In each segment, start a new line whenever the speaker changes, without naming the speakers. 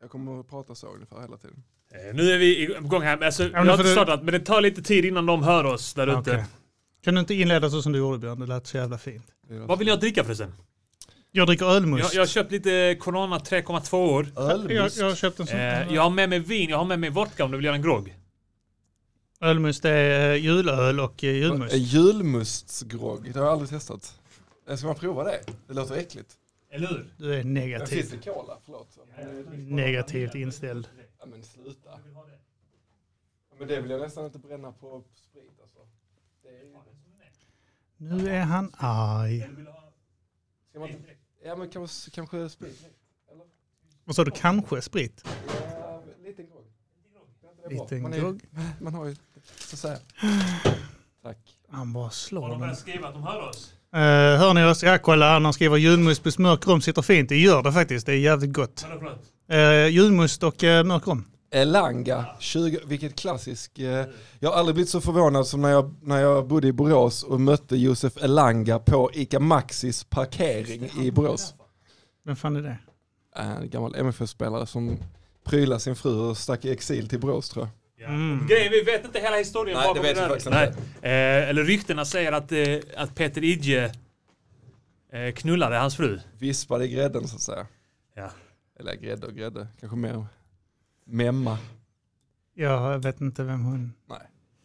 Jag kommer att prata så ungefär hela tiden.
Eh, Nu är vi i- på gång här. Alltså, jag
men
har inte
för det-
startat, men det tar lite tid innan de hör oss där ute.
Okej. Kan du inte inleda så som du gjorde Björn? Det lät så jävla fint.
Det är
Vad vill jag dricka förresten?
Jag dricker ölmust.
Jag, jag har köpt lite Corona 3,2 år.
jag,
Ölmust.
jag har köpt en sån.
Eh, jag har med mig vin, jag har med mig vodka om du vill göra en grogg.
Ölmust är eh, julöl och eh, julmust.
En julmustsgrogg, det har jag aldrig testat. Eh, Ska man prova det? Det låter äckligt.
Eller hur?
Du är
Men Finns
negativ.
det cola? Förlåt.
Negativt inställd.
Ja, men sluta. Ja, Men det vill jag nästan inte bränna på sprit alltså. Det är...
Nu är han arg.
Ska man... inte- Ja men kanske, kanske sprit?
Och så du kanske sprit.
Ja, men liten grogg. Det är inte det
Liten
bra. Man är ju-
grogg.
Man har ju, så att säga. Tack.
Han bara slår den.
skriva att de hör oss?
Uh, hör ni oss? Ja, kolla han skriver julmust plus mörk rom sitter fint. Det gör det faktiskt. Det är jävligt gott. Eh, julmust och eh, mörk rom.
Elanga, 20, vilket klassisk. Eh, jag har aldrig blivit så förvånad som när jag, när jag bodde i Borås och mötte Josef Elanga på ICA Maxis parkering i Borås. Eh,
Vem fan är det?
En gammal MFF-spelare som pryglade sin fru och stack i exil till Borås tror jag.
Mm.
Grejen, vi vet inte hela historien
Nej,
bakom
det vet vi
där.
faktiskt
Nej. Eh, eller ryktena säger att, eh, att Peter Idje eh, knullade hans fru.
Vispade i grädden så att säga.
Ja.
Eller grädde och grädde, kanske mer memma.
Jag vet inte vem hon...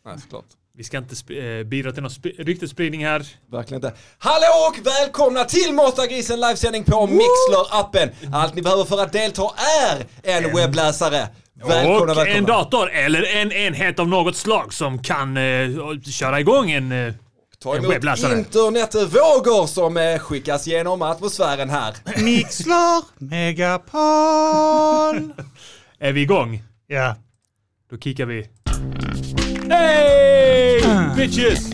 Nej såklart.
Vi ska inte sp- eh, bidra till någon sp- ryktesspridning här.
Verkligen inte. Hallå och välkomna till Matargrisen livesändning på Mixler-appen. Allt ni behöver för att delta är en webbläsare. Välkomna,
och
välkomna.
en dator eller en enhet av något slag som kan eh, köra igång en... Eh,
Ta
en
emot
webbläsare.
internetvågor som eh, skickas genom atmosfären här.
Mixlar Megapol.
är vi igång?
Ja.
Då kickar vi. Hey! Bitches!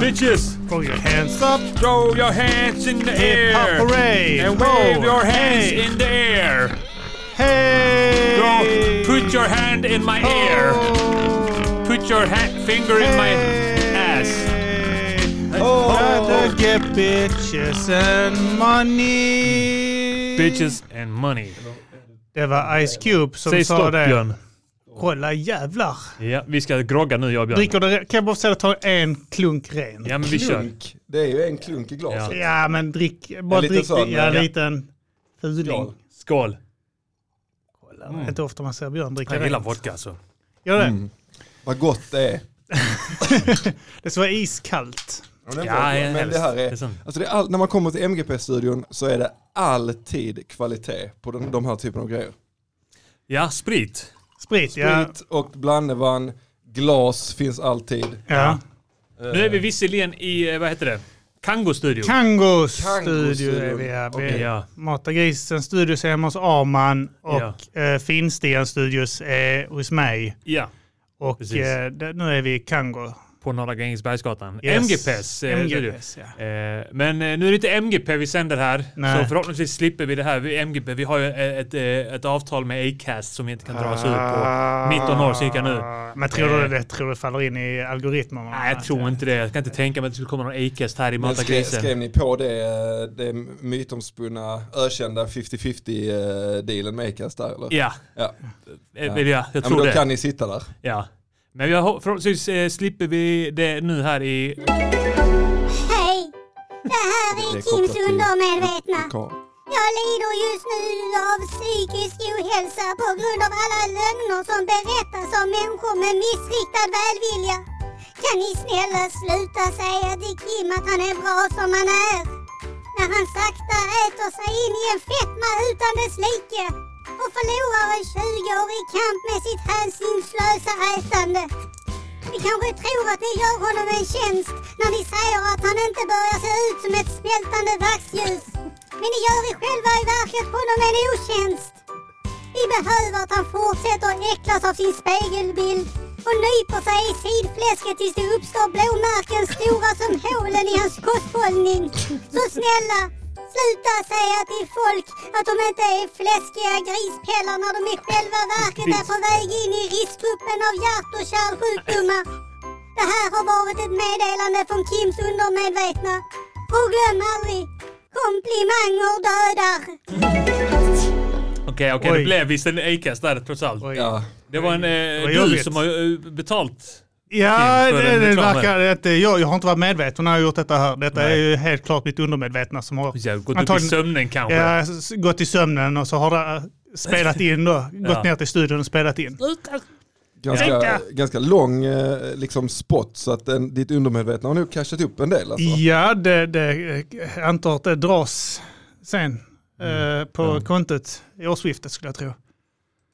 Bitches!
Ah. Throw your hands up.
Throw your hands in the
Hip hop
air!
parade.
And wave
Oh,
your hands
hey.
in the air!
Hey!
Throw, put your hand in my ear!
Oh.
Put your hand, finger in my ass!
Hey. Oh. Gotta get bitches and money.
Bitches and money.
Det var Ice Cube som
Säg
sa
stopp
det.
Björn.
Kolla jävlar.
Ja, vi ska grogga nu jag och Björn.
Dricker du, re- kan jag bara säga att ta en klunk ren?
Ja men vi kör.
Klunk. Det är ju en klunk i glaset.
Ja, men drick. Bara
En liten
drick.
sån,
ja,
ja.
liten fuling.
Ja.
Skål.
Kolla, Det är inte ofta man ser Björn dricka
Jag gillar
rent.
vodka alltså.
Gör det?
Mm. Vad gott det är.
Det ska vara iskallt.
Ja, det är
Ja,
bra.
ja,
Men
helst.
det här
Det
är,
är sant.
alltså det är all, när man kommer till MGP-studion så är det alltid kvalitet på den, de här typen av grejer.
Ja, sprit.
Sprit, ja.
Sprit och blandevann, glas finns alltid.
ja.
Nu är vi visserligen i, eh, vad heter det? Kango studio.
Kango studio
Kangostudio.
är vi här.
Okej.
Vi-
Ja.
Mata Grisen Studios är hemma hos Arman
Ja.
och ja. Finsten Studios är hos mig.
ja.
Och
Precis.
eh, det, nu är vi i Kango.
På Norra Grängesbergsgatan.
Yes.
MGPs eh, studio.
MGPS, ja.
Eh, men eh, nu är det inte MGP vi sänder här,
Nej.
så förhoppningsvis slipper vi det här. Vi, MGP, vi har ju eh, ett, eh, ett avtal med Acast som vi inte kan dra oss ur på 19 år cirka nu.
Ah.
Eh.
Men tror du det, tror du det faller in i algoritmerna?
Nej, jag tror inte det. Jag kan inte tänka mig att det skulle komma någon Acast här i
Men skrev,
Matagrisen.
skrev ni på det, eh, det mytomspunna, ökända 50-50-dealen med Acast där eller?
Ja,
Ja.
eh, vill jag, jag
ja men
tror
då
det.
kan ni sitta där.
Ja. Men jag, hop- förhoppningsvis eh, slipper vi det nu här i...
Hej! Det här är
Det är
Kim från
kooperativ.
De medvetna.
Ka-
Jag lider just nu av psykisk ohälsa på grund av alla lögner som berättas om människor med missriktad välvilja. Kan ni snälla sluta säga till Kim att han är bra som han är? När han sakta äter sig in i en fetma utan dess like och förlorar en 20-årig kamp med sitt hänsynslösa ätande. Ni kanske tror att ni gör honom en tjänst när ni säger att han inte börjar se ut som ett smältande vaxljus. Men ni gör i själva i verket honom en otjänst. Vi behöver att han fortsätter att äcklas av sin spegelbild och nyper sig i sidfläsket tills det uppstår blåmärken stora som hålen i hans kosthållning. Så snälla, sluta säga till folk att de inte är fläskiga grispellar när de i själva verket är på väg in i riskgruppen av hjärt och kärlsjukdomar. Det här har varit ett meddelande från Kims undermedvetna. Och glöm aldrig, komplimanger dödar.
Okej, okej.
Oj.
Det blev visst en Acast där trots allt.
Oj.
Ja.
Det var en eh,
Vad
du
jobbigt.
som har eh, betalt.
Ja,
Kim, för
det,
den
det
reklamen.
verkar inte... Jag, jag har inte varit medveten när jag har gjort detta här. Detta
Nej.
är ju helt klart mitt undermedvetna som har
Jag har gått upp i
Antagligen-
sömnen kanske.
ja, s- gått i sömnen och så har det eh, spelat in då. Gått
Ja.
ner till studion och spelat in.
Ganska,
Ja.
ganska lång eh, liksom spot så att den, ditt undermedvetna har nog cashat upp en del. Alltså.
Ja, det, det jag antar att det dras sen
Mm.
eh, på kontot i årsskiftet skulle jag tro.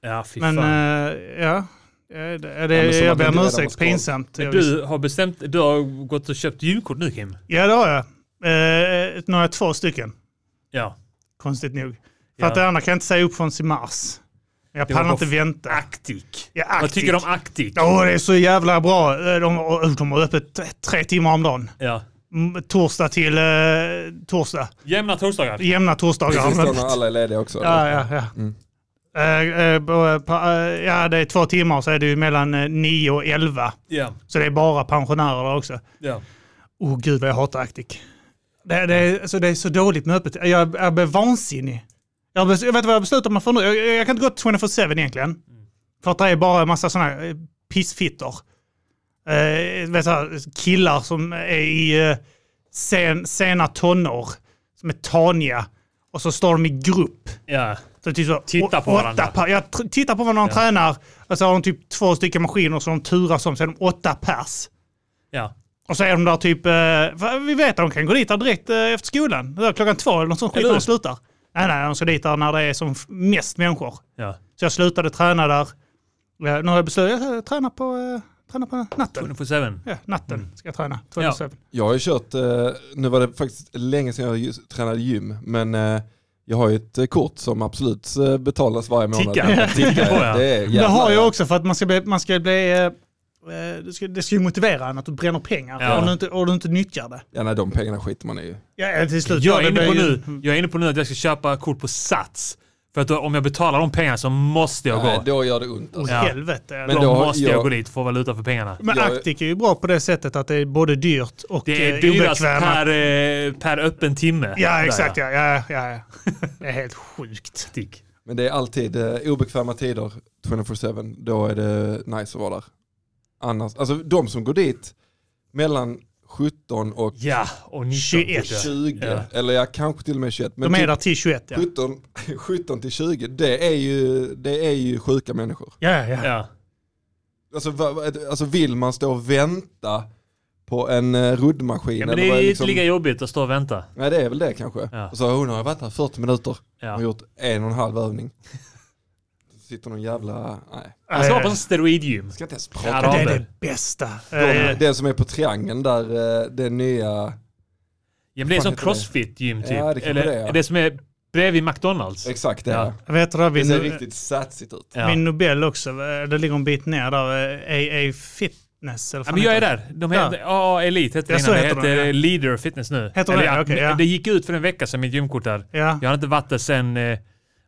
Ja, fy
Men
fan.
eh, ja, det, det,
men som
jag
att
ber om
det inte redan
ursäkt.
var skadat.
Pinsamt.
Men
Jag
du har bestämt, du har gått och köpt julkort nu Kim.
Ja, det har jag. Eh, några två stycken,
Ja.
konstigt nog.
Ja.
För att det andra kan jag inte säga upp förrän i mars. Jag
Det var
pallar inte
på-
vänta.
Actic.
Ja,
Vad
Arctic.
tycker du om Actic?
Åh, det är så jävla bra. Eh, De, oh, de har öppet tre- tre timmar om dagen.
Ja.
Mm, Torsdag till eh, torsdag.
Jämna torsdagar.
Jämna torsdagar.
Precis då
har de
när
öppet.
alla är lediga också.
Ja, ja, ja.
Mm.
Eh, eh, på- på- eh, ja, det är två timmar så är det ju mellan eh, nio och elva.
Ja.
Så det är bara pensionärer där också.
ja.
Åh oh, gud vad jag hatar Actic. Det, det, är, alltså, det är så dåligt med öppet. Jag, jag blir vansinnig. Jag, bes, jag vet vad jag beslutar mig för nu. Jag, jag kan inte gå till 24-7
Mm.
egentligen. För att det är bara en massa sådana här eh, pissfittor. Eh, vet så här, killar som är i eh, sen, sena tonår. Som är taniga. Och så står de i grupp.
ja.
Så typ så,
Titta på
å- åtta
varandra.
Per, jag tr- tittar på varandra de
Ja.
tränar. Och så har de typ två stycken maskiner som de turas om. Så är de åtta pers.
ja.
Och så är de där typ, eh, va, vi vet att de kan gå dit där direkt eh, efter skolan. Det är klockan två eller något sånt skit
Eller
när
hur?
de slutar. Nej, nej, de ska dit där när det är som f- mest människor.
ja.
Så jag slutade träna där. Eh, Nu har jag beslutat, jag ska träna på, eh, träna på natten.
24-7.
Ja, natten
Mm.
ska jag träna.
Ja.
27.
Jag har ju kört, eh, nu var det faktiskt länge sedan jag just, tränade gym, men eh, jag har ju ett eh, kort som absolut eh, betalas varje månad.
Tickar. Tickar på, ja.
Det, är
Det
jävlar,
har
ja.
jag också för att man ska bli, man ska bli eh, eh, det ska, det ska ju motivera en att du bränner pengar
Ja.
och, du inte, och du inte nyttjar det.
Ja, nej, de pengarna skiter man i.
Ja, till slut.
Jag
det
är, inne
blir
på
ju-
nu, jag är inne på nu att jag ska köpa kort på Sats. För att då, om jag betalar de pengarna så måste jag
Nej,
gå.
då gör det ont.
Åh
Alltså.
Ja.
helvete.
Men
Då,
då har
måste jag,
jag-
gå dit och få valuta för pengarna.
Men
Jag-
Actic är ju bra på det sättet att det är både dyrt och
Det är
eh,
dyrast
obekvämt.
per, eh, per öppen timme.
Ja,
Där,
exakt. Ja, ja, ja, ja. Det är helt sjukt.
Actic.
Men det är alltid eh, obekväma tider 24-7, då är det nice att vara där. Annars, alltså de som går dit mellan 17 och
Ja, och 19.
21.
tycker jag.
20,
Ja.
eller ja, kanske till och med 21, men
De är
typ
där till 21, ja.
17, 17 till 20, det är, ju, det är ju sjuka människor.
Ja, ja.
Ja.
Alltså, vad- vad- alltså vill man stå och vänta på en eh, ruddmaskin?
ja, men
eller
det är
vad
ju inte
liksom-
lika jobbigt att stå och vänta.
Nej det är väl det kanske.
Ja.
Och så hon har varit här 40 minuter och
Ja.
gjort en och en halv övning. Så sitter någon jävla, nej.
Han ska vara på en steroidgym.
Ska inte ens
Ja,
prata
då-
om
Det
det.
är det bästa.
De-
Eh,
Den som är på triangeln där, eh, den nya,
Ja, men det är
Fan
som
heter det?
crossfit-gym typ.
Ja, det kanske
Eller
det är, ja.
det som är bredvid McDonalds.
exakt det.
Ja.
Ja.
Jag vet du det?
Det ser
Vid,
riktigt satsigt ut.
Ja.
vid Nobel också. eh, Det ligger en bit ner där. eh, AA Fitness. Eller
Ja, men
vad fan
jag är
heter det?
där. De heter, ja. Elite hette det
Ja, så
innan. Det
heter de,
heter
ja.
Leader Fitness nu.
Heter de det? Okej, ja.
det gick ut för en vecka sedan, mitt gymkort där.
Ja.
Jag har inte varit där sen eh,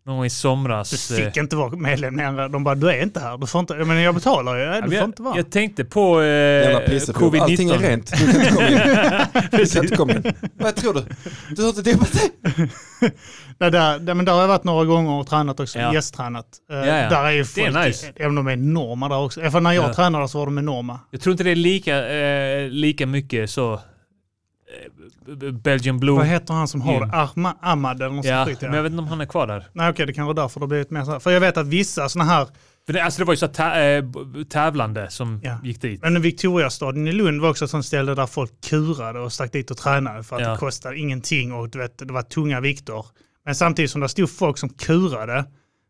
någon gång i somras.
Du
Eh,
fick inte vara medlem längre. De bara, du är inte här. Du får inte, jag menar, jag betalar ju. Ja,
ja,
Du får
jag,
inte vara.
jag tänkte på eh,
Jävla pissefjol.
covid-19.
Allting är rent. Du kan inte komma in. Du kan inte komma in. Vad tror du? Du har inte doppat dig?
Nej, där, där, men där har jag varit några gånger och tränat också,
Ja.
gästtränat. Eh,
ja.
Där är ju
Det är
folk,
nice.
även de är enorma där också. Även när jag
Ja.
tränade så var de enorma.
Jag tror inte det är lika, eh, lika mycket så... eh, b- b- Belgian Blue.
Vad heter han som har
Gym.
det? Arma, Ahmad eller något
Mm. ja,
sånt skit.
men jag vet inte om han är kvar där.
Nej okej, det kanske var därför det blivit mer så här. För jag vet att vissa sådana här,
För det, alltså det var ju så ta- eh, b- b- tävlande som
Ja.
gick dit.
men Victoriastadion i Lund var också ett sånt ställe där folk kurade och stack dit och tränade för att
Ja.
det kostade ingenting och du vet, det var tunga vikter. Men samtidigt som det stod folk som kurade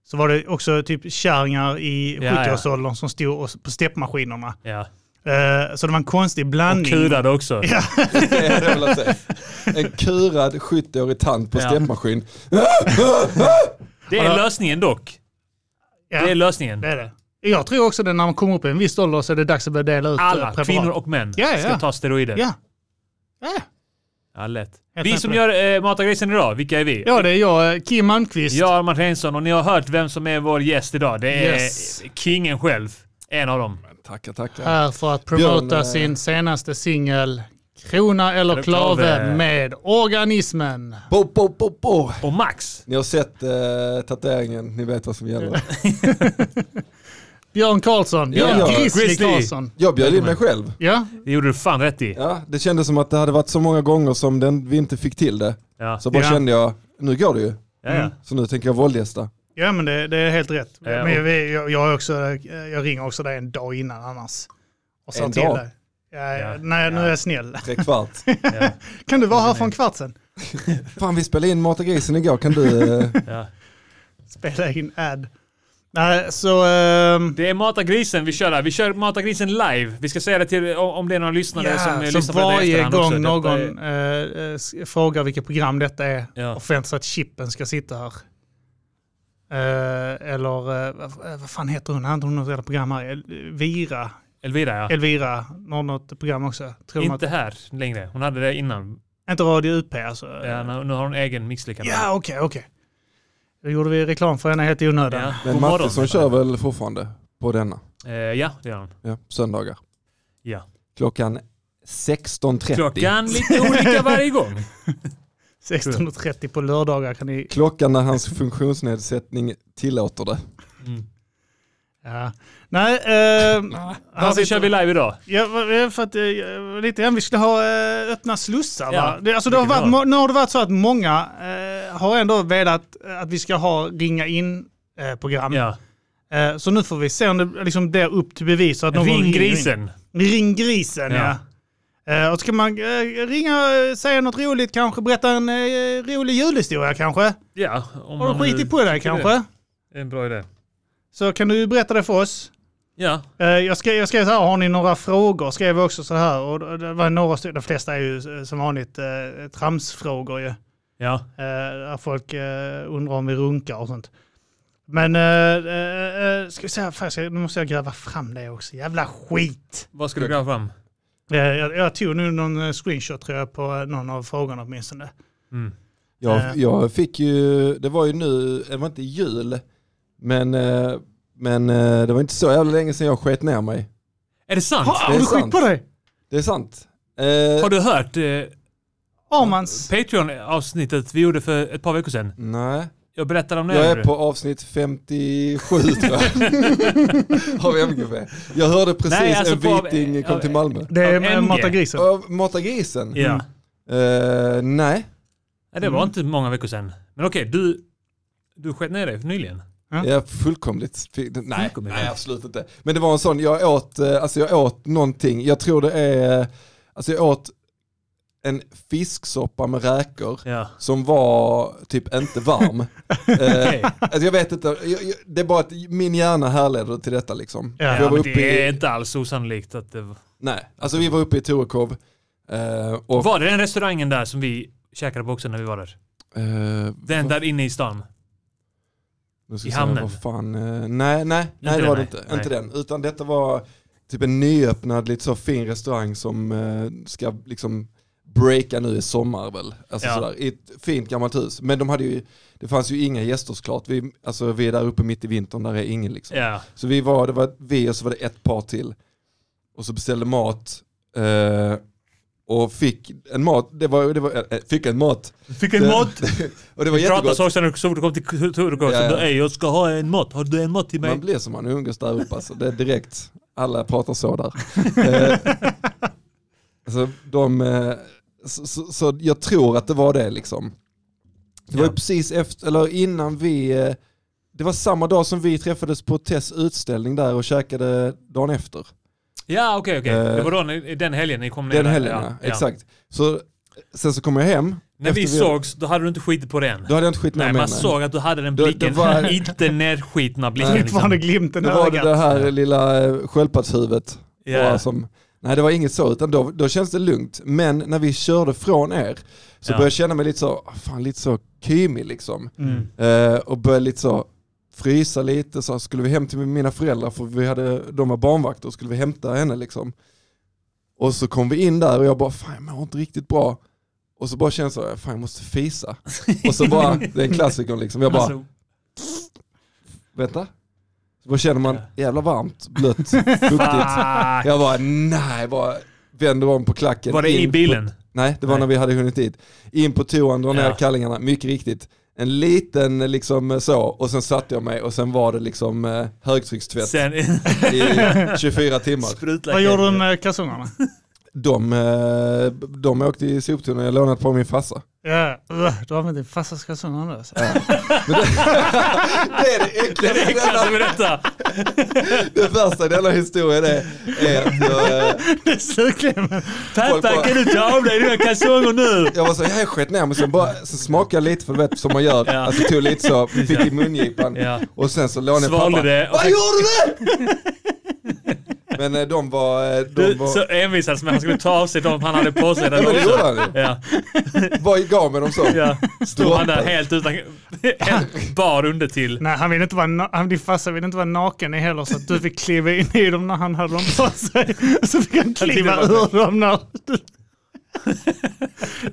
så var det också typ kärringar i
Ja, ja.
70-årsåldern som stod och- på steppmaskinerna.
Ja.
Eh, så det var en konstig
Och
blandning.
kurade också. Ja.
Det är det jag vill säga. En kurad 70-årig tant på
Ja.
steppmaskin.
Det är lösningen dock.
Ja,
Det är lösningen.
det är det. Jag tror också det när man kommer upp i en viss ålder så är det dags att börja dela ut eh,
Alla,
preparat.
kvinnor och män,
Ja, ja.
ska ta steroider.
Ja. Ja.
Ja, lätt.
Helt
Vi
med
som
på det.
gör eh, Mata grisen idag, vilka är vi?
ja, det är jag, eh, Kim Malmqvist.
Jag är Armand Henson och ni har hört vem som är vår gäst idag. Det är
Yes.
eh, kingen själv. En av dem.
Tackar, tackar.
Här för att promota
Björn, eh,
sin senaste singel Krona eller
Eller
klave
klave.
med organismen.
Bo, bo, bo, bo.
Och Max.
Ni har sett eh, tatueringen, ni vet vad som gäller.
Björn Karlsson.
Ja,
Björn
ja.
Grizzly
Grizzly.
Karlsson.
Jag bjöd in mig själv.
Ja,
Det gjorde du fan rätt i.
Ja, det kändes som att det hade varit så många gånger som den, vi inte fick till det.
Ja.
Så bara
Ja.
kände jag, nu går det ju.
Ja, ja.
Så nu tänker jag våldgästa.
ja men det, det är helt rätt.
Ja,
men
och-
jag, jag, jag, är också, eh, jag ringer också dig en dag innan annars. Och sa
En
till
dag?
dig. Ja,
Ja,
Nej, nu
ja.
är jag snäll.
Tre kvart.
Ja.
Kan du vara här för en kvart sen?
Fan vi spelade in Mata grisen igår, kan du? eh,
Ja.
Spela in ad. Nej, så... ehm,
Det är Mata grisen vi kör här. Vi kör Mata grisen live. Vi ska säga det till om- om det är någon lyssnare som eh,
så
lyssnar på detta i
varje
efterhand
gång
också. Detta
någon
är-
eh, eh, s- frågar vilket program detta är
Ja.
och förväntar sig att chippen ska sitta här. Eh, eller eh, vad, eh, vad fan heter hon? Hade hon något jävla program här? El- Vira?
Elvira ja.
Elvira har något program också. Tror inte.
Inte här längre. Hon hade det innan.
Att, inte Radio UP alltså?
Ja, nu- nu har hon egen mixlyckad.
Ja, okej, okej. Då gjorde vi reklam för henne helt i onödan.
Ja.
Men
God morgon,
Mattisson
menar
kör
jag.
väl fortfarande på denna?
Eh, ja, det gör hon.
Ja, söndagar.
Ja.
Klockan 16.30.
Klockan lite olika varje gång.
16.30 på lördagar kan ni...
Klockan när hans funktionsnedsättning tillåter det.
Mm.
Ja. Nej, eh,
Varför kör vi live idag?
Ja, vad- eh, för att, eh, lite grann, vi skulle ha eh, öppna slussar.
Ja,
va? Det, alltså, det har
mycket
varit, må- nu har det varit så att många eh, har ändå velat eh, att vi ska ha ringa in-program.
Ja.
eh, så nu får vi se om det liksom, blir upp till bevis. Så att någon
Ring
ringer in.
grisen.
Ring grisen, ja. Eh, och så kan man eh, ringa, eh, säga något roligt kanske, berätta en eh, rolig julhistoria kanske.
Ja, om
Har
man
du skitit
nu-
på dig
tycker det.
kanske?
Det är En bra idé.
Så kan du berätta det för oss.
Ja,
Eh, Jag skrev, jag skrev så här, har ni några frågor? Skrev jag också så här. Och det- det var några stycken, de flesta är ju eh, som vanligt eh, tramsfrågor ju. Eh,
ja.
där folk eh, undrar om vi runkar och sånt. Men, eh, eh, eh, ska vi säga, fan, ska, nu måste jag gräva fram det också. Jävla skit!
Vad ska du gräva fram?
Eh, jag, jag tog nu någon eh, screenshot tror jag på eh, någon av frågorna åtminstone.
Mm.
Jag,
Eh.
jag fick ju, det var ju nu, det var inte jul, men, eh, men eh, det var inte så jävla länge sedan jag sket ner mig.
Är det sant?
Har,
det
har
är
du skit
sant.
på dig?
Det är sant. Eh,
Har du hört eh,
Armans?
Patreon-avsnittet vi gjorde för ett par veckor sedan?
Nej,
Jag berättade om det.
jag är
nu.
på avsnitt 57 tror jag. Av MGP. Jag hörde precis
Nej, alltså
en
på-
viting kom till Malmö.
Det är
av
eh,
MG.
Mata grisen. Mm.
Av Mata grisen?
Ja.
Eh, nej,
Nej, det var inte många veckor sedan. Men okej, du, du sket ner dig nyligen. Mm.
Ja, fullkomligt. Fy- Nej,
Fullkomligt.
nej, absolut inte. Men det var en sån, jag åt, eh, alltså jag åt någonting, jag tror det är, eh, alltså jag åt en fisksoppa med räkor
Ja.
som var typ inte varm.
Okej.
eh, alltså jag vet inte, jag, jag, det är bara att min hjärna härleder till detta liksom.
Ja,
jag
Ja,
var
men
uppe
det är
i,
inte alls osannolikt att det var...
nej, alltså vi var uppe i Torekov. Eh, och,
Var det den restaurangen där som vi käkade på också när vi var där?
eh,
Den där inne i stan?
Nu ska
I
vi se,
hamnen?
vad fan, eh, nej, nej, nej
den,
det var
nej.
det inte.
Nej.
Inte den. Utan detta var typ en nyöppnad, lite så fin restaurang som eh, ska liksom breaka nu i sommar väl. Alltså
Ja.
sådär, i ett fint gammalt hus. Men de hade ju, det fanns ju inga gäster såklart. Vi, alltså, vi är där uppe mitt i vintern, där är ingen liksom.
Ja.
Så vi var, det var vi och så var det ett par till. Och så beställde mat. Eh, och fick en mat, det var, det var, eh, fick en mat.
Fick en
Det-
mat!
Och det var
Prata
jättegott.
så också när du- så fort du kom till Turkås.
Ja, ja.
Ja, Jag ska ha en mat. Har du en mat till mig?
Man blir som man umgås där uppe alltså. Det är direkt. Alla pratar så där. Eh, alltså, de, eh, så, så, så jag tror att det var det liksom. Det var
Ja.
ju precis efter, eller innan vi, eh, det var samma dag som vi träffades på Tess utställning där och käkade dagen efter.
Ja, okej, okej.
Eh,
Det var då, ni- den helgen ni kom ner.
Den
där.
helgen, ja, exakt. Så, sen så kom jag hem.
När vi
efter
sågs, då hade du inte skitit på det än.
Då hade jag inte skit med
Nej,
mig.
man
nej.
såg att du hade den
Det-
blicken.
det var-
Inte nerskitna blicken.
Fortfarande
Liksom.
glimten i
Det var det, det
ögat.
här lilla eh, sköldpaddshuvudet.
Ja.
bara Som, nej det var inget så, utan då, då känns det lugnt. Men när vi körde från er så
Ja.
började jag känna mig lite så, fan lite så kymig liksom.
Mm.
Eh, och började lite så frysa lite, så skulle vi hem till mina föräldrar för vi hade, de var barnvakter, skulle vi hämta henne liksom. Och så kom vi in där och jag bara, fan jag mår inte riktigt bra. Och så bara kände jag så, fan jag måste fisa. Och så bara, det är klassikern liksom, jag bara,
Alltså,
vänta. Så bara känner man, jävla varmt, blött, fuktigt.
fuck.
Jag bara nej, bara vänder om på klacken.
Var det i
in på-
bilen?
Nej, det var
Nej.
när vi hade hunnit dit. In på toan, drar ner
Ja.
kallingarna, mycket riktigt. En liten liksom så, och sen satte jag mig och sen var det liksom eh, högtryckstvätt
Sen
i 24 timmar.
sprutlade
Vad gjorde du med kalsongerna?
De, eh, de åkte i soptunnan, jag lånat på min farsa.
Ja, ugh, du har använt din farsas kalsonger nu alltså.
Det är det äckligaste, i
Alltså
denna-
med detta.
det värsta i denna historien är, är att jag, eh,
Det är slutklämmen.
bara-
Pappa kan du ta av dig dina kalsonger nu?
jag var så, jag sket ner mig, sen, bara, sen smakade jag lite, för du vet som man gör,
Ja.
alltså tog lite så, fick i mungipan.
Ja.
Och sen så lånade jag
Svalde
pappa.
det och
Vad
fick-
gjorde du? Men eh, de var, eh, de
Du,
var,
så envisades med att han skulle ta av sig de han hade på sig där
Ja, men det gjorde
också.
han ju.
Ja,
eh, Vad gav mig dem så?
ja. Stod han där
Droppen.
helt utan, helt bar under till.
Nej, han vill inte vara, na- han, din farsa ville inte vara naken i heller så att du fick kliva in i dem när han hade dem på sig. Så fick han kliva
det var
ur dem när du...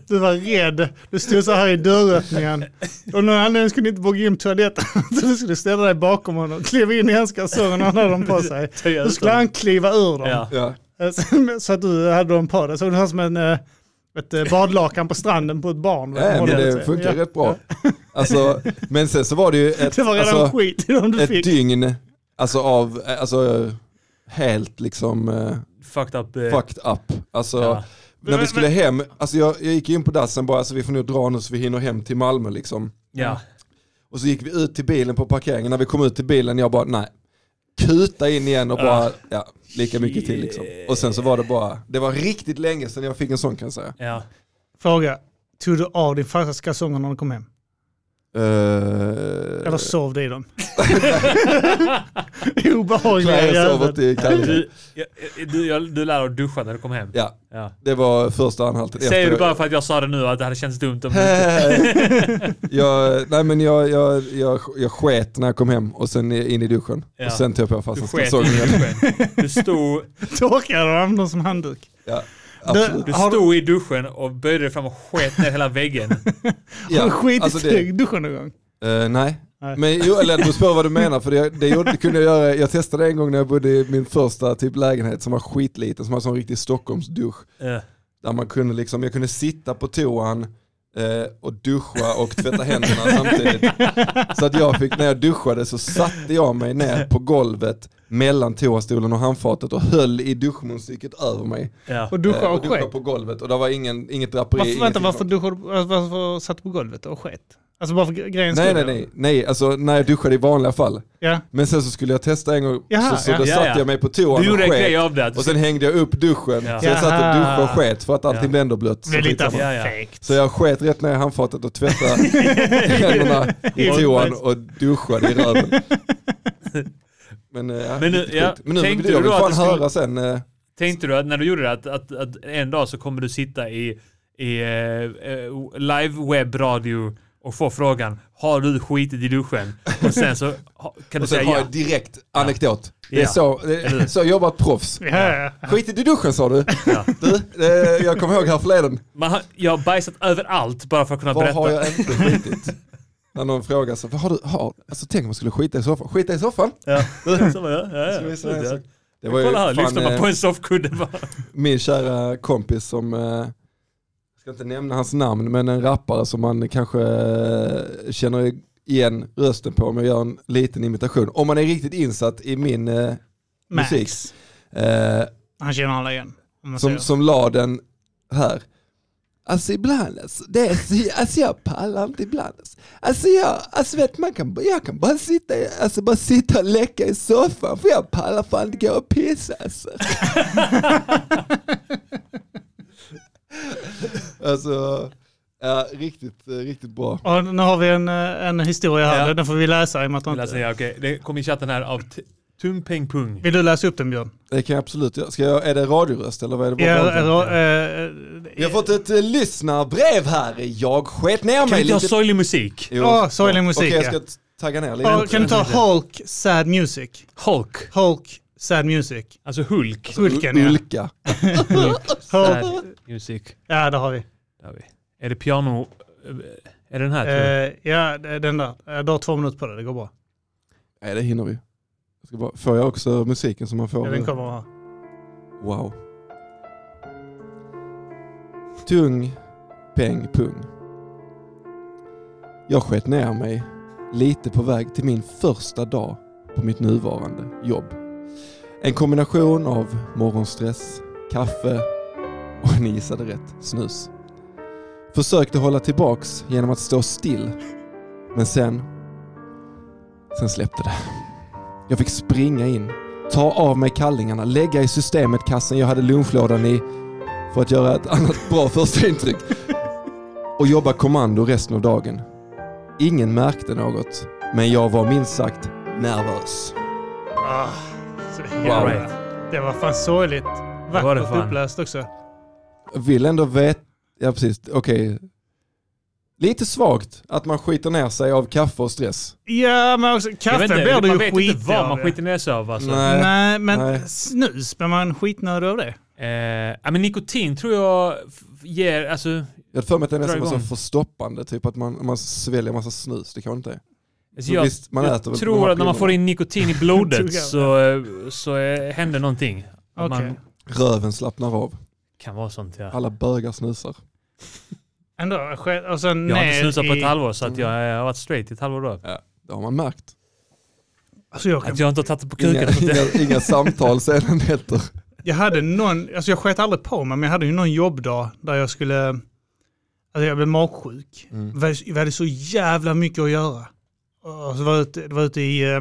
Du var rädd. Du stod så här i dörröppningen. Och någon anledning skulle ni inte våga in på toaletten. Så du skulle ställa dig bakom honom. Kliva in i hans kalsonger när han hade dem på sig.
Ta ut
Då skulle
dem.
han kliva ur dem.
Ja.
Ja.
Så- Så att du hade dem på dig. Så det var som en, eh, ett eh, badlakan på stranden på ett barn.
Nej, men
Håller
det
sig.
funkar
Ja.
rätt bra. Alltså, men sen så var det ju ett,
Det var redan
alltså,
skit i dem du
ett
fick.
dygn alltså, av alltså, helt liksom eh,
Fucked up. eh,
fucked up. Alltså,
Ja.
När vi
Men-
skulle hem, alltså jag, jag gick in på dassen bara, alltså, vi får nog dra nu så vi hinner hem till Malmö liksom.
Ja.
Och så gick vi ut till bilen på parkeringen, när vi kom ut till bilen jag bara nej. Kuta in igen och
Ah.
bara, ja, lika mycket till liksom. Och sen så var det bara, det var riktigt länge sedan jag fick en sån kan jag säga.
Ja.
Fråga, tog du av din farsas kalsonger när du kom hem?
Eh,
Eller sov du i dem? Obehagliga
Klara sover
jävel.
inte i kallingar.
Du, jag, jag- du, jag, du lär dig att duscha när du kom hem.
Ja,
Ja.
det var första anhalten.
Säger du
Efter-
bara för att jag sa det nu att det hade känts dumt om du inte...
Eh, jag, nej men jag, jag, jag, jag sket när jag kom hem och sen in i duschen.
Ja.
Och sen tog jag på
Du
fastans
sket i
kalsonger.
duschen. Du stod,
Torkade du dem som handduk?
Ja, absolut.
du
Har du-
stod i duschen och böjde dig fram och sket ner hela väggen.
Ja,
Har du skitit
alltså
i
det-
duschen någon gång?
Eh, nej.
Nej.
Men jo, eller det beror på vad du menar, för det, det, gjorde, det kunde jag göra, jag testade en gång när jag bodde i min första typ lägenhet som var skitliten, som var en sån riktig Stockholmsdusch.
Eh,
Där man kunde liksom, jag kunde sitta på toan eh, och duscha och tvätta händerna samtidigt. Så att jag fick, när jag duschade så satte jag mig ner på golvet mellan toastolen och handfatet och höll i duschmunstycket över mig.
Ja.
Och
Eh,
duschade
och
och
duschade
sket?
på golvet och det var ingen, inget draperi.
Varför, vänta,
ingenting
varför,
sånt.
duschade, du- varför satt du på golvet och sket? Alltså bara för gre- grejens
Nej
skull?
nej
eller?
nej, nej, alltså när jag duschade i vanliga fall.
Ja.
Men sen så skulle jag testa en gång,
Jaha,
så, så
ja.
då
Ja,
satte
ja.
jag mig på toan
Du gjorde en
och
grej
sket.
av det. att du
Och sen hängde jag upp duschen,
Ja.
så jag satt och
Jaha.
duschade och sket för att allting
Ja.
blev ändå blött. Så
Det är lite
skitsamma.
Ja, ja.
fegt.
Så jag sket rätt ner i handfatet och tvättade händerna i toan och duschade i röven. Men, eh, ja,
Men nu-
riktigt
ja,
sjukt. men nu
tänkte
jag
du
vill
då
fan
att det skulle-
höra sen. eh,
Tänkte du att när du gjorde det att, att, att en dag så kommer du sitta i, i eh, eh, live-webb-radio och få frågan Har du skitit i duschen? Och sen så ha- kan du
Och sen
säga
har
ja.
jag direkt anekdot. Det är
Ja.
så, det
Eller
är
hur?
så jobbar ett proffs.
Ja, ja.
Skit i duschen sa du.
Ja.
du eh, jag kommer ihåg här förleden.
Man har, jag har bajsat överallt bara för att kunna
Var
berätta.
har jag inte skitit? När någon frågar så, vad har du, har, alltså tänk om man skulle skita i soffan. Skita i soffan?
Ja. Så bara, ja, ja, ja,
Ska vi säga
absolut,
en
ja.
sak? Det var ju
Kolla här, lyfter
fan,
man
eh,
på en soffkudde bara.
min kära kompis som, eh, jag ska inte nämna hans namn, men en rappare som man kanske eh, känner igen rösten på om jag gör en liten imitation. Om man är riktigt insatt i min eh, musik.
Max.
Eh,
Han känner alla igen. om man
som,
säger.
som la den här. Alltså ibland, alltså, det är, så- alltså jag pallar inte ibland. Alltså, alltså jag, alltså vet man kan, jag kan bara sitta, i- alltså bara sitta och läcka i soffan för jag pallar fan inte gå och pissa alltså. alltså, ja, riktigt, eh, riktigt bra.
Och nu har vi en, eh, en historia här,
Ja.
den får vi läsa i och med att du
Vill jag
inte...
säga, okej, Det kom i chatten här av T- Tum Peng Pung.
Vill du läsa upp den Björn?
Det kan jag absolut göra. Ska jag, är det radioröst eller vad är det?
Ja,
bara radio?
eller, eh,
Vi har fått ett eh, lyssnarbrev här. Jag sket ner
Kan vi
mig
inte ha
lite.
sorglig musik?
Jo,
Ja, sorglig
klart.
musik,
Okej, jag
ja.
ska t- tagga ner lite.
Ja, kan du ta Hulk Sad Music?
Hulk.
Hulk Sad Music.
Alltså Hulk.
Hulken ja.
Ulka.
Hulk.
Sad Music.
Ja, det har vi.
Där har vi. Är det piano? eh, Är det den här? tror du?
Eh, ja, det är den där. Eh, Du har två minuter på dig, det går bra.
Nej, det hinner vi. Jag ska bara, får jag också musiken som man får?
Ja, den kommer här.
Wow. Tung, peng, pung. Jag sket ner mig lite på väg till min första dag på mitt nuvarande jobb. En kombination av morgonstress, kaffe och ni gissade rätt, snus. Försökte hålla tillbaks genom att stå still, men sen... Sen släppte det. Jag fick springa in, ta av mig kallingarna, lägga i systemet kassen jag hade lunchlådan i för att göra ett annat bra första intryck och jobba kommando resten av dagen. Ingen märkte något, men jag var minst sagt nervös.
Ah, så
All
jävla.
right.
Det var fan sorgligt.
var det
Vackert
fan.
uppläst också.
Jag vill ändå veta, ja precis, okej. Lite svagt att man skiter ner sig av kaffe och stress.
Ja, men också,
Jag
kaffe
vet inte,
blir du
man
ju
vet
skitig
inte vad
av,
man
ja.
skiter ner sig av alltså.
Nej.
Nej, men
Nej.
snus, blir man skitnödig av det?
Eh, ja, men nikotin tror jag f- ger, alltså,
Jag hade för mig att det är
Dra
nästan var så
igång.
förstoppande, typ att man, man sväljer massa snus, det kan man inte är.
alltså
Men
jag,
visst, man
jag
äter väl de
tror
här
att när man
pillerna.
får in nikotin i
Tuggar.
blodet så, eh, så eh, händer någonting. Att
Okej.
Man
Röven slappnar av.
kan vara sånt ja.
Alla bögar snusar.
Ändå, ske- och sen
Jag har
ner
inte snusat på
i-
ett halvår så att jag eh, har varit straight i ett halvår då.
Mm. Det har man märkt.
Alltså jag,
Att
kan,
jag inte har tagit det på kuken.
Inga, inga, inga samtal sedan heter.
jag hade någon, alltså jag sket aldrig på mig, men jag hade ju någon jobbdag där jag skulle, alltså jag blev magsjuk.
Mm.
Vi hade- Vi hade så jävla mycket att göra. Och så var jag ute, det var ute i eh,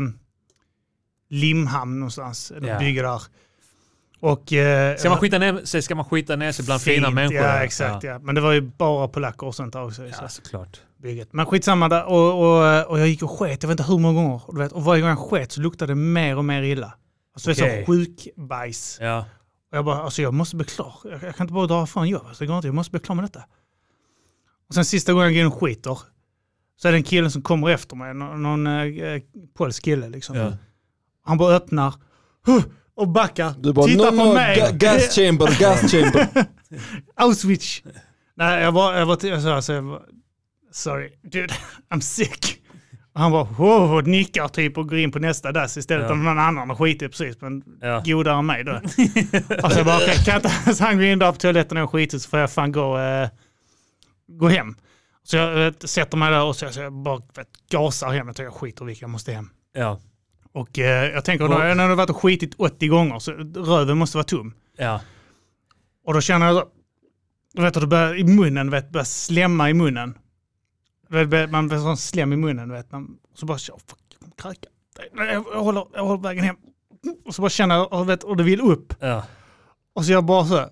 Limhamn någonstans, ett
Ja.
bygge där. Och, eh,
Ska man skita ner sig ska man skita ner sig bland fina
Fint,
människor.
Ja, exakt. Ja. Men det var ju bara polacker och sånt där också.
Ja,
Så
såklart.
bygget. Men skitsamma, där, och, och, och jag gick och sket, jag vet inte hur många gånger. Och, du vet, och varje gång jag sket så luktade det mer och mer illa. Alltså det är
Okej.
så sjukbajs.
Ja.
Och jag bara, alltså jag måste bli klar. Jag, jag kan inte bara dra ifrån jobbet. Alltså, det går inte, jag måste bli klar med detta. Och sen sista gången jag går in och skiter, så är det en kille som kommer efter mig, någon, någon eh, polsk kille liksom.
Ja.
Han bara öppnar huh, och backar,
Du bara,
tittar
no,
på
no,
mig.
ga- gas chamber, gas chamber.
Auschwitz. Nej, jag var, jag var, till- jag sa, alltså, jag var sorry dude, I'm sick. Och han bara, wow, och nickar typ och går in på nästa dass istället
Ja.
för någon annan och skiter precis, men
Ja.
godare än mig då. och så Alltså, jag bara, okej, kan inte så han går in där på toaletten och skiter så får jag fan gå, eh, gå hem. Så jag vet, sätter mig där och så, så jag bara vet, gasar hem, jag tänker jag skiter i vilket, jag måste hem.
Ja.
Och eh, jag tänker, när jag har varit och skitit 80 gånger så röven måste vara tom.
Ja.
Och då känner jag så, du vet att det börjar i munnen, vet, börjar slämma i munnen. Du vet, börjar- Man blir sån slem i munnen, vet. Man, så bara, så, fuck, jag kommer kräka. Nej, Jag, jag, håller, jag håller vägen hem. Och så bara känner jag, och, vet, och det vill upp.
Ja.
Och så jag bara så,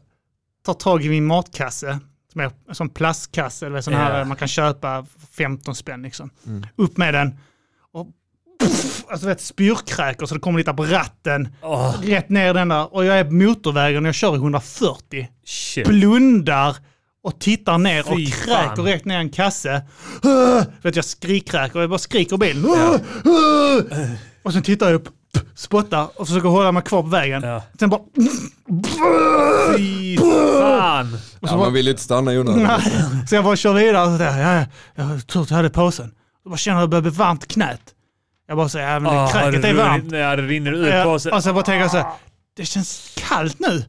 tar tag i min matkasse, som är en sån plastkasse, eller sån här
Ja.
man kan köpa för 15 spänn liksom.
Mm.
Upp med den. Och, pff, alltså vet, spyrkräker så det kommer lite på ratten.
Åh,
Rätt ner den där. Och jag är på motorvägen och jag kör i 140
shit.
blundar och tittar ner
Fy
och kräker
fan.
direkt ner i en kasse. Ah! Vet jag skrikkräker, jag bara skriker i bilen. Ah! Ah! Och sen tittar jag upp, spottar och försöker hålla mig kvar på vägen.
Ja.
Sen bara...
Fy fan.
Ja, man vill ju inte stanna i onödan.
Så jag bara kör vidare. Och så där, ja, ja, jag har tur att jag hade påsen. Jag bara känner att det börjar bli varmt i knät. Jag bara säger, ja men
Ah,
det kräket
det
är
rinner-
varmt.
Ja, det rinner ut
Ja,
på
och
sig.
så jag bara tänker jag så här, det känns kallt nu.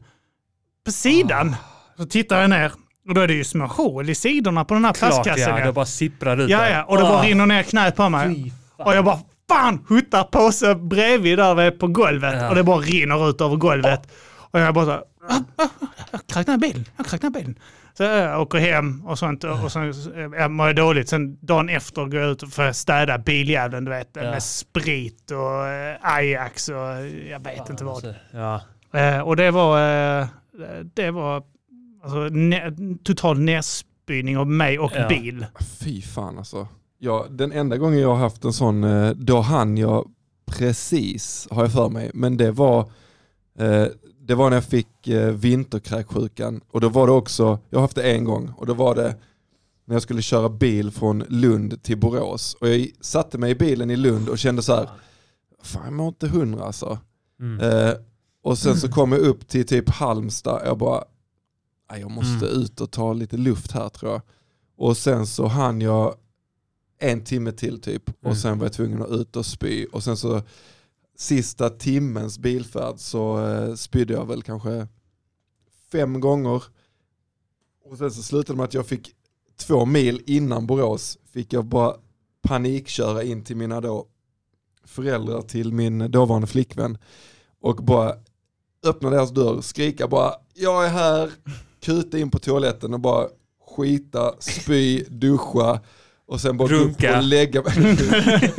På sidan.
Ah.
Så tittar jag ner och då är det ju små hål i sidorna på den här
Klart
plastkassen.
ja, det bara sipprar ut.
ja,
där.
ja, och det bara
Ah,
rinner ner knä på mig.
fy fan.
Och jag bara fan huttar påsen bredvid där vi är på golvet.
Ja.
Och det bara rinner ut över golvet. Och jag bara så här, "Ah, ah, jag kräkte ner bilen, jag kräkte ner bilen. Så eh, jag åker hem och sånt och sen eh, jag mår jag dåligt. Sen dagen efter går jag ut för att städa biljäveln du vet. Med sprit och eh, Ajax och eh, jag vet inte vad.
Ja.
Eh, och det var, eh, det var alltså, ne- total nedspyning av mig och
Ja.
bil.
Fy fan alltså. Ja, den enda gången jag har haft en sån, eh, då hann jag precis, har jag för mig, men det var, eh, det var när jag fick eh, vinterkräksjukan och då var det också, jag har haft det en gång och då var det när jag skulle köra bil från Lund till Borås och jag satte mig i bilen i Lund och kände så här, fan jag mår inte hundra alltså.
Mm.
Eh, och sen så kom jag upp till typ Halmstad och jag bara, "Nej, jag måste ut och ta lite luft här tror jag. Och sen så hann jag en timme till typ
Mm.
och sen var jag tvungen att ut och spy. Och sen så sista timmens bilfärd så eh, spydde jag väl kanske fem gånger. Och sen så slutade det med att jag fick två mil innan Borås fick jag bara panikköra in till mina då föräldrar till min dåvarande flickvän och bara öppna deras dörr, skrika bara jag är här, kuta in på toaletten och bara skita, spy, duscha och sen bara gå upp
Runka.
och lägga mig,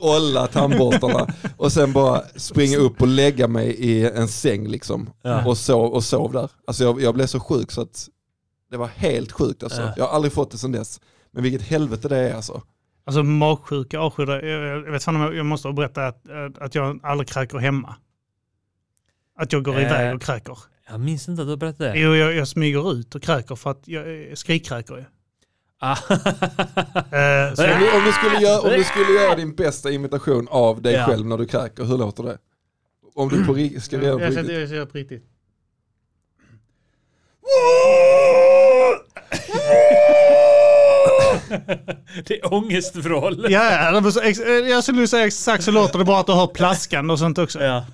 olla tandborstarna och sen bara springa upp och lägga mig i en säng liksom
Ja.
och, sov, och sov där. Alltså jag, jag blev så sjuk så att det var helt sjukt alltså.
Ja.
Jag har aldrig fått det sedan dess. Men vilket helvete det är alltså.
Alltså magsjuka, avskyr, jag, jag vet fan om jag, jag måste berätta att, att- att jag aldrig kräker hemma. Att jag går
Eh.
iväg och kräker.
Jag minns inte att du berättade det.
Jo, jag, jag smyger ut och kräker för att jag jag skrikkräker ju.
Ah.
Eh, så
Om
jag,
du, om, du skulle göra, om du skulle göra din bästa imitation av dig
Ja.
själv när du kräker, hur låter det? Om du på ri- ska göra på
jag, jag,
riktigt.
jag, jag på riktigt.
det är ångestvrål.
Ja, ja, det var så ex- eh, jag skulle säga exakt så låter det bara att du hör plaskan och sånt också.
Ja.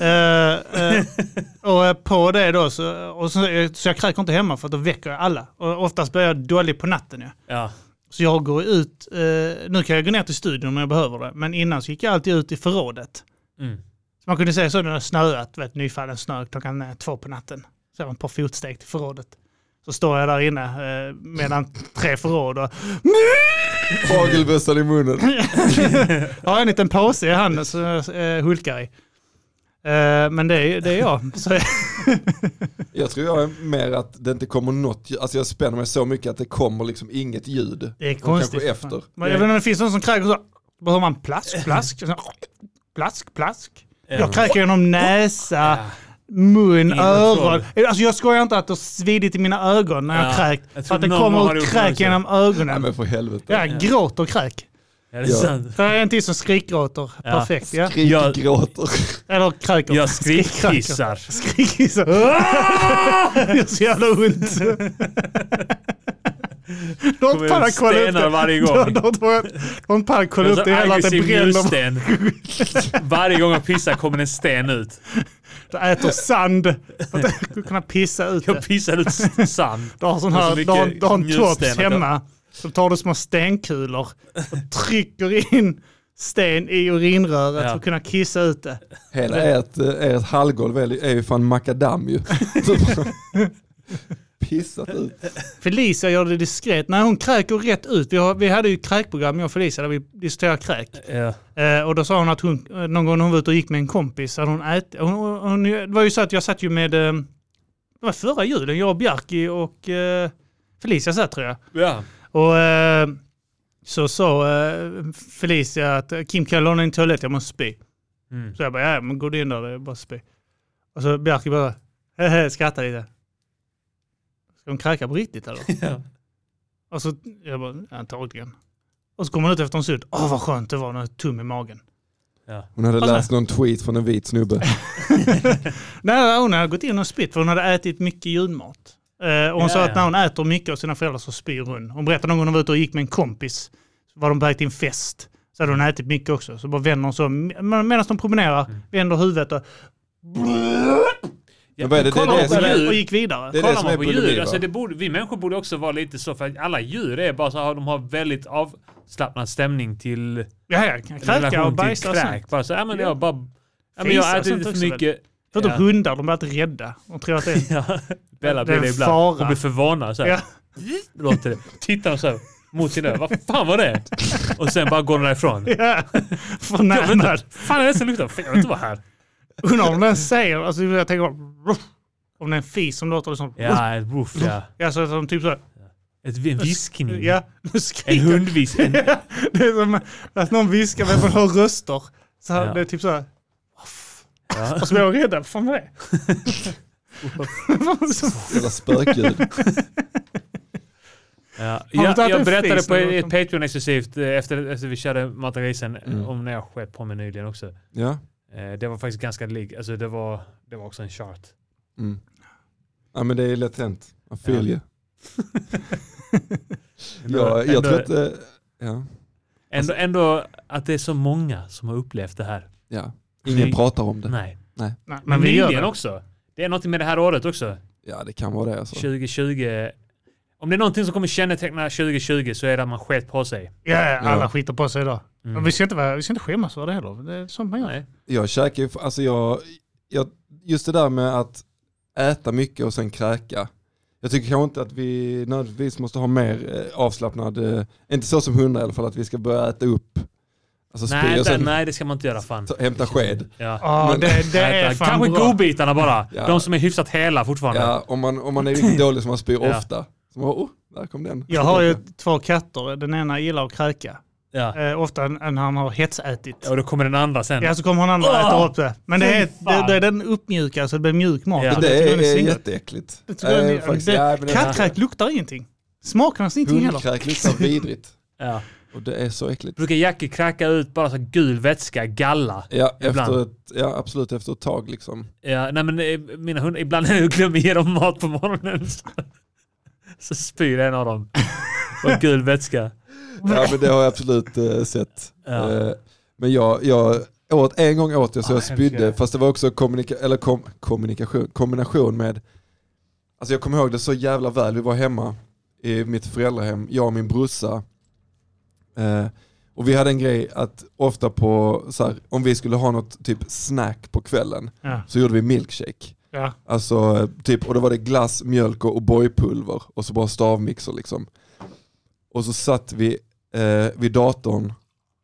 Eh, eh, och eh, på det då, så, och så, så jag kräker inte hemma för att då väcker jag alla. Och oftast blir jag dålig på natten. Ja.
Ja.
Så jag går ut, eh, nu kan jag gå ner till studion om jag behöver det, men innan så gick jag alltid ut i förrådet.
Mm.
Så man kunde säga så när det har snöat, vet, nyfallen snö klockan eh, två på natten. Så jag ett par fotsteg till förrådet. Så står jag där inne eh, medan tre förråd och
typ-
Hagelbössan i munnen.
har jag en liten påse i handen som jag eh, hulkar i. Eh, men det är, det är jag. Så,
Jag tror jag är mer att det inte kommer något ljud. Alltså jag spänner mig så mycket att det kommer liksom inget ljud.
det är
Och
konstigt.
Kanske efter.
Men jag vet inte om det finns någon som kräker så. Då hör man plask, plask, så, plask, plask. Jag kräker genom näsa,
Ja.
mun,
Ingen
öron.
kontroll.
Alltså jag skojar inte att det har svidit i mina ögon när jag
Ja.
kräk.
Jag
för
tror
att det
någon har
kommer
det
ut
uppe
kräk
också.
genom
Nej
ögonen.
men för helvete.
Jag gråter och kräk.
Ja, det är
Ja.
sant.
Det är en till som skrikgråter.
Ja.
Perfekt. Ja.
Skrik,
Jag-
gråter.
Eller kräker.
Jag
Skrikkräker.
skrikkissar.
Skrikgissar. Det gör så jävla ont. Någon
Kommer
panna kolla upp
stenar
det.
varje gång.
Någon- någon tror- Någon panna kolla upp det hela att det bränner.
mursten. Varje gång jag pissar kommer en sten ut.
Det äter sand. För att jag kunna pissa ut det.
Jag pissar ut s- sand.
Du har, sån
Det är så
här, du
mycket
har, du har en
njurstenar
tops
där.
hemma. Så tar du små stenkulor och trycker in sten i urinröret
Ja.
för att kunna kissa ut det.
Hela ert, eh, ert hallgolv är är ju fan makadam ju. Du bara Pissat ut.
Felicia gör det diskret. Nej, hon kräker rätt ut. Vi, har, vi hade ju kräkprogram, jag och Felicia, där vi diskuterade kräk.
Ja.
Eh, och då sa hon att hon, eh, någon gång när hon var ute och gick med en kompis, hade hon ätit. Hon, hon, hon, det var ju så att jag satt ju med, eh, det var förra julen, jag och Bjarki och eh, Felicia satt tror jag.
ja.
Och eh, så sa eh, Felicia att eh, Kim kan jag låna din toalett, jag måste spy.
Mm.
Så jag bara, ja men gå in där, det är bara att spy. Och så Bjarki bara, hehe, skrattar lite. Ska hon kräka på riktigt eller?
Ja.
Och så, jag bara, antagligen. Och så kommer hon ut efter en stund, åh vad skönt det var, när jag tom i magen.
Hon hade
Alltså-
läst någon tweet från en vit snubbe.
Nej, hon hade gått in och spytt för hon hade ätit mycket julmat. Eh, och
Ja,
hon sa att
ja.
när hon äter mycket av sina föräldrar så spyr hon. Hon berättade någon gång när hon var ute och gick med en kompis, så var de på väg till en fest. Så hade hon ätit mycket också. Så bara vänder hon så, medan de promenerar,
Mm.
vänder huvudet och,
Men vad är det- det är
Kolla
det
på
som är-
ljud.
och gick vidare.
Det är det
Kollar
som är
man på djur,
bulimi
alltså
va?
det borde, vi människor borde också vara lite så för att alla djur är bara så här, de har väldigt avslappnad stämning till
Ja, ja, kräkar och bajsar och sånt.
Bara så, ja men
Ja.
jag bara, ja, men jag
Fisar
har
och
ätit
sånt
lite för
också väl?
mycket.
Förutom
Ja.
hundar, de blir alltid rädda. De tror att det är...
Ja. Bella
Det är
blir
en
det ibland.
fara.
Hon blir förvånad så här.
Ja.
Låter det. Tittar hon så här mot sin ö. Vad fan var det? Och sen bara går hon därifrån.
Ja,
Jag vet inte.
förnärmad.
Fan är det som luktar? Fan, Jag vill inte vara här.
Undrar om den säger, alltså jag tänker bara, om det är en fis som låter liksom, ja.
Ja, ett woof ja.
Alltså som typ så här,
Ett, en viskning.
ja, nu
En
skriker
hundvis. En,
Ja, det är som att någon viskar men man hör röster. Så här,
Ja.
Det är typ så här.
ja.
Och så blir jag rädd. Vad fan var det?
Jävla spökljud.
Ja.
du inte
Jag,
haft en
jag berättade
fis
på
när du var
ett
som-
Patreon exklusivt eh, efter, efter vi körde Matagrisen om när jag sket på mig nyligen också.
Mm. Ja.
Eh, Det var faktiskt ganska lik. Alltså det var, det var också en chart.
Mm. ja men det är lätt hänt. Man
Ja.
följer. ju.
Ändå-
Ja, jag
ändå-
tror att, eh, ja.
Ändå,
Alltså-
ändå att det är så många som har upplevt det här.
ja. Ingen
Fy-
pratar om det.
Nej.
Nej,
Men
men vi gör
nyligen
det.
också. Det är något med det här året också.
Ja det kan vara det alltså.
2020 Om det är någonting som kommer känneteckna 2020 så är det att man sket på sig.
Ja, alla
Ja.
skiter på sig idag. Men vi ska inte, vara- vi ska inte skämmas för det heller. Det är sånt man gör.
Mm. Nej.
Jag käkar ju, alltså jag, jag, just det där med att äta mycket och sen kräka. Jag tycker kanske inte att vi nödvändigtvis måste ha mer eh, avslappnad, eh, inte så som hundar i alla fall, att vi ska börja äta upp. Alltså spy
Nej, det,
och sen
nej, det ska man inte göra fan.
ta- hämta sked.
Ja.
Ja,
Men-
det, det är
Äta.
fan
Kanske
bra.
godbitarna bara.
Ja.
De som är hyfsat hela fortfarande.
Ja, om, man, om man är riktigt dålig så man spyr
Ja.
ofta. Så man, oh, där kom den.
Jag har ju två katter. Den ena gillar att kräka.
Ja.
Eh, ofta en- en han har hetsätit.
Och då kommer den andra sen.
Ja, så kommer han andra
Åh!
äta upp det. Men det är,
Fy
det,
fan.
det är den uppmjukad så det blir mjuk mat.
Ja.
Och
Det
tycker
är,
jag
är
svingo-
jätteäckligt.
det tycker jag är-
Eh, faktiskt,
det-
ja, men det-
Kattkräk luktar ingenting. Smakar nästan ingenting heller.
Hundkräk luktar vidrigt.
Ja.
Och det är så äckligt.
Brukar Jackie kräka ut bara så här gul vätska, galla?
Ja,
Ibland.
efter ett, ja, absolut efter ett tag liksom.
Ja, nej men eh, mina hundar, ibland när jag glömmer ge dem mat på morgonen så, så spyr en av dem. Och gul vätska.
Ja men det har jag absolut eh, sett.
Ja.
Eh, men jag, jag åt, en gång åt jag så
Ah,
jag spydde,
hemskt.
fast det var också kommunika eller kom, kommunikation, kombination med, alltså jag kommer ihåg det så jävla väl, vi var hemma i mitt föräldrahem, jag och min brorsa. Eh, och vi hade en grej att ofta på, så här, om vi skulle ha något typ snack på kvällen,
Ja.
så gjorde vi milkshake.
Ja.
Alltså eh, typ, och då var det glass, mjölk och O'boy-pulver och så bara stavmixer liksom. Och så satt vi eh, vid datorn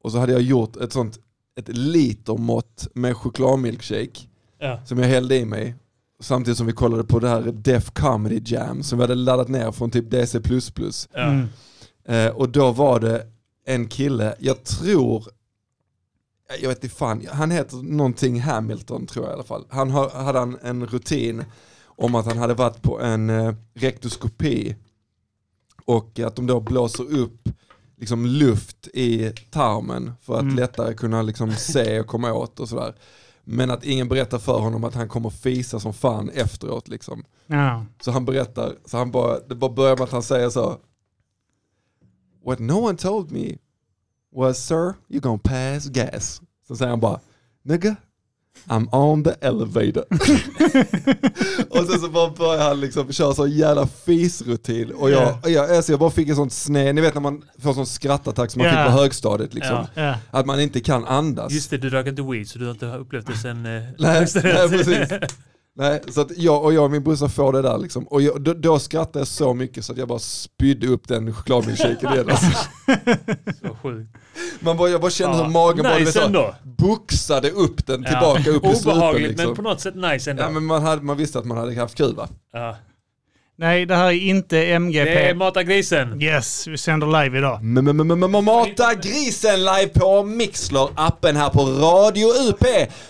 och så hade jag gjort ett sånt, ett litermått med chokladmilkshake
Ja.
som jag hällde i mig. Samtidigt som vi kollade på det här Def Comedy Jam som vi hade laddat ner från typ DC++.
Ja.
Mm.
Eh, och då var det en kille, jag tror, jag vet inte fan, han heter någonting Hamilton tror jag i alla fall. Han har, hade en, en rutin om att han hade varit på en eh, rektoskopi och att de då blåser upp liksom luft i tarmen för att
Mm.
lättare kunna liksom se och komma åt och sådär. Men att ingen berättar för honom att han kommer fisa som fan efteråt liksom.
Ja.
Så han berättar, så han bara, det bara börjar med att han säger så. What no one told me was sir, you're gonna pass gas. Så säger han bara, nigga, I'm on the elevator. och sen så bara börjar han liksom köra sån jävla fisrutin. Och jag, och jag, alltså jag bara fick en sån sned, ni vet när man får sån skrattattack som man
Ja.
fick på högstadiet liksom.
Ja.
Ja.
Att man inte kan andas.
Just det, du röker inte weed så du har inte upplevt det sen... eh,
Nej, nej, precis. Nej, så att jag och, jag och min brorsa får det där liksom. Och jag, då, då skrattade jag så mycket så att jag bara spydde upp den chokladmilkshaken igen. Alltså.
Så sjukt.
Man bara, jag bara kände hur
Ja,
magen bara du vet,
nice
så,
ändå.
boxade upp den tillbaka upp i strupen.
Obehagligt
Liksom.
men på något sätt nice ändå.
ja, men man, hade, man visste att man hade haft kul va?
Ja.
Nej, det här är inte MGP.
Det är Mata grisen.
Yes, vi sänder live idag.
M- m- m- m- Mata grisen live på Mixler, appen här på Radio UP.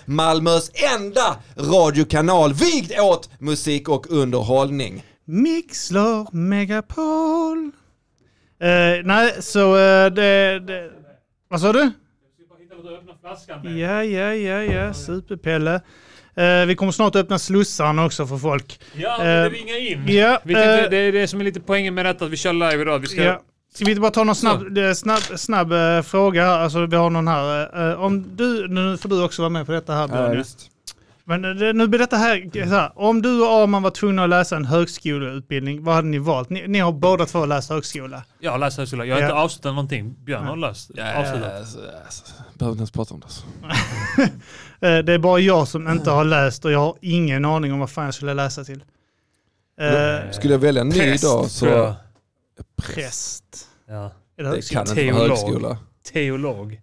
Malmös enda radiokanal vigd åt musik och underhållning.
Mixlar Megapol. Eh, nej, så eh, det, det... Vad sa du? Ja, ja, ja, ja, superpelle. Eh, vi kommer snart öppna slussarna också för folk.
Ja,
Eh,
vi ringa in.
ja,
vi tänkte,
eh,
det är det som är lite poängen med detta, att vi kör live idag. Vi ska,
Ja. Ska vi inte bara ta någon snabb, eh, snabb, snabb eh, fråga här? Alltså, vi har någon här. eh, eh, om du, nu får du också vara med på detta här, Daniel. Men eh, det- nu blir detta här, så här. Om du och Arman var tvungna att läsa en högskoleutbildning, vad hade ni valt? Ni, ni har båda två läst högskola.
Jag läser högskola. Jag har
Ja.
inte avslutat någonting. Björn har löst. Avslutat.
alltså, Behöver inte ens prata om det. Alltså.
Eh, Det är bara jag som inte har läst och jag har ingen aning om vad fan jag skulle läsa till. Eh,
Skulle jag välja en ny
Präst,
idag så...
tror jag.
präst.
Ja.
Är det
Det kan
högskola?
inte vara
Teolog.
högskola.
Teolog.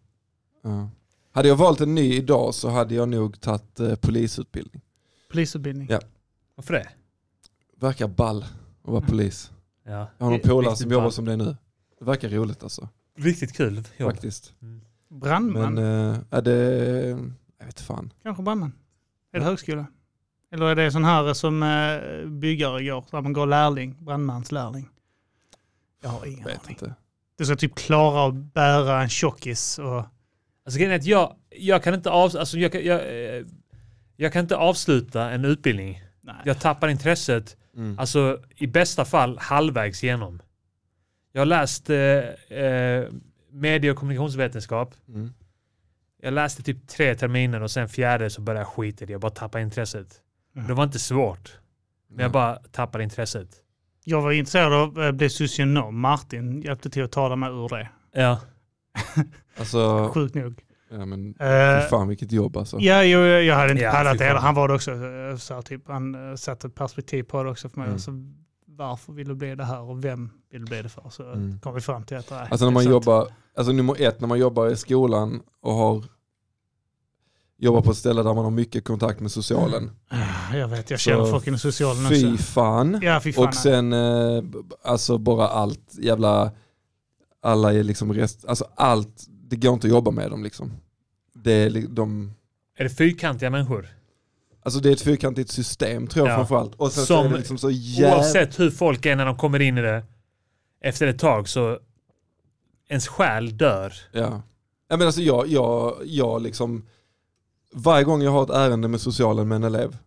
Ja. Hade jag valt en ny idag så hade jag nog tagit eh, polisutbildning.
Polisutbildning.
Ja.
Varför det?
Verkar ball att vara polis.
Mm. Ja.
Jag har någon
Det är
polare
riktigt
som jobbar
bra.
som det nu. Det verkar roligt alltså.
Riktigt kul jobb. Mm.
Faktiskt.
Brandman?
Men eh, är det... Jag vet fan.
Kanske brandman? Är det högskola? Eller är det sån här som eh, byggare går, där man går lärling, brandmanslärling? Jag har ingen
Jag vet
aning.
inte.
Du ska typ klara att bära en tjockis och...
Alltså grejen är att jag, jag kan inte av, alltså jag, kan- jag, eh, jag kan inte avsluta en utbildning.
Nej.
Jag tappar intresset,
Mm.
alltså i bästa fall halvvägs igenom. Jag har läst eh, eh, medie och kommunikationsvetenskap.
Mm.
Jag läste typ tre terminer och sen fjärde så började jag skita i det. Jag bara tappade intresset.
Mm.
Det var inte svårt, men jag bara tappade intresset.
Jag var intresserad av att bli socionom. Martin hjälpte till att tala mig ur det.
Ja.
Alltså,
Sjukt nog.
ja, men,
Eh,
fy fan vilket jobb alltså.
Ja, jag, jag hade inte
Ja,
pallat
fy
det
fan.
heller. Han var det också. eh, Så här, typ, han eh, satte ett perspektiv på det också för mig.
Mm.
Alltså, varför vill du bli det här och vem vill du bli det för? Så
Mm.
kom vi fram till att nej,
Alltså
det
när
är
man
sant.
jobbar, alltså nummer ett, när man jobbar i skolan och har jobbar på ett ställe där man har mycket kontakt med socialen.
Ah, Jag vet, jag
Så
känner fucking socialen
Fy
också.
fan.
Ja, fy fan.
Och sen eh, b- alltså bara allt jävla, alla är liksom rest, alltså allt, det går inte att jobba med dem liksom. Det är, li- de,
Är det fyrkantiga människor?
alltså det är ett fyrkantigt system tror jag
Ja.
framförallt. Och sen så
Som-
är det liksom så jävla...
Oavsett hur folk är när de kommer in i det, efter ett tag så ens själ dör.
Ja. Jag, menar, alltså, jag, jag, jag liksom, varje gång jag har ett ärende med socialen med en elev,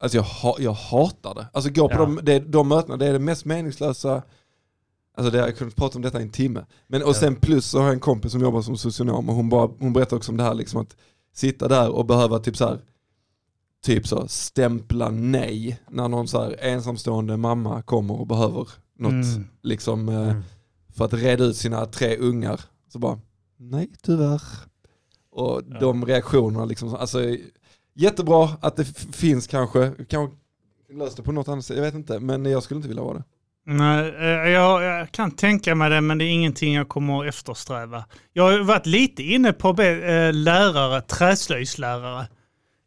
alltså jag, ha, jag hatar det. Alltså gå på
Ja.
de, det, de mötena, det är det mest meningslösa, alltså det, jag kunde prata om detta i en timme. Men, och
Ja.
sen plus så har jag en kompis som jobbar som socionom och hon, bara, hon berättar också om det här liksom att sitta där och behöva typ så här, typ så stämpla nej när någon så här ensamstående mamma kommer och behöver något
Mm.
liksom eh,
Mm.
för att reda ut sina tre ungar. Så bara, nej tyvärr. Och
Ja.
de reaktionerna liksom, alltså jättebra att det f- finns kanske, kanske löst det på något annat sätt, jag vet inte, men jag skulle inte vilja vara det.
Nej, eh, jag, jag kan tänka mig det, men det är ingenting jag kommer att eftersträva. Jag har ju varit lite inne på att bli, eh, lärare, träslöjdslärare.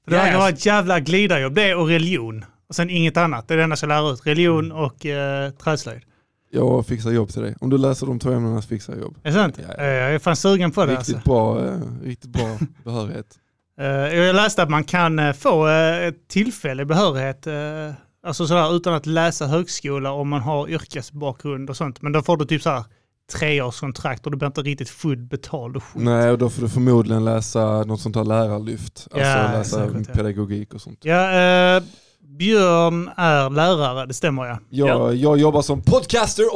För Det
Ja,
hade
ja.
varit ett jävla glidarjobb, det och religion. Och sen inget annat, det är det enda jag lär ut. Religion
Mm.
och eh, träslöjd.
Jag fixar jobb till dig. Om du läser de två ämnena så fixar jag jobb.
Är det sant?
Ja, ja.
Eh, jag är fan sugen på det
Riktigt
alltså.
bra, eh, riktigt bra behörighet.
Eh, jag läste att man kan eh, få eh, ett tillfällig behörighet, eh, alltså sådär utan att läsa högskola om man har yrkesbakgrund och sånt. Men då får du typ såhär treårskontrakt och du blir inte riktigt full betald och skit.
Nej, och då får du förmodligen läsa något sånt här lärarlyft. Alltså
Ja,
läsa
säkert, ja.
pedagogik och sånt.
Ja, eh, Björn är lärare, det stämmer ja.
Jag,
Ja.
jag jobbar som podcaster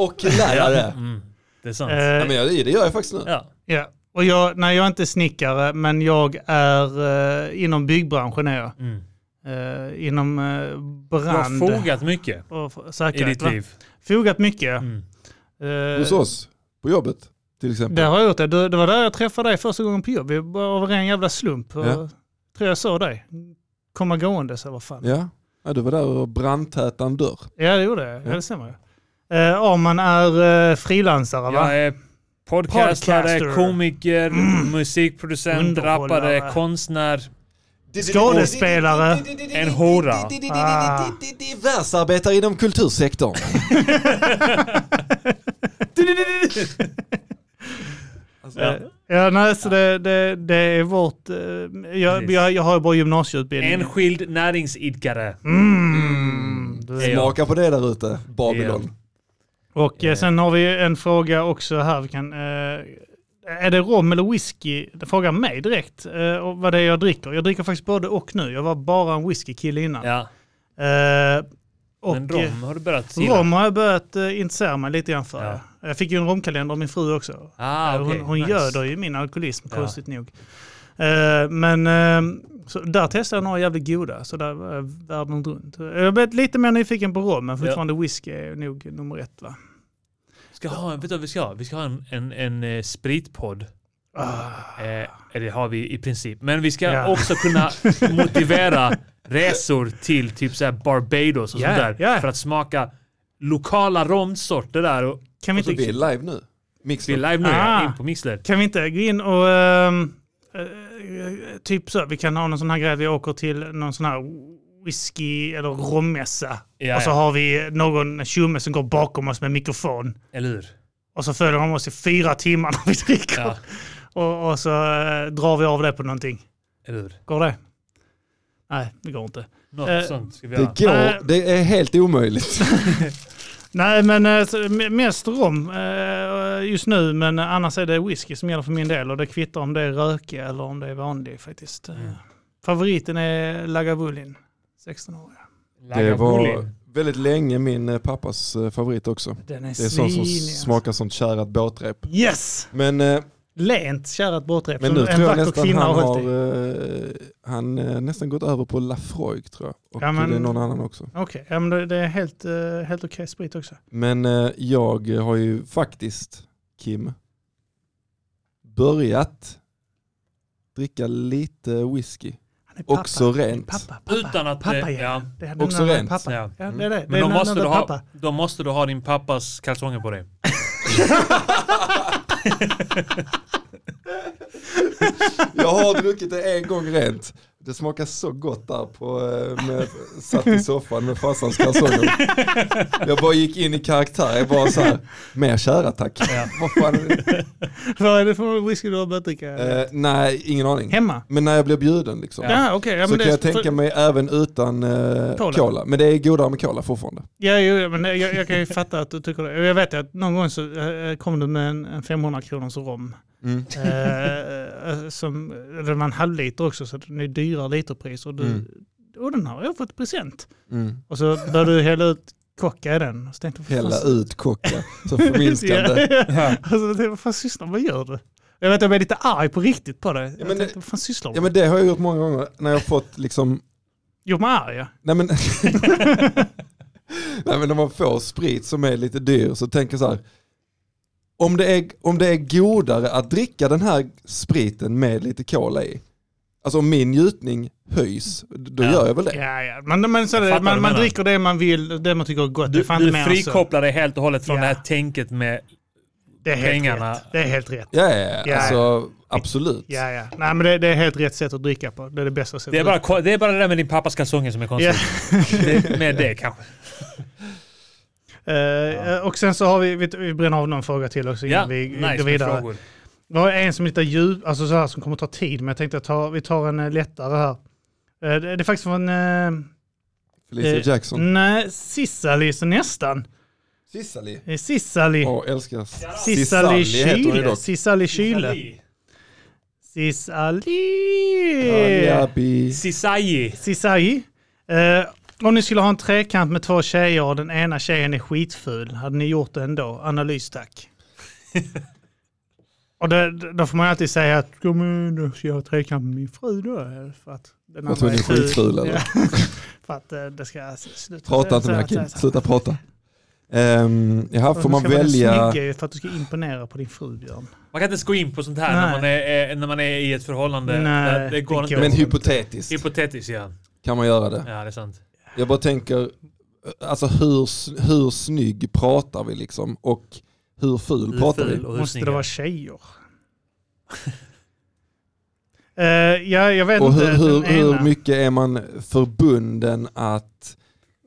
och lärare.
Mm. Det är sant.
ja,
Eh,
men jag, det gör jag faktiskt nu.
ja.
ja. Och jag, nej jag är inte snickare, men jag är eh, inom byggbranschen är jag.
Mm.
Eh, inom eh,
Du har
brand
fogat mycket
och f-
i
säkerhet.
ditt
va?
liv.
Fogat mycket.
Mm.
Eh,
Hos oss, på jobbet till exempel.
Där har jag gjort det. Du, det var där jag träffade dig första gången på jobb. Vi var av en jävla slump.
Ja.
Ja. Tror jag såg dig. Komma gåendes eller vad fan. Ja.
Ja. ja, du var där och brandtäta en dörr.
det gjorde jag. Ja,
Ja.
det stämmer ju. Eh, Arman är eh, frilansare va?
Jag är podcastare,
Podcaster. Mm.
komiker, musikproducent,
Underhållare.
rappare, konstnär.
Skådespelare.
En hora.
Ah.
Världsarbetare inom kultursektorn. Alltså,
Ja.
Eh, Ja, nej, så det, det, det är vårt... eh, jag,
Precis.
jag, jag har ju bara gymnasieutbildning.
Enskild näringsidkare.
Mm. Du är-
Ja.
Smaka på det där ute, Babylon.
Och eh,
Ja.
sen har vi en fråga också här. Vi kan, eh, är det rom eller whisky? Det frågar mig direkt eh, och vad det är jag dricker. Jag dricker faktiskt både och nu. Jag var bara en whiskykille innan.
Ja.
Eh, och
Men
eh,
rom har du börjat gilla?
rom har jag börjat eh, intressera mig lite grann för.
Ja.
Jag fick ju en romkalender av min fru också.
Ah,
Eh,
okej.
Hon, hon
Nice.
göder ju min alkoholism,
Ja.
konstigt nog. Eh, men eh, så där testade jag några jävligt goda, så där var jag världen runt. Jag har blivit lite mer nyfiken på rom, men fortfarande whisky är nog nummer ett va?
Ska ha en, vet du vad vi ska ha? Vi ska ha en, en, en eh, spritpodd. Eh, det har vi i princip. Men vi ska
Ah. Ja.
också kunna motivera resor till typ så här Barbados och
Ja,
sånt där.
ja.
För att smaka lokala romsorter där. Och
Kan vi
Så vi är
inte,
live nu. Mixer.
vi är live nu,
Ah.
ja, in på Mixler.
kan vi inte gå in och ehm, eh, typ så, vi kan ha någon sån här grej, vi åker till någon sån här whisky eller rommässa.
Ja,
och så
ja.
har vi någon tjomme som går bakom oss med mikrofon.
Eller hur?
Och så följer de oss i fyra timmar när vi dricker.
Ja,
Och, och så eh, drar vi av det på någonting.
eller hur?
Går det? Nej, det går inte.
Något
Eh,
sånt ska vi göra.
Det
Nej.
går, det är helt omöjligt.
Nej, men eh, så, m- mest rom eh, just nu, men annars är det whisky som gäller för min del och det kvittar om det är rökig eller om det är vanlig faktiskt.
Mm.
Eh, Favoriten är Lagavulin, 16 år.
Det var
Lagavulin.
väldigt länge min eh, pappas eh, favorit också.
Den är,
Det är sånt som
svinig, alltså.
smakar som kärat båtrep.
Yes!
Men eh,
lent kärat bortrep.
Men
som
nu
en
tror jag
vacker
nästan
kvinna
han
hållit
har
i.
eh, han, eh, nästan gått över på Lafroig tror jag. Och
Ja, men-
det är någon annan också.
Okej, ja, men det- det är helt, eh, helt okej sprit också.
Men eh, jag har ju faktiskt, Kim, börjat dricka lite whisky.
Han är
Också
Han är
rent.
Pappa, pappa,
Utan att...
pappa
eh,
ja.
ja.
Det är den
Också
andra
rent.
Pappa.
Ja.
Ja. det är det. det
Men
är
då
den
måste,
andra
du ha,
pappa.
då måste du ha din pappas kalsonger på dig.
Jag har druckit det en gång rent. Det smakar så gott där på, eh, med, satt i soffan med farsans kalsonger. Jag bara gick in i karaktär, jag bara så här, mer kära tack.
Ja.
Vad fan är det?
Vad är det för whisky du har börjat dricka?
Eh, nej, ingen aning.
Hemma?
Men när jag blir bjuden liksom.
Ja, okej. ja,
så
men det
kan
är-
jag
för-
tänka mig även utan eh,
Cola.
cola. Men det är godare med cola fortfarande.
Ja, jo, jo, men jag, jag kan ju fatta att du tycker det. Jag vet ju att någon gång så eh, kom du med en, en 500 kronors rom.
Mm.
Eh, som, det var en halvliter också, så det är dyrare literpris. Och, du,
Mm.
och den har jag fått i present.
Mm.
Och så började du hälla ut kocka i den. Och så tänkte, jag, vad fan-
Hälla ut kocken, så förminskande.
Ja. Och så tänkte jag, vad fan sysslar vad gör du? Jag vet att jag blev lite arg på riktigt på dig.
men
jag tänkte,
det-
vad fan sysslar du
Ja
med?
men det har jag gjort många gånger när jag har fått liksom,
Gjorde mig arg ja.
nej men, nej, men när man får sprit som är lite dyr så tänker jag så här, om det, är, om det är godare att dricka den här spriten med lite cola i, alltså om min njutning höjs, då
Ja.
gör jag väl det.
Ja, ja. Men, men så är
Jag
det,
fattar vad
man,
du
man
menar.
dricker det man vill, det man tycker är gott.
Du,
det är fan
du
inte mer än så.
frikopplar dig helt och hållet från
Ja.
det här tänket med...
Det är helt
pengarna.
rätt. Det är helt rätt.
Ja, ja,
Ja,
ja. Alltså, absolut.
Ja, ja. Nej, men det, det är helt rätt sätt att dricka på. Det är det bästa sättet.
Det är bara ko- det, är bara det där med din pappas kalsonger som är
Ja.
konstigt. Det, med det kanske.
Eh, eh, Och sen så har vi, vi, vi bränner av någon fråga till också innan
Ja,
vi
nice med
går vidare.
frågor.
Vi har en som är lite djup, alltså så här som kommer ta tid, men jag tänkte att ta, vi tar en eh, lättare här. Eh, det, det är faktiskt från... Uh,
Felicia Jackson.
Nej, Sissali, så nästan.
Sissali.
Eh, Sissali.
Ja, älskas.
Sissali
heter hon ju
Kyle.
dock.
Sissali Kyle. Sissali.
Kajabi.
Sisaji.
Sisai. Eh, om ni skulle ha en trekant med två tjejer och den ena tjejen är skitful, hade ni gjort det ändå? Analys tack. och det, då får man ju alltid säga att kom igen, då ska jag ha trekant med min fru då. För att den
Jag
andra
tror ni är
ful."
skitful eller?
Ja. för att eh, det ska sluta.
Prata inte med mig Kim, sluta prata. Um, ja, här
Och
får
du
man
ska vara den
välja.
snygga ju För att du ska imponera på din fru Björn.
Man kan inte ens gå in på sånt här när
Nej.
man, är, är, när man är i ett förhållande.
Nej,
det, det går
det
inte.
går
Men
inte.
hypotetiskt
Hypotetiskt ja.
kan man göra det.
Ja, det är sant.
Jag bara tänker, alltså hur, s- hur snygg pratar vi liksom och hur ful
Hur
pratar
ful
vi?
och hur
Måste
snygg
det
jag
vara
är.
tjejer? Eh, ja, jag vet
Och
inte.
hur, hur,
den ena.
hur mycket är man förbunden att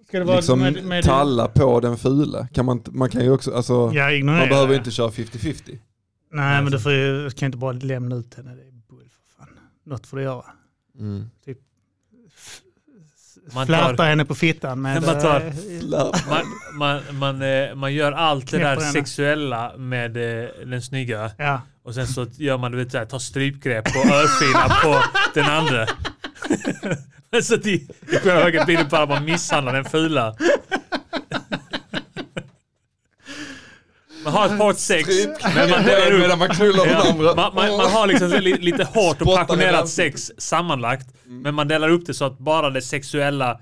Ska det vara
liksom
med- med-
talla på den fula? Kan man, man kan ju också, alltså,
Ja, ignorera
man behöver
det.
inte köra 50-50.
Nej,
Alltså.
men du får ju, kan ju inte bara lämna ut henne. Det är bull för fan. Något får du göra.
Mm.
Man
Flörta
tar-
henne på fittan med...
Man tar-
eh,
Man, man, man, eh, man gör allt det
Knäpper
där
henne.
sexuella med eh, den snygga
Ja.
och sen så gör man du vet, så här, tar strypgrepp och örfilar på den andra. Men så att i, i själva verket blir det bara att man misshandlar den fula. Man har ett hårt sex, men man dör upp.
Medan man knullar den
Ja,
andra.
man, man, man har liksom så li, lite hårt och
Spottar i
passionerat
rampen.
sex sammanlagt.
Mm.
Men man delar upp det så att bara det sexuella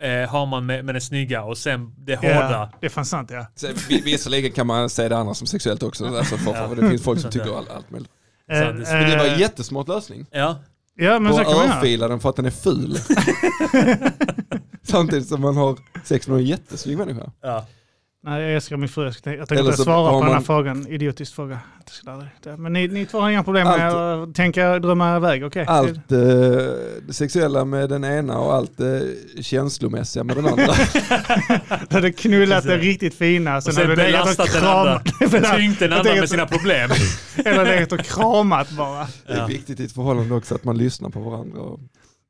eh, har man med, med det snygga och sen det hårda.
ja, det är fan sant ja.
Sen, vi- Visserligen kan man säga det andra som sexuellt också, alltså för, för, det finns folk som tycker all, allt möjligt.
Sant, det-
Men det var en
Eh,
jättesmart lösning.
Ja.
Ja, men
Och
så kan man göra.
örfila den för att den är ful. Samtidigt som man har sex med en jättesnygg människa.
ja.
Nej, jag älskar min fru. Jag, ska tänka- jag tänker
Eller
inte
så
svara på
har
den här
man-
frågan. Idiotisk fråga. Jag skulle aldrig- det- Men ni, ni två har inga problem med
Allt-
att tänka drömma iväg, okej?
Allt eh, det sexuella med den ena och allt eh, känslomässiga med den andra.
Du hade knullat det riktigt fina.
Och sen
hade Alltså, du legat och
belastat den
kramat-
andra. Tyngt den
Jag
andra
tänker-
med sina problem.
Eller legat och kramat bara.
Det är viktigt i ett förhållande också att man lyssnar på varandra. Och,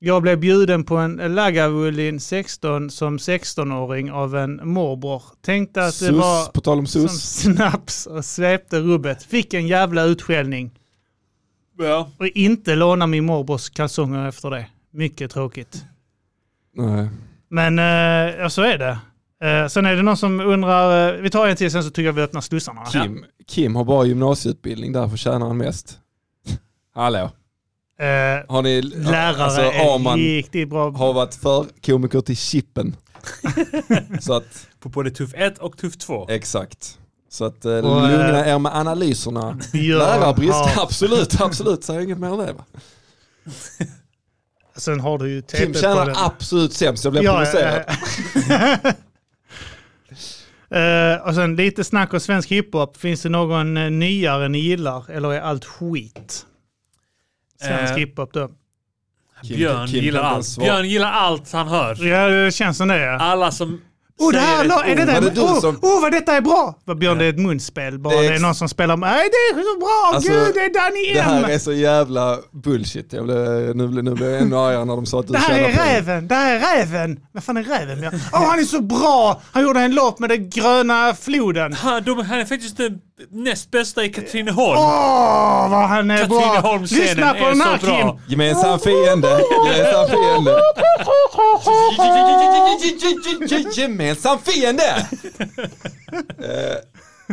Jag blev bjuden på en Lagavulin 16 som 16-åring av en morbror. Tänkte att det
sus,
var
på tal om
som
sus.
snaps och svepte rubbet. Fick en jävla utskällning.
Ja.
Och inte låna min morbrors kalsonger efter det. Mycket tråkigt.
Nej.
Men eh, ja, så är det. Eh, sen är det någon som undrar, eh, vi tar en till sen så tycker jag vi öppnar slussarna.
Kim, Kim har bara gymnasieutbildning, därför tjänar han mest. Hallå.
Eh,
Har ni...
lärare
alltså,
är
Arman
riktigt bra.
har varit för komiker till Chippen. Så att,
På både tuff 1 och tuff 2.
exakt. Så att eh,
Och, eh,
lugna er med analyserna.
Björn
Lärarbrist,
har-
absolut, absolut. Säger inget mer om det va?
Sen har du ju TP
Kim
på
tjänar
den.
absolut sämst, jag blev provocerad.
Eh, och sen lite snack om svensk hiphop. Finns det någon eh, nyare ni gillar eller är allt skit? Svensk
Eh.
hiphop då.
Kim-
Björn
Kim
gillar
kan inte
allt.
ens svara.
Björn gillar allt han hör.
Ja, det känns som det. Ja.
Alla som
Oh, det här,
säger
la- är
ett
det
ord.
var det du
där, oh,
som-
oh, vad detta är bra! Vad Björn, det är ett munspel bara.
Det är
Det är,
ex-
någon som spelar... Nej, det är så bra!
Alltså,
Gud, det är Danny
Det här
M!
är så jävla bullshit. Jag blev, nu, blev, nu blev jag ännu argare när de sa att du
Det här
tjänar
är
pengar.
räven! Det här är räven! Vad fan är räven? Ja. Åh, han är så bra! Han gjorde en låt med den gröna floden.
Han, de, han är faktiskt den näst bästa i Katrineholm.
Åh, vad han är bra!
Katrineholmsscenen
Lyssna på
är
den
så
här
bra.
Kim!
Gemensam fiende, gemensam fiende. Gemensam fiende! Eh,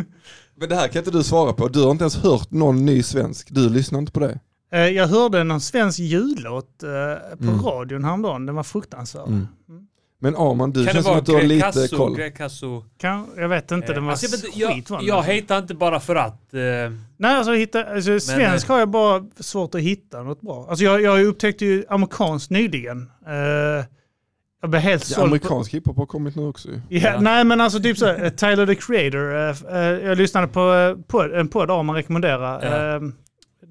Men det här kan inte du svara på. Du har inte ens hört någon ny svensk. Du lyssnar inte på det.
Eh, Jag hörde någon svensk jullåt eh, på radion häromdagen. Den var fruktansvärd.
Mm. Men Arman, du
Kan det
känns som
vara
att du har lite
Grecasso?
koll.
Grecasso?
Kan, jag vet inte, den var
Alltså, jag vet inte,
skit var
jag,
den.
jag hatar inte bara för att. eh,
Nej, alltså, hitta, alltså svensk har jag bara svårt att hitta något bra. Alltså jag, jag upptäckte ju amerikansk nyligen. Eh, jag blev helt
Ja,
såld på...
amerikansk hiphop har kommit nu också ju.
Ja,
Ja.
Nej men alltså typ så, eh, Tyler the Creator. eh, f- eh, jag lyssnade på eh, podd- en podd Arman rekommenderar.
Ja.
eh,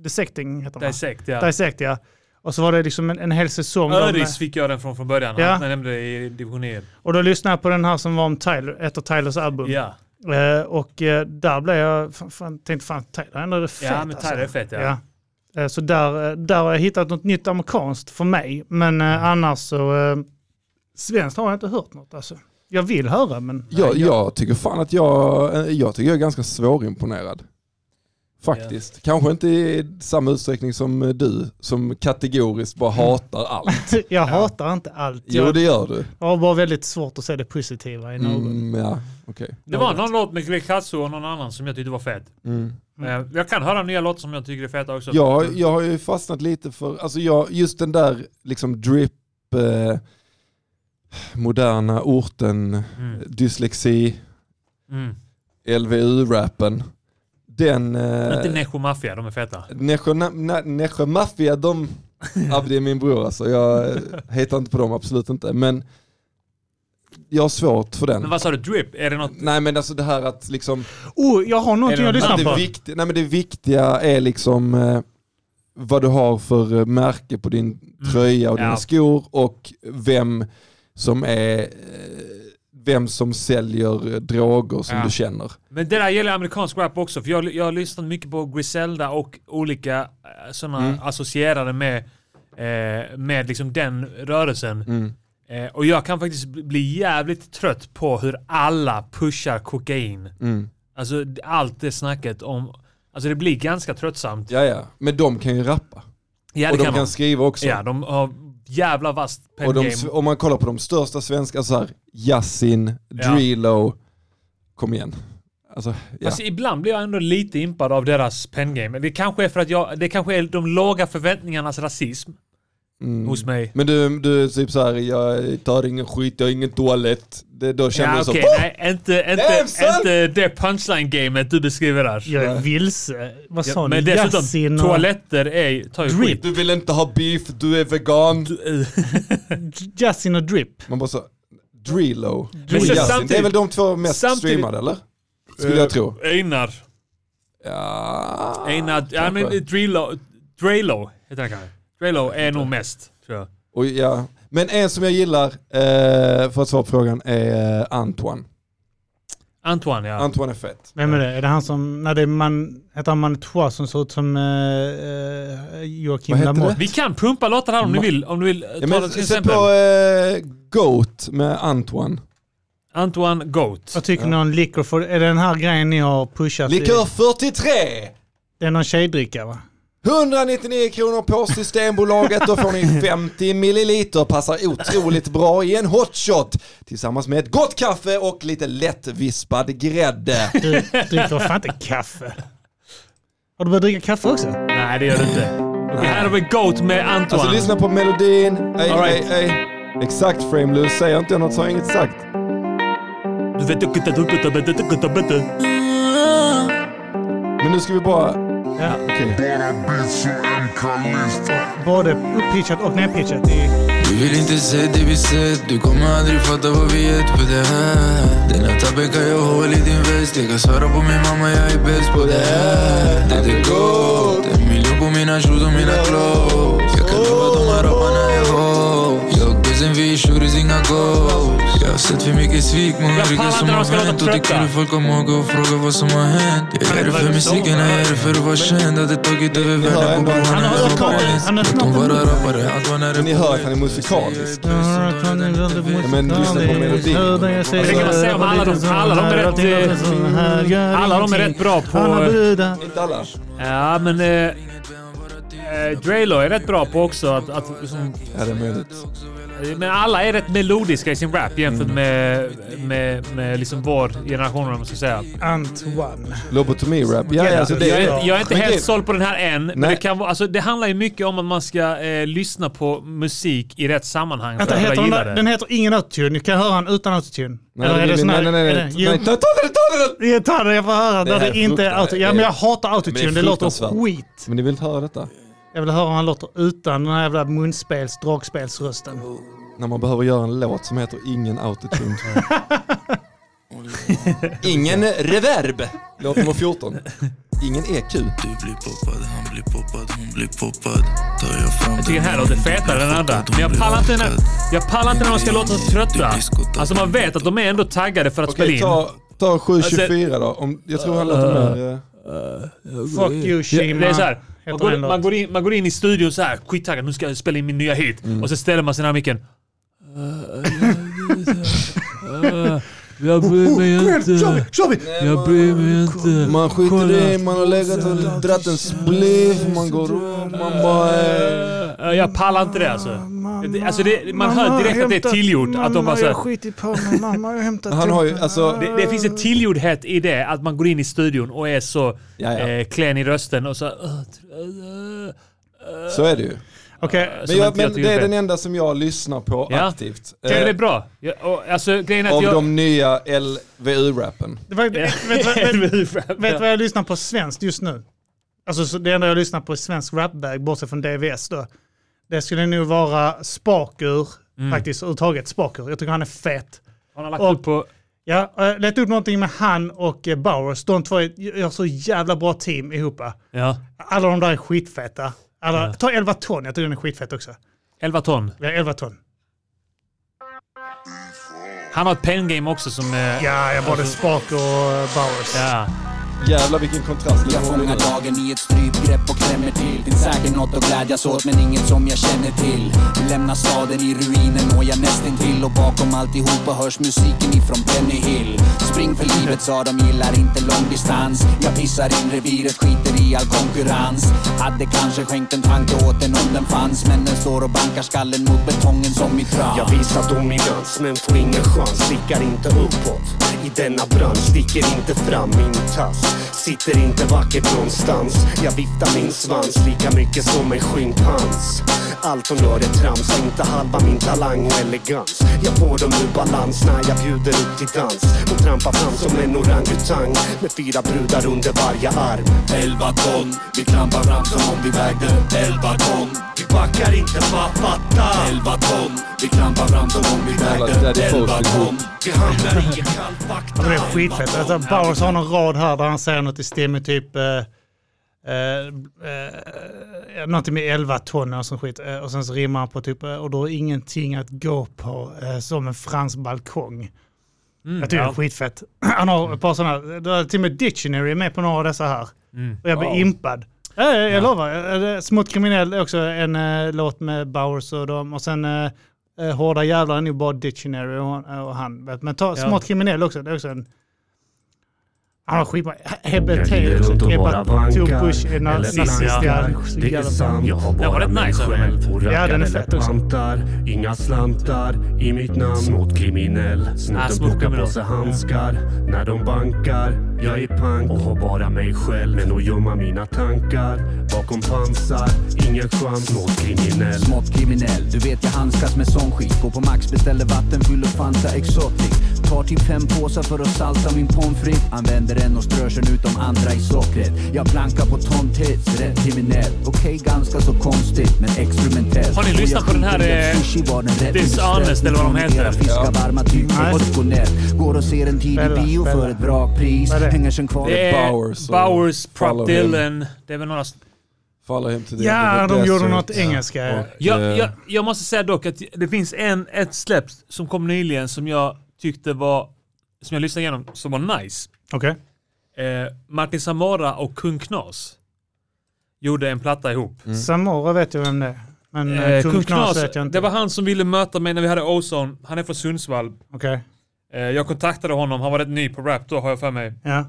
Dissecting heter den va?
Dissect, ja.
Dissect ja. Och så var det liksom en, en hel säsong. om- eh,
Öris fick jag den från från början.
Ja.
Han nämnde det i division E. 1.
och då lyssnade jag på den här som var om Tyler, ett av Tylers album.
Ja.
Eh, och eh, där blev jag, fan, fan, tänkte fan, Tyler ändå är det fett.
ja, men Tyler är fett ja.
alltså. ja. Eh, Så där, eh, där har jag hittat något nytt amerikanskt för mig. Men
Mm.
eh, annars så, eh, svenskt har jag inte hört något alltså. Jag vill höra men...
Jag, jag tycker fan att jag, eh, jag, tycker jag är ganska svårimponerad. Faktiskt. Kanske inte i samma utsträckning som eh, du, som kategoriskt bara
Mm.
hatar allt.
Jag hatar inte allt.
Jo,
Jag
det gör du.
har bara väldigt svårt att se det positiva i någon.
Mm, ja, okej.
Det var någon låt med Grecasso och någon annan som jag tyckte var fet.
Mm.
Eh, Jag kan höra nya låtar som jag tycker är feta också.
Jag, jag har ju fastnat lite för, alltså jag, just den där liksom drip, eh, moderna orten,
Mm.
dyslexi,
Mm.
LVU-rappen. Den... Eh,
Inte Nässjö Mafia, de är feta.
Nässjö na- na- Nässjö Mafia, de... Ja, det är min bror alltså. Jag eh, heter inte på dem, absolut inte. Men jag har svårt för den.
Men vad sa du? Drip? Är det något?
Nej men alltså det här att liksom...
Oh, jag har
Är det
någonting jag
någon
lyssnar
Att det,
på.
vikti- nej, men det viktiga är liksom eh, vad du har för eh, märke på din tröja och dina
Mm. Ja.
skor och vem som är eh, vem som säljer eh, droger som
Ja.
du känner.
Men det där gäller amerikansk rap också, för jag, jag har lyssnat mycket på Griselda och olika eh, sådana
Mm.
associerade med, eh, med liksom den rörelsen.
Mm.
Eh, och jag kan faktiskt bli- bli jävligt trött på hur alla pushar kokain.
Mm.
Alltså d- allt det snacket om... Alltså det blir ganska tröttsamt.
Ja, ja. Men de kan ju rappa.
Ja, det
och de kan,
kan man.
skriva också.
Ja, de har jävla vasst
och de,
pengame.
s- om man kollar på de största svenska så här, Yasin, Drilo, kom igen. Alltså, ja.
Fast ibland blir jag ändå lite impad av deras pengame. Det kanske är för att jag... Det kanske är de låga förväntningarnas rasism
Mm.
hos mig.
Men du, du är typ så här, jag tar ingen skit, jag har ingen toalett. Det, då känner
Ja,
jag så,
okej, nej, inte, inte,
Damn, son!
inte det punchline-gamet du beskriver där.
Jag är vilse. Vad sa ni?
Men dessutom,
Yasin och-
toaletter är, tar ju skit.
Du vill inte ha beef, du är vegan.
eh,
Yasin och Drip.
Man bara så, Drilo.
Men
Och
sen
Yasin. det är
samtidigt-
väl de två mest
samtidigt- Eh,
streamade eller? Skulle jag tro.
Einar.
Ja,
Einar, ja
kanske.
men Drilo, Drelo heter han kanske. Drelo är nog mest, tror jag.
Och ja. Men en som jag gillar, eh, för att svara på frågan, är eh, Antoine.
Antoine, ja.
Antoine är fett.
Vem är det? Är det han som, när det är man, heter han Manitois som ser ut som eh, eh, Joakim
Vad heter
Lamotte?
Vi kan pumpa låtar här om ni
Ma-
vill. Om du vill eh,
Ja,
ta det
men,
till
sätt
exempel.
på eh, Goat med Antoine.
Antoine Goat.
Vad tycker ni om liquor? För, är det den här grejen ni har pushat? i-
Likör 43!
Det är någon tjejdricka va?
199 kronor på Systembolaget, då får ni 50 milliliter, passar otroligt bra i en hotshot tillsammans med ett gott kaffe och lite lätt vispad grädde.
Du dricker fan inte kaffe. Har du börjat dricka kaffe också?
Nej, det gör du inte. Okej, här har vi Goat med Antoine.
Alltså lyssna på melodin. Ey,
All
ey,
right.
ey. Exakt Frameless, säger jag inte något så har jag inget sagt.
Du vet, du- du- du- du- du- du- du- du-
Men nu ska vi bara...
Ja.
Okej.
Bara beats och en Kalista
Både uppitchat och nerpitchat. Det är-
Du vill inte se det vi sett Du kommer aldrig fatta vad vi gett för det här Denna tabben kan jag hålla i din väst Jag kan svara på min mamma, jag är bäst på det här Det är gott En miljon på mina shoes och mina clothes Jag kan lova de här rapparna är hoes Jag och guzzen vi är shuris, inga ghosts Jag har sett för mycket svik, många
Jag
ryggar
pallar
som
inte när
har
de ska
vänt Och
låta
det
trötta.
kunde folk komma ihåg och fråga vad som har hänt Jag är här för musiken, jag är här för att vara känd Hade tagit över
hör
världen
ändå
på
att han
broarna
Han har
jag var
örat
bäst.
Han har
De
snart...
bara rappare, allt var nära
Ni hör att han är musikalisk. men lyssna på melodin.
Men det kan man säga om alla de- alla de är rätt, eh, alla de är rätt bra på- eh,
Inte alla.
Ja, men... Eh, eh, Drelo är rätt bra på också att... att som,
Ja, det är möjligt.
men alla är rätt melodiska i sin rap jämfört
Mm.
med, med, med liksom vår generation, om man ska säga.
Antoine.
Lobotomi-rap. Ja, ja, alltså det,
jag, är, jag är inte
Men
helt
grejen-
såld på den här än. Men
Nej.
det, kan, vara- alltså, det handlar ju mycket om att man ska eh, lyssna på musik i rätt sammanhang för
Vänta,
att
heter
kunna
den,
gilla
där,
det.
den heter ingen autotune. Ni kan höra den utan autotune.
Nej, det vill vi-
sån här-
nej, nej, nej.
är
nej.
det- Jo,
Nej, Ta ta den, ta den!
Jag tar den, jag får höra.
Det
Där
här
det
är
inte är
fruktansvärt.
autotune. Ja, men jag hatar autotune.
Men
Det,
det är
låter
fruktansvärt.
skit.
Men ni vill inte höra detta?
Jag vill höra hur han låter utan den här jävla munspels, dragspelsrösten.
När man behöver göra en låt som heter Ingen autotune. Ingen reverb. Låt nummer 14. Ingen E EQ.
Du blir poppad, han blir poppad, hon blir poppad. Tar jag fram
Jag tycker den här låter fetare än andra. Men jag pallar inte när, jag pallar inte när de ska låta så trötta. Alltså man vet att de är ändå taggade för att spela
Okej,
in.
ta, ta
Alltså-
724 då. Om, jag tror han låter
Uh,
mer... eh,
Fuck you Shima.
Det är så här, man,
Heter
går,
den låt.
man, går in, man går in i studion så här, skittaggad, nu ska jag spela in min nya hit.
Mm.
Och så ställer man sig nära micken. Jag bryr mig inte. Jag bryr mig inte.
Man skiter i, man har legat och dratt en spliff, man går runt, man bara... eh,
Eh, Jag pallar inte det alltså. Det- Alltså det, man hör direkt att det är tillgjort. Att de bara så här,
skiter på mig, mamma jag hämtat
Han har ju, alltså...
det, det finns en tillgjordhet i det, att man går in i studion och är så
Ja, ja.
Eh, klen i rösten och så... eh, tr- eh,
Så är det ju.
Okej,
Men,
som
jag,
inte
men
tycker
det är
fel.
den enda som jag lyssnar på
Ja.
aktivt.
Ja,
eh,
det är bra. Ja, och, alltså, grejen är att
Av
jag...
de nya LVU-rappen.
det var,
Ja.
vet, vet, vet, vet
Ja.
vad jag lyssnar på svenskt just nu? Alltså så det enda jag lyssnar på i svensk rapbag, bortsett från DVS då. Det skulle nog vara Spakur, faktiskt, överhuvudtaget Spakur. Jag tycker han är fet.
Mm. Han har lagt
Och-
upp på...
Ja, och jag letade upp någonting med han och eh, Bowers. De två är- gör så jävla bra team ihop.
Ja.
Alla de där är skitfeta. Alla, Ta 11 ton, jag tycker den är skitfett också.
11 ton.
Ja, 11 ton.
Han har ett pengame också som... Eh, ja.
Ja, jag både Spark och eh, Bowers.
Jävlar vilken kontrast. det
Jag
får bli
fångar
nu.
dagen i ett strypgrepp och klämmer till Finns säkert något att glädjas åt men inget som jag känner till Vi lämnar staden i ruinen och jag nästintill Och bakom alltihopa hörs musiken ifrån Benny Hill Spring för livet sa de gillar inte långdistans Jag pissar in reviret, skiter i all konkurrens Hade kanske skänkt en tanke åt den om den fanns Men den står och bankar skallen mot betongen som i trans
Jag visar dominans men får ingen chans Stickar inte uppåt i denna bransch Sticker inte fram min tass Sitter inte vackert någonstans Jag viftar min svans lika mycket som en schimpans Allt de gör är trams, inte halva min talang och elegans Jag får dem ur balans när jag bjuder upp till dans Och trampar fram som en orangutang Med fyra brudar under varje arm
11 ton, vi klampar fram som om vi vägde 11 ton
Vi backar inte, va? Fatta!
11 ton, vi klampar fram som om vi
Jävla Daddy
vägde 11
Folkling.
ton
Vi handlar ingen kall fakta
Det är skitfett. Alltså, Bowers har någon rad här där han säger något i stil med typ... Eh, eh, eh, någonting med 11 ton och sån skit. Eh, och sen så rimmar han på typ eh, och då är ingenting att gå på eh, som en fransk balkong.
Mm,
Mm.
jag tycker det är skitfett. Han har ett par sådana, det är till och med Dictionary med på några av dessa här.
Mm.
Och jag blir impad. Ja, jag, jag lovar, Eh, det- Smått kriminell är också en eh, låt med Bowers och dem. Och sen eh, eh, Hårda jävlar är nog eh, bara Dictionary och, och han. vet. Men ta Smått kriminell också, det är också en... Han har skitmånga.
Jag
Hebbe
ligger runt och bara
Ebba
vankar.
Bush är
Eller
nazist.
blankar.
ja. Så
Det är
jävla-
sant. Jag har
var
bara
rätt
mig
nice,
själv och
Ja,
rackar
den är
eller
fett också.
pantar. Inga slantar i mitt namn. Smått kriminell.
Ah,
Snuten
smått
plockar på
kriminell.
sig handskar när de bankar. Jag är pank och har bara mig själv. Men att gömma mina tankar bakom pansar. Ingen chans. Smått kriminell.
Smått kriminell, du vet jag handskas med sån skit Går på Max, beställer vatten, fyller Fanta Exotic Tar typ fem påsar för att salsa min pommes frites Använder en och strör sen ut de andra i sockret Jag blankar på Tom Tits, rätt kriminell Okej, ganska så konstigt, men experimentellt
Har ni
Och jag
lyssnat på den här,
skiter i att
eh,
sushi var den rätta
Dishonest,
beställningen.
eller vad de heter?
Era Fiskar varma, typ
Nej.
professionellt Går och ser en tidig
Bella,
bio
Bella.
för ett vrakpris
Vad är det?
Hänger sen kvar
Det är
Bowers
Bowers,
och Follow
Prop
Him.
Dylan. Det är väl några...
Faller hem till det.
Ja,
Det var
de gjorde
Desert.
något engelska.
Och, eh,
Jag, jag, jag måste säga dock att det finns en, ett släpp som kom nyligen som jag tyckte var... Som jag lyssnade igenom som var nice.
Okej.
Eh, Martin Samora och Kung Knas gjorde en platta ihop.
Mm.
Samora vet jag vem det är. Men
Eh,
Mm. eh, Kung Knas vet jag inte.
Det var han som ville möta mig när vi hade Ozone. Han är från Sundsvall.
Okej.
Eh, jag kontaktade honom, han var rätt ny på rap då har jag för mig.
Ja.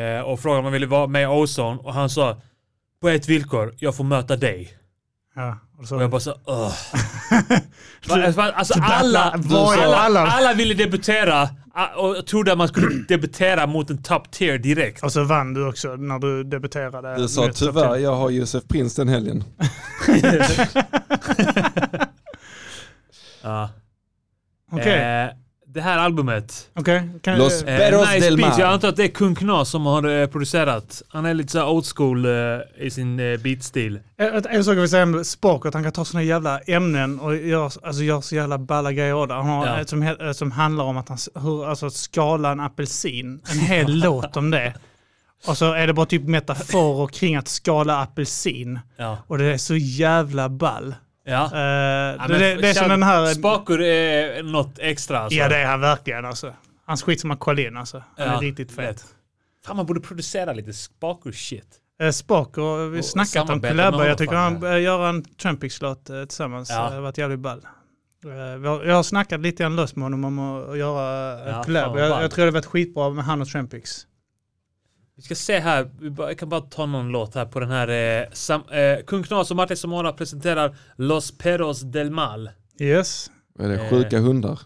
Eh, och frågade om han ville vara med i Ozone och han sa på ett villkor, jag får möta dig.
Ja. Och
Och jag
så-
bara så, "Ugh." Va- va- Alltså alla,
Du sa-
alla,
alla.
alla ville debutera ah, och jag trodde att man skulle debutera mot en top tier direkt.
Och så vann du också när du debuterade.
Du sa
Nytt Top
tyvärr,
Ten.
jag har Josef Prins den helgen.
Ja.
Okej.
Eh, det här albumet,
Okej. Kan-
Los
eh,
Perros
nice
del
beats.
Mar.
Jag antar att det är Kung Knas som har eh, producerat. Han är lite så här old school eh, i sin eh, beatstil.
En en sak jag vill säga om Spark, att han kan ta såna jävla ämnen och gör, alltså gör så jävla balla grejer av det. Han har
Ja.
ett som, he- som handlar om att han s- hur, alltså, att skala en apelsin. En hel låt om det. Och så är det bara typ metaforer kring att skala apelsin.
Ja.
Och det är så jävla ball.
Ja.
Eh,
Ja,
det,
men
det, det är som
Chad
den här... eh,
Spakur är något extra alltså.
Ja det är han verkligen alltså. Hans skit som har Collin alltså. Han
Ja,
är riktigt fet.
rätt. Fan man borde producera lite Spakur-shit.
Eh, Spak och vi
Och
snackat om
samarbete
collabbar.
med
Jag tycker
honom,
han eh, gör en Trumpix-låt eh, tillsammans.
Ja.
Det har varit jävligt ball. Eh, vi har- Jag har snackat lite grann löst med honom om att att
Ja,
göra ja,
fan
collab.
vad
Jag,
ball.
jag tror det varit skitbra med han och Trumpix.
Vi ska se här, vi bara, jag kan bara ta någon låt här på den här. Eh, sam, eh, Kung Knas och Martin Samora presenterar Los Perros del Mal.
Yes.
Är det sjuka hundar?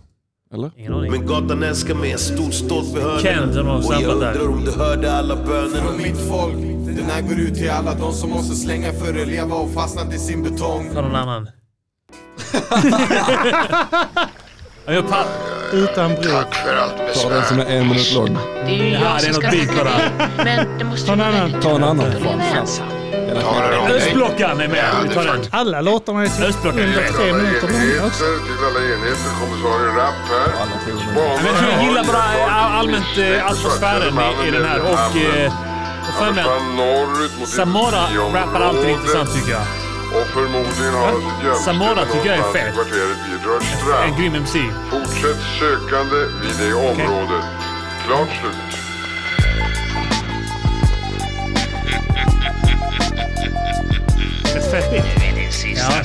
Eller?
Eh. Ingen aning.
Men gatan älskar mig, ett stort stolp i hörnen.
Ken som har
Och jag
sampat där.
undrar om du hörde alla bönerna.
Från mitt folk, den här går ut till alla de som måste slänga för att leva och fastnat i sin betong.
Ta någon annan. Ja, jag pa-
Utan bror.
Ta den som är en minut lång.
Det är ju
Ja, det Alltså. är
jag som ska
något beat
snacka
bara.
till Men det måste
Ta
ju
en
vara
annan.
väldigt
Ta en annan.
lugnt. Jag är ensam.
Hela
Östblockan är med, vi tar den.
Alla låtarna är typ
Östblocken är
under
fet.
tre minuter långa också.
till alla enheter kommer svara rap här.
Men jag tror jag gillar bara eh, all- allmänt eh, atmosfären i, i den här och... Eh, och för mig, att Samora rappar alltid intressant tycker jag.
Och förmodligen har han sitt gömställe
Samora tycker jag är
någonstans i
fet.
kvarteret vid Rörstrand.
En grym MC.
Fortsätt sökande vid det området. Klart slut.
Ett fett beat.
Ja.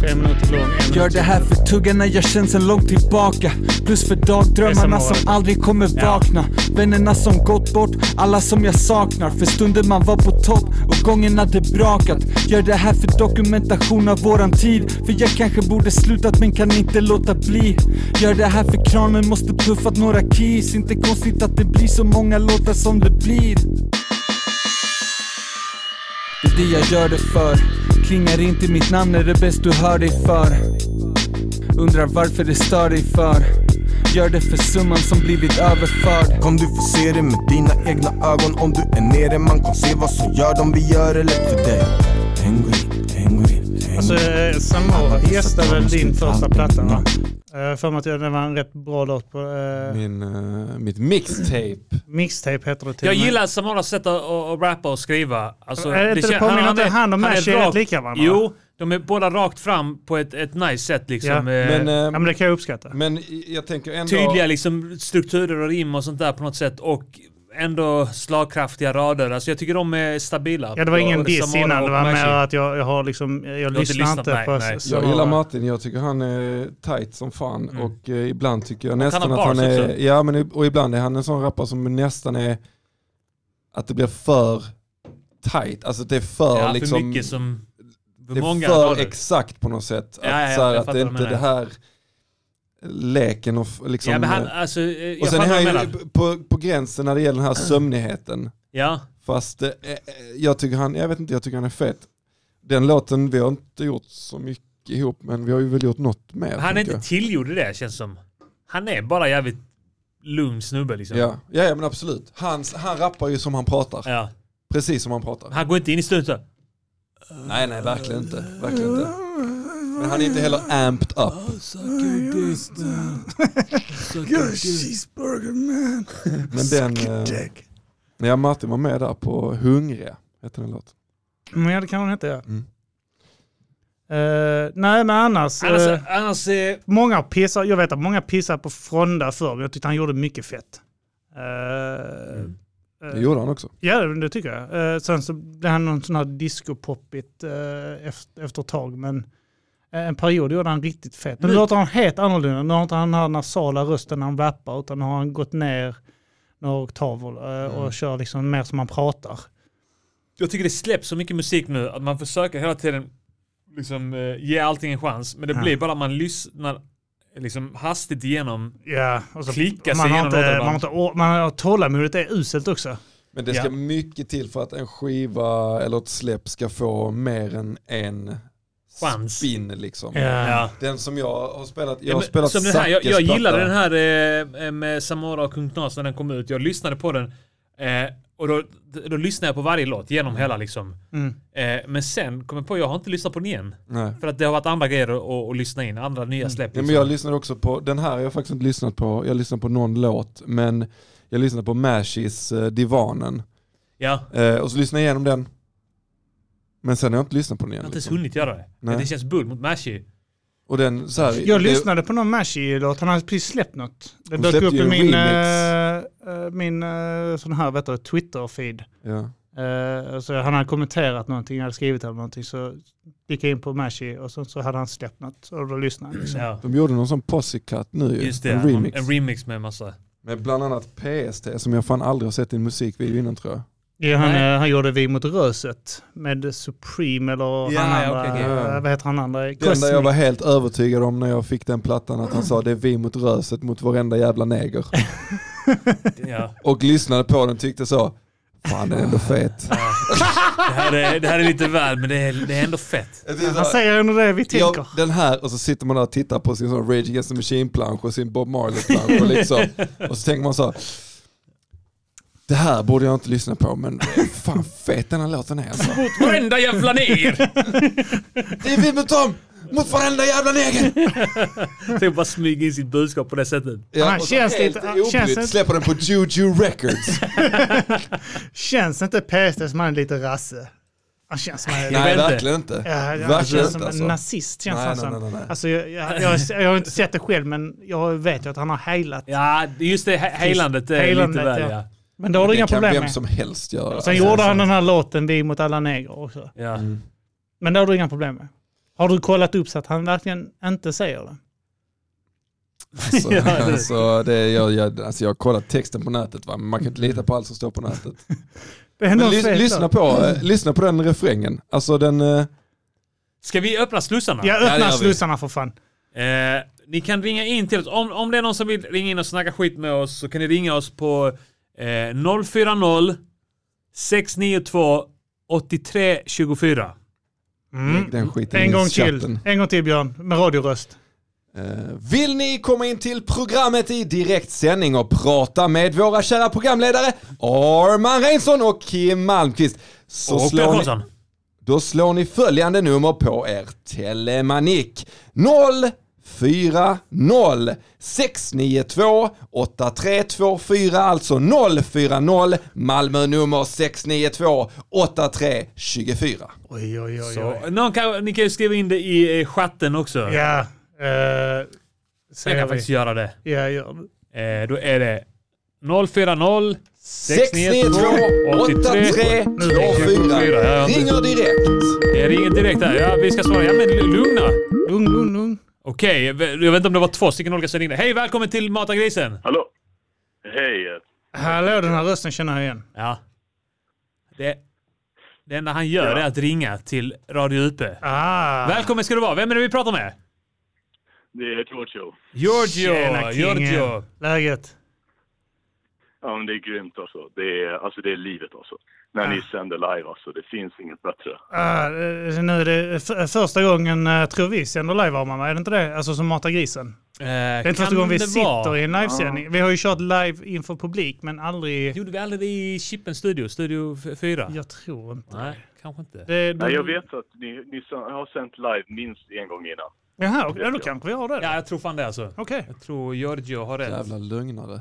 Tre minuter lång. en
Gör
minut
det här för tuggarna jag känt sen långt tillbaka Plus för
Det är
dagdrömmarna
som
som
målet.
aldrig kommer vakna Vännerna som gått bort, alla som jag saknar För stunden man var på topp och gångerna det brakat Gör det här för dokumentation av våran tid För jag kanske borde slutat men kan inte låta bli Gör det här för kranen måste puffat några keys Inte konstigt att det blir så många låtar som det blir Det är det jag gör det för Klingar inte mitt namn är det bäst du hör dig för Undrar varför det stör dig för Gör det för summan som blivit överförd
Kom du får se det med dina egna ögon om du är nere Man kan se vad som gör dem, vi gör det lätt för dig Penguin, penguin,
Alltså,
penguin
eh, Samora gästade väl din första platta va? Eh, För mig att det var en rätt bra låt på... eh,
Min, eh, mitt mixtape.
Mixtape heter det till
Jag
och med.
gillar Samaras sätt att, att, att rappa och skriva. Alltså,
Är det inte-
kän-
det påminner inte han om Mash är rätt
rakt-
lika varandra?
Jo, de är båda rakt fram på ett, ett nice sätt liksom.
Ja.
Eh,
Men,
Ja
eh,
men det kan jag uppskatta.
men jag tänker ändå...
tydliga liksom, strukturer och rim och sånt där på något sätt. Och ändå slagkraftiga rader. Alltså jag tycker de är stabila.
Ja, det var ingen
Och
diss
Samara
innan.
och
Det var mer
Maxi.
att jag, jag har liksom, jag
inte
lyssnar
lyssnat,
inte
nej,
på...
nej.
Jag gillar Martin, jag tycker han är tight som fan
Mm.
och eh, ibland tycker jag
kan
nästan
ha
att han
bars
är,
också.
ja men i- och ibland är han en sån rappare som nästan är, att det blir för tight, alltså det är för
Ja, för
liksom,
mycket som... För
det är
många
för
rader.
exakt på något sätt.
Ja,
att,
ja, ja,
så här,
jag
att
fattar
det är
vad du
inte det här leken och f- liksom,
ja, men han,
eh,
alltså, eh, jag
och sen är
fattar vad
han
du
ju
menar.
på, på gränsen när det gäller den här sömnigheten.
Ja.
Fast eh, eh, jag tycker han, jag vet inte, jag tycker han är fet. Den låten, vi har inte gjort så mycket ihop men vi har ju väl gjort något mer.
Han är
tänker
inte
jag.
tillgjord i det känns som. Han är bara jävligt lugn snubbe liksom.
Ja. Ja, ja men absolut. Han, han rappar ju som han pratar.
Ja.
Precis som han pratar.
Han går inte in i studion så. här,
Nej nej verkligen inte. Verkligen inte. Men han är inte heller amped up.
You're a cheeseburger man.
Men den, eh,
Dick.
ja Martin var med där på Hungriga, heter den låten.
Men ja, det kan hon inte göra.
Mm.
Eh, nej, men annars...
Annars,
eh,
annars eh,
många pissar, jag vet att många pissar på Fronda förr, men jag tyckte han gjorde mycket fett. Eh,
Mm. Det gjorde han också.
Ja, det tycker jag. Eh, sen så blev han någon sån här discopoppigt eh, efter, efter ett tag, men eh, en period gjorde han riktigt fett. Nu låter han helt annorlunda. Nu har inte han den här nasala rösten när han rappar, utan nu har han gått ner några oktaver eh, och
Mm.
kör liksom mer som han pratar.
jag tycker det släpps så mycket musik nu att man försöker hela tiden liksom, eh, ge allting en chans. Men det
Ja.
blir bara att man lyssnar liksom, hastigt igenom.
Ja, och så
Klicka sig
man har
igenom låtar
inte, man
ibland.
har inte, or- man har, tålamodet är uselt också.
Men det ska
Ja.
mycket till för att en skiva eller ett släpp ska få mer än en
Chans.
spin liksom.
Ja.
Den som jag har spelat, jag
Ja,
har
men
spelat
som den här, jag, jag
Zackes
gillade
platta.
den här eh, eh, med Samora och Kung Knas när den kom ut. Jag lyssnade på den eh, och då, då lyssnade jag på varje låt genom hela liksom.
Mm.
Eh, men sen kom jag på, jag har inte lyssnat på den igen.
Nej.
För att det har varit andra grejer att- att, att lyssna in, andra nya släpp.
Ja, men
liksom.
jag lyssnade också på, den här har jag faktiskt inte lyssnat på, jag lyssnade på någon låt, men jag lyssnade på Mashis eh, Divanen.
ja,
Eh, och så lyssnade jag igenom den. Men sen har jag inte lyssnat på den
jag
igen.
har inte ens
Liksom.
hunnit göra det.
Nej.
Men det känns bull mot Mashi.
Och den, så här,
Jag
det-
lyssnade på någon Mashi-låt, han hade precis släppt något. Det
Hon
dök
släppte
upp
ju
i
en
min,
remix.
eh, eh, min eh, sån här vet du, Twitter-feed.
Ja.
Eh, så han hade kommenterat någonting, jag hade skrivit eller någonting, så gick jag in på Mashi och så, så hade han släppt något och då lyssnade jag. liksom.
Ja.
De gjorde någon sån Pussycat nu ju,
Just det,
en remix.
en remix med massa...
Med bland annat PST som jag fan aldrig har sett i en musikvideo innan tror jag.
Ja, han,
Nej.
eh, han gjorde Vi mot Röset med Supreme eller
Ja,
han
ja,
andra,
okej,
okej.
eh, vad heter han andra?
Det enda jag
Cosmic.
var helt övertygad om när jag fick den plattan att han sa det är vi mot röset mot varenda jävla neger.
Ja.
Och lyssnade på den tyckte så, fan den är ändå fet.
Det, här är, det här är lite väl, men det är, det är ändå fett.
Det är så
Han
här,
säger ändå det vi tänker.
Ja, den här och så sitter man där och tittar på sin sån Rage Against the Machine-plansch och sin Bob Marley-plansch och, liksom, och så tänker man så här, det här borde jag inte lyssna på men fan fet den här låten är alltså.
Mot varenda jävla ner!
Det är vi mot dem, mot varenda jävla neger.
Tänk bara smyga in sitt budskap på det sättet.
Ja,
Han
och så
känns
helt
lite- han känns
obrydd
inte-
släpper den på Juju Records.
Känns inte PST som han är lite rasse? Han känns som han är
Nej
vet inte.
verkligen inte.
Ja, ja, han
Verkligen
känns som
inte
en
alltså.
nazist. Känns
Nej,
han
nej,
som.
nej, nej, nej.
Alltså, jag, jag, jag, jag har inte sett det själv, men jag vet ju att han har heilat.
Ja, just det, he- heilandet är
Heilandet,
lite väl
ja.
ja.
Men det har du
Det
inga
kan
problem
vem
med.
som helst göra. alltså.
Sen gjorde han den här låten Vi mot alla negrer också.
ja.
Mm.
Men det har du inga problem med. Har du kollat upp så att han verkligen inte säger det?
Alltså,
Ja, det-
alltså, det, jag, jag, alltså, jag har kollat texten på nätet va, men man kan inte lita på allt som står på nätet.
Det är ändå
Men lys,
fett,
lyssna,
då.
på, eh, lyssna på den refrängen. Alltså den... eh,
Ska vi öppna slussarna?
Jag
Ja, det
öppnar
gör vi.
slussarna för fan.
Eh, ni kan ringa in till oss. Om, om det är någon som vill ringa in och snacka skit med oss så kan ni ringa oss på eh, 040 692 8324.
Den skiten
Mm. En
i
gång
chatten.
till. En gång till Björn, med radioröst.
Eh, Vill ni komma in till programmet i direktsändning och prata med våra kära programledare Arman Reinsson och Kim Malmqvist så
Och Björn
slår ni,
Karlsson.
då slår ni följande nummer på er telemanik 040 692 8324 alltså 040 Malmö nummer 692 8324.
Oj, oj, oj. oj.
Så, någon kan, ni kan ju skriva in det i eh, chatten också.
Ja. Uh,
Jag kan faktiskt göra det.
Ja, gör det.
Eh, då är det 040
692 83
ja,
24.
ja.
Ringer direkt.
Det ringer direkt här. Ja, vi ska svara. Ja, men lugna.
Lugn, lugn, lugn.
Okej, jag vet inte om det var två stycken olika som ringde. Hej, välkommen till Mata grisen!
Hallå? Hej.
Hallå, den här rösten känner jag igen.
Ja. Det, det enda han gör är att ringa till Radio UP.
Ah.
Välkommen ska du vara. Vem är det vi pratar med?
Det är Giorgio.
Giorgio!
Tjena, kingen.
Giorgio!
Läget?
Ja, men det är grymt alltså. Det är, alltså, det är livet alltså. När ni sänder live alltså. Det finns inget bättre.
Ah, eh, nu är det f- första gången, eh, tror vi, sänder live av mamma. Är det inte det? Alltså som matar grisen.
det är
inte första
Eh, kan
gången vi
det
sitter
vara?
i en livesändning. Vi har ju kört live inför publik, men aldrig...
Gjorde vi aldrig det i Chippen studio? Studio 4?
Jag tror inte
Nej, kanske inte.
Nej, jag vet att ni, ni sa- har sänt live minst en gång innan.
Jaha, okej. Ja, då kanske vi har det.
Ja, jag tror fan det alltså.
Okej.
Jag tror Giorgio har rätt.
Jävla lögnare.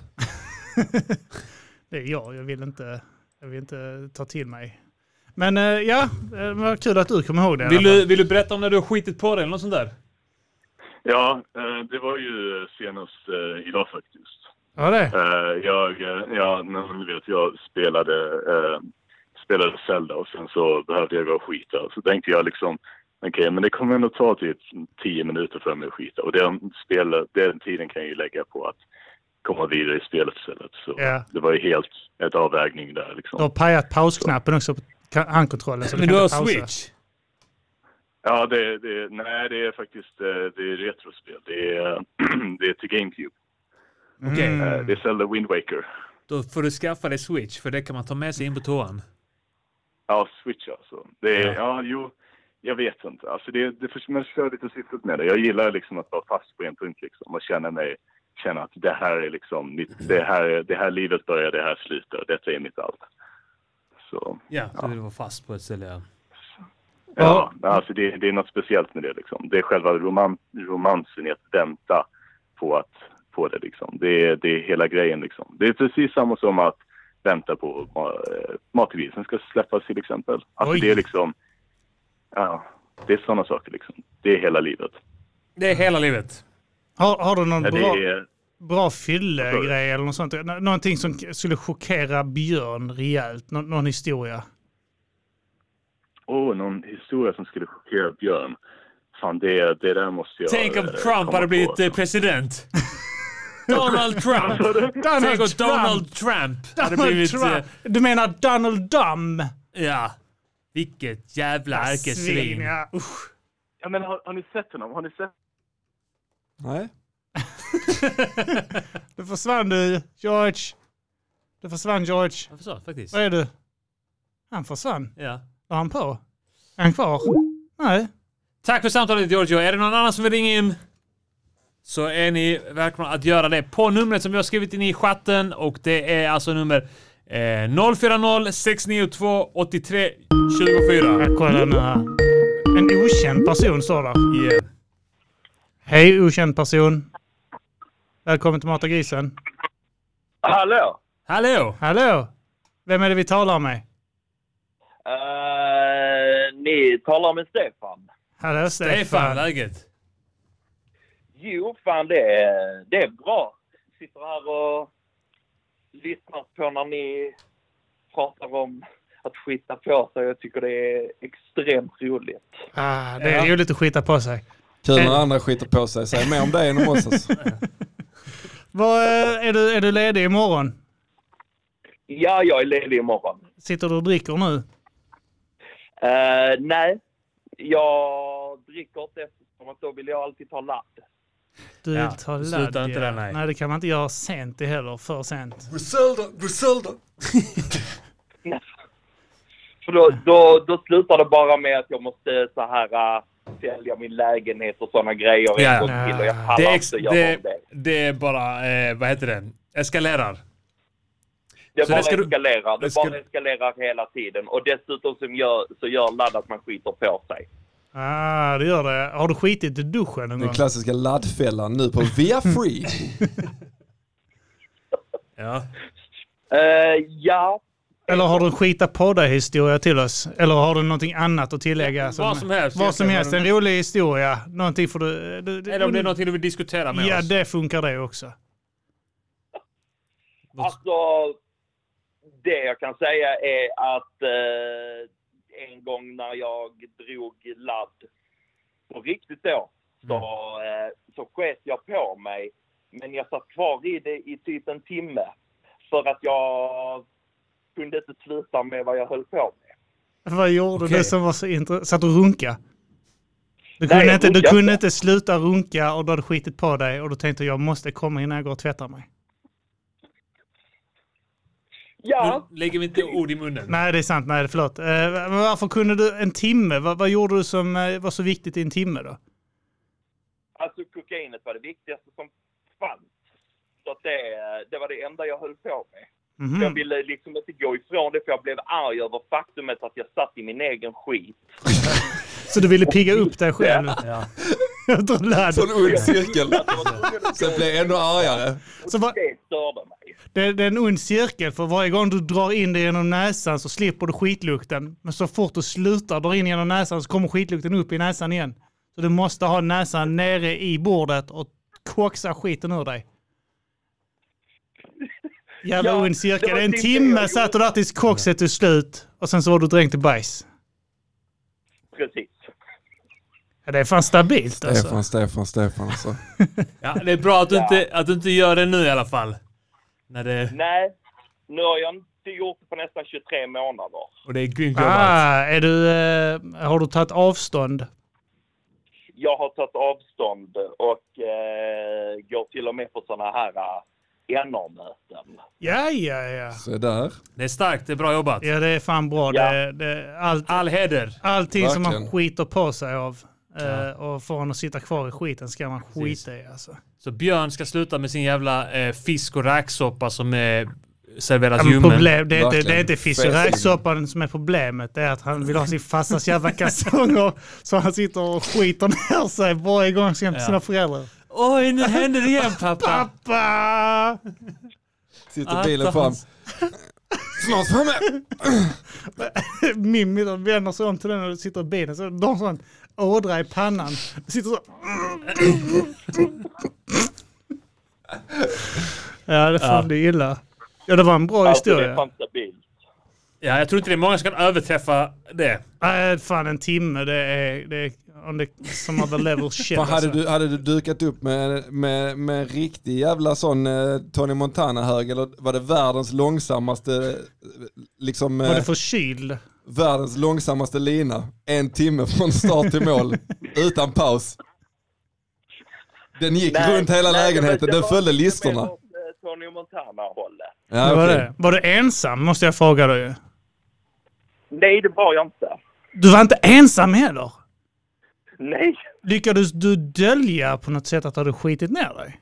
Det är jag, jag vill inte, jag vill inte ta till mig. Men eh, ja, eh, vad kul att du kommer ihåg det. i
Vill
alla fall.
du, vill du berätta om när du har skitit på dig eller något sånt där?
Ja, eh, det var ju eh, senast eh, idag faktiskt.
Ja, det.
Eh, Jag, eh, ja, men ni vet, jag spelade, eh, spelade Zelda och sen så behövde jag gå och skita. Så tänkte jag liksom, okej, men det kommer ändå ta typ 10 minuter för mig att skita. Och den, spel, den tiden kan jag ju lägga på att komma vidare i spelet istället. Så
Ja.
det var ju helt ett avvägning där liksom.
Du har pajat pausknappen också på ka- handkontrollen. Så
Men
kan
du
inte
har
pausa.
Switch? Ja, det, det, nej, det är faktiskt eh, det är retrospel. Det är, det är till GameCube.
Okej.
Eh, Det är Zelda Wind Waker.
Då får du skaffa dig Switch, för det kan man ta med sig in på toan.
Ja, Switch alltså. Det är, ja. jo, jag vet inte. Alltså det, det förs- man kör lite syftet med det. Jag gillar liksom att vara fast på en punkt liksom och känna mig, känna att det här är liksom mitt, det här, är- det här livet börjar, det här slutar, detta är mitt allt. Så,
Ja, så vill du vara fast på ett ställe, ja.
ja, alltså det, det är något speciellt med det liksom. Det är själva roman, romansen i att vänta på att, på det liksom. Det är, det är hela grejen liksom. Det är precis samma som att vänta på eh, matgrisen ska släppas till exempel. Alltså
Oj.
det är liksom, ja, det är sådana saker liksom. Det är hela livet.
Det är hela livet.
Har, har du någon
Ja,
bra,
det är,
bra fyllegrej eller något sånt? Nå- Någonting som k- skulle chockera Björn rejält? Nå, någon historia?
åh, någon historia som skulle chockera Björn. Fan, det, det där måste jag...
Tänk om
eh,
Trump
komma
hade
på.
blivit eh, president. Donald Trump! Tänk om
Donald
Donald
Trump.
Trump hade
Donald
blivit... eh,
Trump. Du menar Donald Dumb?
Ja. Vilket jävla ärkesvin.
ja.
Ja, men har, har ni sett honom? Har ni sett?
Nej.
Du försvann du, George. Du försvann George.
Jag försvann faktiskt.
Vad är du? Han försvann.
Ja.
Var han på? Är han kvar? Nej.
Tack för samtalet Giorgio. Är det någon annan som vill ringa in så är ni välkomna att göra det på numret som jag har skrivit in i chatten och det är alltså nummer eh, 040 692 83 24.
Jag kollar Eh, nu här. En okänd person står där. Hej okänd person. Välkommen till Mata grisen.
Hallå!
Hallå!
Hallå! Vem är det vi talar med?
Eh, ni talar med Stefan.
Hallå Stefan.
läget?
Jo, fan det är, det är bra. Sitter här och lyssnar på när ni pratar om att skita på sig. Jag tycker det är extremt roligt.
Ah, det är roligt att skita på sig.
Kul
Eh,
när andra skiter på sig. Säg mer om det än om oss. Alltså.
vad, eh, är, du, är du ledig imorgon?
Ja, jag är ledig imorgon.
Sitter du och dricker nu?
Eh, nej, jag dricker inte eftersom att då vill jag alltid ta ladd.
Du
Ja,
vill ta
det
ladd.
slutar inte
ja.
där, nej.
nej, det kan man inte göra sent i heller. För sent.
Griselda, Griselda! För då, då, då slutar det bara med att jag måste så här äh, sälja min lägenhet och sådana grejer en
Ja.
gång till och jag pallar
Det, är ex-
inte göra
det,
om det.
det är bara, eh, vad heter det, eskalerar.
Det
Så
bara
det ska du-
eskalerar. Det,
det ska-
bara eskalerar hela tiden. Och dessutom som gör, så gör ladd att man skiter på sig.
Ah, det gör det. Har du skitit i duschen någon
Den
gång?
klassiska laddfällan nu på Via Free.
Ja.
Eh, ja.
Eller har du en skita på dig historia till oss? Eller har du någonting annat att tillägga?
vad som helst.
Vad som helst. En rolig historia. Någonting får du... du, du
Eller om det är någonting du vill diskutera med
Ja,
oss.
det funkar det också.
Alltså, det jag kan säga är att eh, en gång när jag drog ladd på riktigt då, så, eh, så sket jag på mig. Men jag satt kvar i det i typ en timme. För att jag kunde inte sluta med vad jag höll på med.
Vad gjorde du som var så intressant? Satt och runka? Du
Nej,
kunde,
jag
inte, du
runkade
kunde
inte.
inte sluta runka och du hade skitit på dig och du tänkte jag måste komma innan jag går och tvättar mig.
Ja.
Nu lägger vi inte ord i munnen.
Nej, det är sant. Nej, förlåt. Eh, men varför kunde du en timme? Vad, vad gjorde du som eh, var så viktigt i en timme då?
Alltså kokainet var det viktigaste som fanns. Så att det, det var det enda jag höll på med.
Mhm.
Jag ville liksom inte gå ifrån det för jag blev arg över faktumet att jag satt i min egen skit.
Så du ville pigga upp dig själv?
Ja.
Jag tror du lärde-
Sån ond cirkel. Sen blir jag ännu argare.
Så vad-
Det störde mig.
Det, det är en ond cirkel för varje gång du drar in det genom näsan så slipper du skitlukten. Men så fort du slutar dra in genom näsan så kommer skitlukten upp i näsan igen. Så du måste ha näsan nere i bordet och koxa skiten ur dig. Jävla ond cirkel. en
typ
timme satt du där tills koxet är slut och sen så var du dränkt i bajs.
Precis.
Ja, det är fan stabilt alltså.
Stefan, Stefan, Stefan alltså.
Ja, det är bra att du, inte, att du inte gör det nu i alla fall. När det,
Nej, nu har jag inte gjort det på nästan 23 månader.
och det är grymt jobbat.
Ah, är du, eh, har du tagit avstånd?
Jag har tagit avstånd och eh, går till och med på sådana här eh, NR-möten.
Ja, ja, ja.
Så där.
Det är starkt, det är bra jobbat.
Ja, det är fan bra. Det, det, allt,
All heder.
Allting som man
Verkligen.
skiter på sig av eh, och får en att sitta kvar i skiten ska man skita i alltså.
Så Björn ska sluta med sin jävla eh, fisk och räksoppa som eh, serveras
Ja, men
ljummen.
problem, det, är inte, det är inte fisk och räksoppan som är problemet. Det är att han vill ha sin farsas jävla kalsonger så han sitter och skiter ner sig varje gång han ska hem till
Ja.
sina föräldrar.
Oj, nu händer det igen pappa.
pappa!
Sitter bilen fram. Snart framme!
Mimmi då vänder sig om till den och sitter i bilen. Så de har sån ådra i pannan. Sitter så. Ja, det fan
Ja.
det är illa. Ja, det var en bra
Alltså, det
historia.
är fan- Ja, jag tror inte det är många som kan överträffa det.
Nej, fan en timme det är, det är on the some other level shit.
Fan, hade,
alltså.
du, hade du dukat upp med, med, med en riktig jävla sån eh, Tony Montana-hög eller var det världens långsammaste eh, liksom...
Var det
eh,
förkyld?
Världens långsammaste lina. En timme från start till mål. utan paus. Den gick
Nej,
runt hela
nej,
lägenheten.
det
Den
var
följde
lite mer
listorna.
åt, eh, Tony Montana-hållet.
Ja,
det var,
okej.
det. var du ensam måste jag fråga dig.
Nej, det var jag inte.
Du var inte ensam heller?
Nej.
Lyckades du dölja på något sätt att du hade skitit ner dig?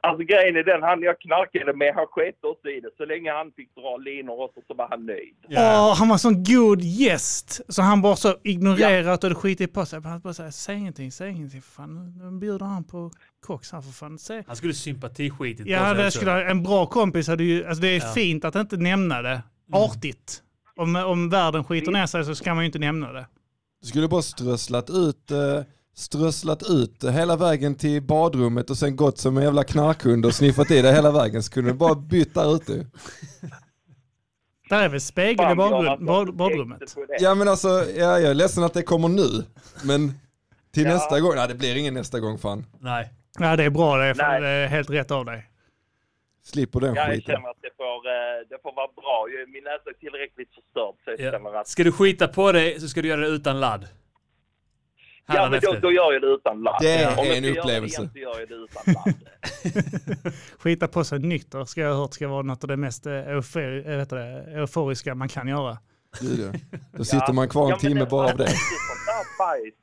Alltså grejen är den, han jag knarkade med, han sket också i det. Så länge han fick dra linor åt oss så var han nöjd.
Åh, han var en sån god gäst. Så han bara så ignorerar att du hade skitit på sig. Han bara säger säg ingenting, säg ingenting. För fan, nu bjuder han på koks här för fan. Säg.
Han skulle sympatiskitigt
Ja, det skulle, ha- en bra kompis hade ju... Alltså det är
Ja.
fint att inte nämna det. Artigt. Om, om världen skiter ner sig så ska man ju inte nämna det.
Du skulle bara strösslat ut, eh, strösslat ut hela vägen till badrummet och sen gått som en jävla knarkhund och sniffat i det hela vägen. Så kunde du bara bytt där ute.
Där är väl spegeln i
Fan, Björn,
badrum,
alltså,
bad, badrummet?
Ja men alltså, ja, jag är ledsen att det kommer nu. Men till nästa gång, nej det blir ingen nästa gång fan.
Nej.
Ja, det är bra det. är Fan, det är helt rätt av dig.
Slipper den
Ja, jag
skiten.
känner att det får, eh, det får vara bra. Jag- Min näsa är tillräckligt förstörd så jag känner att...
Ska du skita på dig så ska du göra det utan ladd.
Ja, men då,
Hädanefter.
då gör jag det utan ladd.
Det
Om
är
jag
en
ska göra det
upplevelse.
igen så gör jag det utan ladd.
Skita på sig nykter ska jag ha hört ska vara något av det mest eh, eufor, eh, vet du det, euforiska man kan göra.
Gud, ja. Då sitter man kvar en timme bara av det.
Inte sånt där bajs.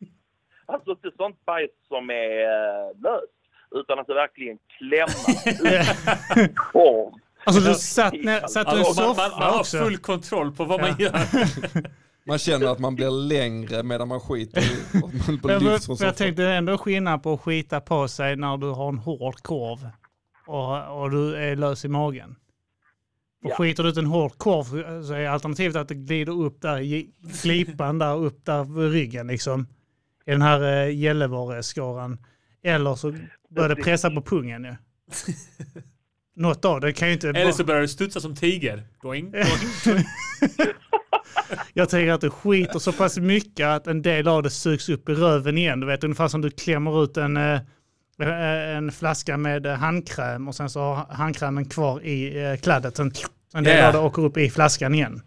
Alltså inte sånt bajs som är eh, löst. Utan att det verkligen klämmer. Korv.
Alltså du satt, ner, satt du i
Alltså, man-
soffan
man- man har
också?
full kontroll på vad man gör.
Man känner att man blir längre medan man skiter i- och man bara
Jag,
lyfts från
jag, jag
soffan.
tänkte ändå skillnad på att skita på sig när du har en hård korv och, och du är lös i magen. Och
Ja.
skiter du ut en hård korv så är alternativet att det glider upp där i glipan där upp där vid ryggen liksom. I den här eh, Gällivare-skaran. Eller så börjar det pressa på pungen ju. något av det. kan ju inte...
Eller så börjar du studsa som tiger. Doing, doing, doing.
Jag tänker att du skiter så pass mycket att en del av det sugs upp i röven igen. Du vet ungefär som du klämmer ut en, eh, en flaska med eh, handkräm och sen så har handkrämen kvar i eh, kladdet. Sen en del
Ja.
av det åker upp i flaskan igen.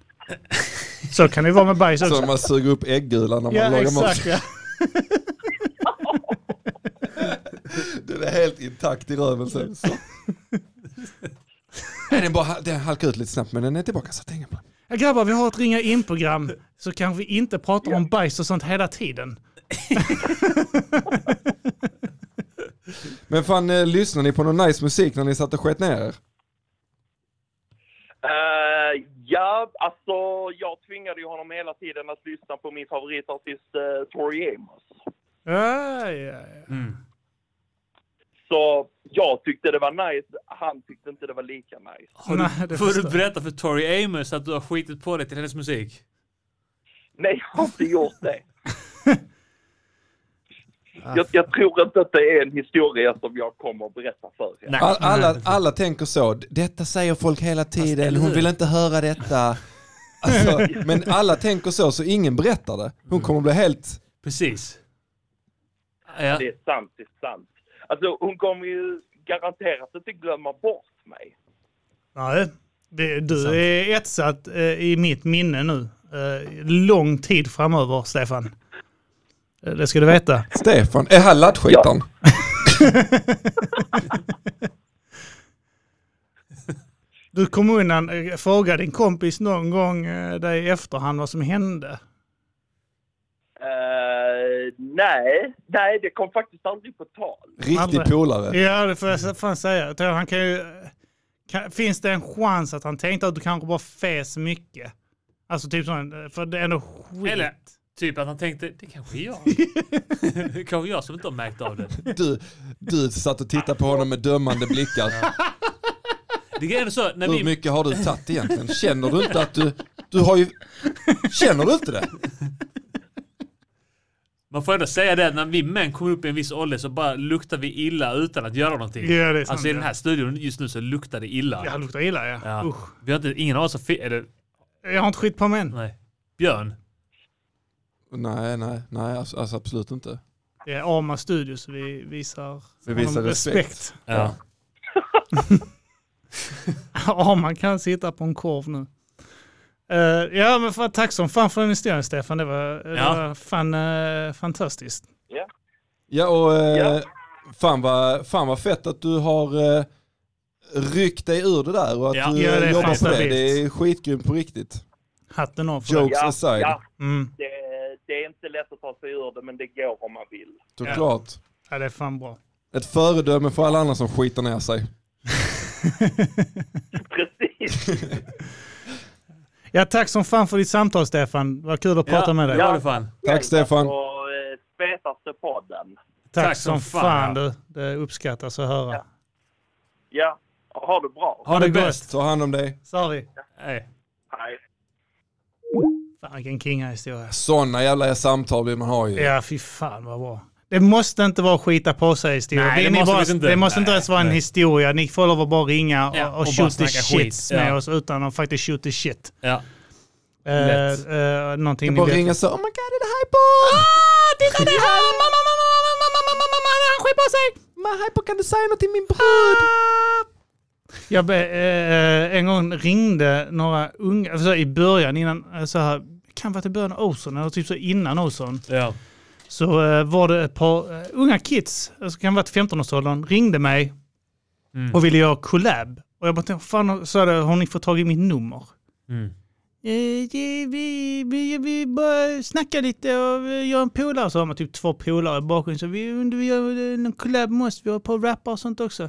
Så kan det ju vara med bajs också.
Så man suger upp äggulan när man
ja,
lagar
exakt,
mat.
ja.
Den är helt intakt i röven sen. Så. Nej, den, bara, den halkade ut lite snabbt men den är tillbaka. Så jag tänker på den.
Ja, grabbar, vi har ett ringa in-program så kanske vi inte pratar om bajs och sånt hela tiden.
Men fan, eh, lyssnar ni på någon nice musik när ni satt och sket ner er?
Eh, ja, alltså jag tvingade ju honom hela tiden att lyssna på min favoritartist uh, Tori Amos.
Ja, ja, ja.
Mm.
Så jag tyckte det var nice, han tyckte inte det var lika nice.
Har
Nej,
du,
det
får du
förstår
berätta för Tori Amos att du har skitit på dig till hennes musik?
Nej, jag har inte gjort det. Jag, jag tror inte att det är en historia som jag kommer att berätta för er.
All, alla, alla tänker så, detta säger folk hela tiden, hon vill inte höra detta. Alltså, men alla tänker så, så ingen berättar det. Hon kommer bli helt...
Precis.
Det är sant, det är sant. Alltså hon kommer ju garanterat inte glömma bort mig.
Nej, det, du är etsat eh, i mitt minne nu. Eh, lång tid framöver, Stefan. Eh, det ska du veta.
Stefan, är han laddskitaren?
Du kom undan, eh, fråga din kompis någon gång eh, dig i efterhand vad som hände.
Eh, nej, nej, det kom faktiskt aldrig på tal.
Aldrig. Ja, det får jag s- fan säga. Jag tror han kan ju, eh, kan, finns det en chans att han tänkte att du kanske bara fes mycket? Alltså typ sån, för det är ändå skit.
Eller typ att han tänkte, det kanske är jag. det kanske är jag som inte har märkt av det.
Du, du satt och tittade på honom med dömande blickar.
Det är ändå så, när
Hur
vi...
mycket har du tagit egentligen? Känner du inte att du... Du har ju... Känner du inte det?
Man får ändå säga det, att när vi män kommer upp i en viss ålder så bara luktar vi illa utan att göra någonting.
Ja, det är sant,
alltså i den här
ja.
studion just nu så luktar det illa.
Ja, det luktar illa ja.
Ja.
Usch.
Vi har inte, ingen av oss har fi- eller
Jag har inte skit på mig än.
Nej. Björn?
Nej, nej, nej, alltså, alltså absolut inte.
Det är Ama Studios, vi visar,
Vi visar
honom
respekt. Ja.
Ama kan sitta på en korv nu. Eh, ja, men fan, tack som fan för den historien Stefan. Det var,
Ja.
det var fan eh, fantastiskt.
Ja, och eh, Fan, vad, fan vad fett att du har eh, ryckt dig ur det där och att
Ja.
du eh,
Ja, det är fan
jobbar på det.
stabilt.
Det är skitgrymt på riktigt.
Hatten av för
Jokes
dig.
aside.
Ja,
Mm.
det, det är inte lätt att ta sig ur det, men det går om man vill.
Såklart.
Ja, det är fan bra.
Ett föredöme för alla andra som skiter ner sig.
Precis.
Ja, tack som fan för ditt samtal Stefan. Vad kul att prata med dig.
Tack Stefan.
Och eh, fetaste podden.
Tack, som fan, du. Det uppskattas att höra.
Ja, ha det bra.
Ha det bäst.
Ta hand om dig.
Sorry.
Hej.
Hej.
Fan vilken kinga-historia.
Sådana jävla samtal vill man ha ju.
Ja, fy fan vad bra. Det måste inte vara skita på sig historia.
Nej, det
ni
måste
bara,
visst inte.
Det måste inte
Nej,
ens vara en
nej.
historia. Ni får lov att bara ringa
Ja,
och,
och
och
bara
shoot the
snacka
shits
skit.
med
Ja.
oss utan att faktiskt shoot the shit.
Ja.
Uh,
Lätt.
uh, någonting
Det
ni
bara
vet.
ringa så, oh my god är det här på?
Ah, titta det här! Mamma, mamma, mamma, mamma, mamma, mamma, mamma, han skit på sig! Ah.
Men Hypo kan du säga något till min brud?
Jag be, eh, en gång ringde några unga, alltså i början innan, eh, så här, kan vara till början av Ozon eller typ så innan Ozon.
Ja.
Så eh, var det ett par eh, unga kids, alltså kan vara till 15-årsåldern, ringde mig
Mm.
och ville göra collab. Och jag bara tänkte, fan, så det, har ni fått tag i mitt nummer?
Mm.
Eh, det- vi, vi, vi bara snackar lite och eh, jag är en polare. Så har man typ två polare i bakgrunden. Så vi, vi gör eh, någon collab med oss. Vi har på rappar och sånt också.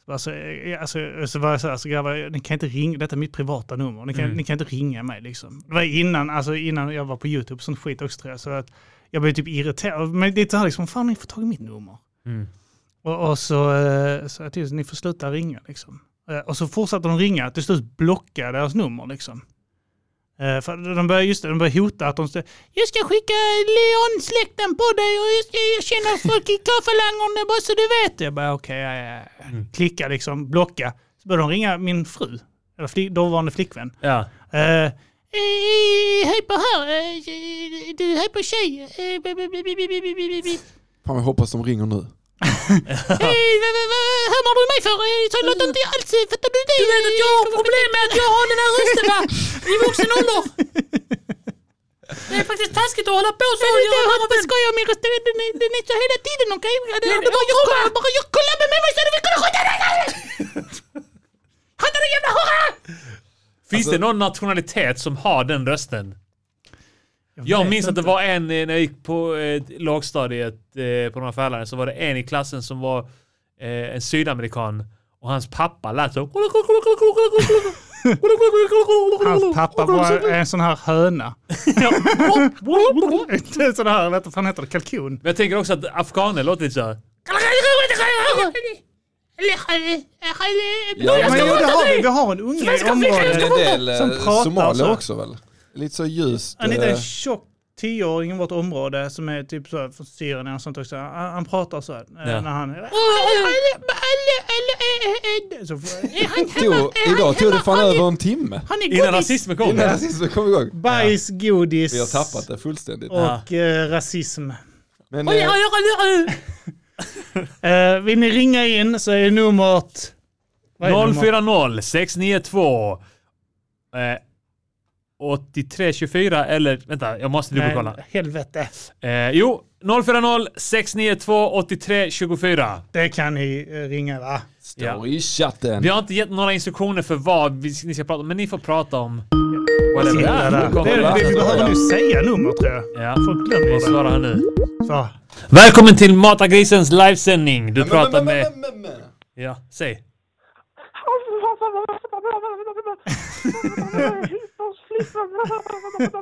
Så, bara, så, eh, alltså, så var jag så här, alltså, grabbar, ni kan inte ringa. Detta är mitt privata nummer. Ni kan,
Mm.
ni kan inte ringa mig liksom. Det var innan, alltså, innan jag var på YouTube och sånt skit också tror jag. Så att jag blev typ irriterad. Men lite så här liksom, fan ni får tag i mitt nummer.
Mm.
Och, och så, eh, så att just, ni får sluta ringa liksom. Eh, Och så fortsatte de ringa, till slut blockade jag deras nummer liksom. Eh, För de började, just det, de började hota att de... stä-
Jag ska skicka Leon-släkten på dig och jag, ska, jag känner folk i kaffelangarna bara så du vet.
Mm.
Jag bara okej, ja, ja, ja. klicka liksom, blocka. Så började de ringa min fru, eller fli, dåvarande flickvän.
Ja.
Eh,
Eh, Hej på här, eh, eh, du hej på tjej. Eh, bi- bi- bi- bi- bi- bi- bi- bi- bi- bi.
Fan jag hoppas de ringer nu.
Eh, vad- vad- vad Hämmar du mig för? Eh, Så låter inte jag alls, eh, fattar du det? Du vet att jag har problem med att jag har den här rösten va? I vuxen ålder. Det är faktiskt taskigt att hålla på så. Jag inte skoja om min röst, den, den, den är så hela tiden okej? Okay? Ja, det var jag kommer, bara jag kollar med mig så hade vi kunnat skjuta dig! Skjuta dig jävla hora!
Finns det någon nationalitet som har den rösten? Jag, minns att det var en eh, när jag gick på eh, lågstadiet eh, på några fällare så var det en i klassen som var eh, en sydamerikan och hans pappa lät så.
Hans pappa var en sån här höna. en sån här, vet du vad han heter, det? kalkon.
Men jag tänker också att afghaner låter lite såhär.
Ja,
Jag
men
ska
jo, det
skjuta
har vi.
dig!
Vi
har en unge
Det
Svenska flickor, jag ska
är
skjuta-
en del
Som
eh,
pratar så
somalier
här.
också väl? Lite så ljust.
En liten
eh,
tjock tioåring i vårt område som är typ så här från Syrien eller sånt också. Han, han pratar så här eh,
Ja.
när han... Så,
tog, idag tog det fan över en timme.
han är Innan godis. rasismen kom.
Innan rasismen kom igång.
Bajs, godis.
Vi har tappat det fullständigt.
Och eh, rasism.
Men,
Oj,
eh,
oj, oj, oj, oj.
Eh, vill ni ringa in så är numret... Vad är numret?
040 692 eh, 8324 eller vänta jag måste dubbelkolla.
Nej, helvete.
Eh, jo 040 692 8324.
Det kan ni eh, ringa va?
Står i chatten.
Vi har inte gett några instruktioner för vad vi, ni ska prata om men ni får prata om whatever.
Titta där.
nu kommer
Det är- vi behöver nu säga nummer tror jag.
Ja.
Folk glömmer
Vi
det.
svarar här nu.
Så.
Välkommen till Mata Grisens livesändning. Du pratar med... Ja, säg.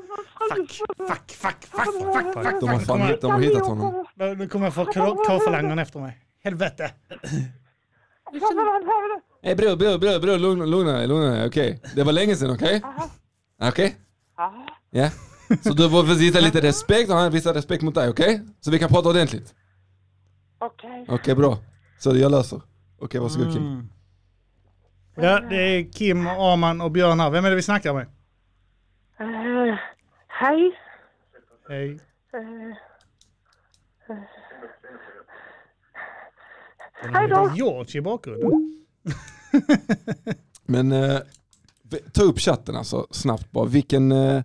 Fuck, fuck, fuck, fuck,
fuck, de har fan hit- de har hittat honom.
Nu- Nu kommer jag få kor- korfalangen efter mig. Helvete.
Hej bror, bror, bror, bror, lugna, lugna dig, lugna dig, okej. Det var länge sedan, okej? Okej? Ja. Så du får visa lite respekt och han visar respekt mot dig, okej? Så vi kan prata ordentligt.
Okej.
Okej, bra. Så jag löser. Okej, varsågod Kim.
Ja, det är Kim, Arman och Björn här. Vem är det vi snackar med?
Eh, hej.
Hej.
Eh, eh. Hej då.
Det är George i bakgrunden.
Men eh, vi- ta upp chatten alltså, snabbt bara. Vilken eh,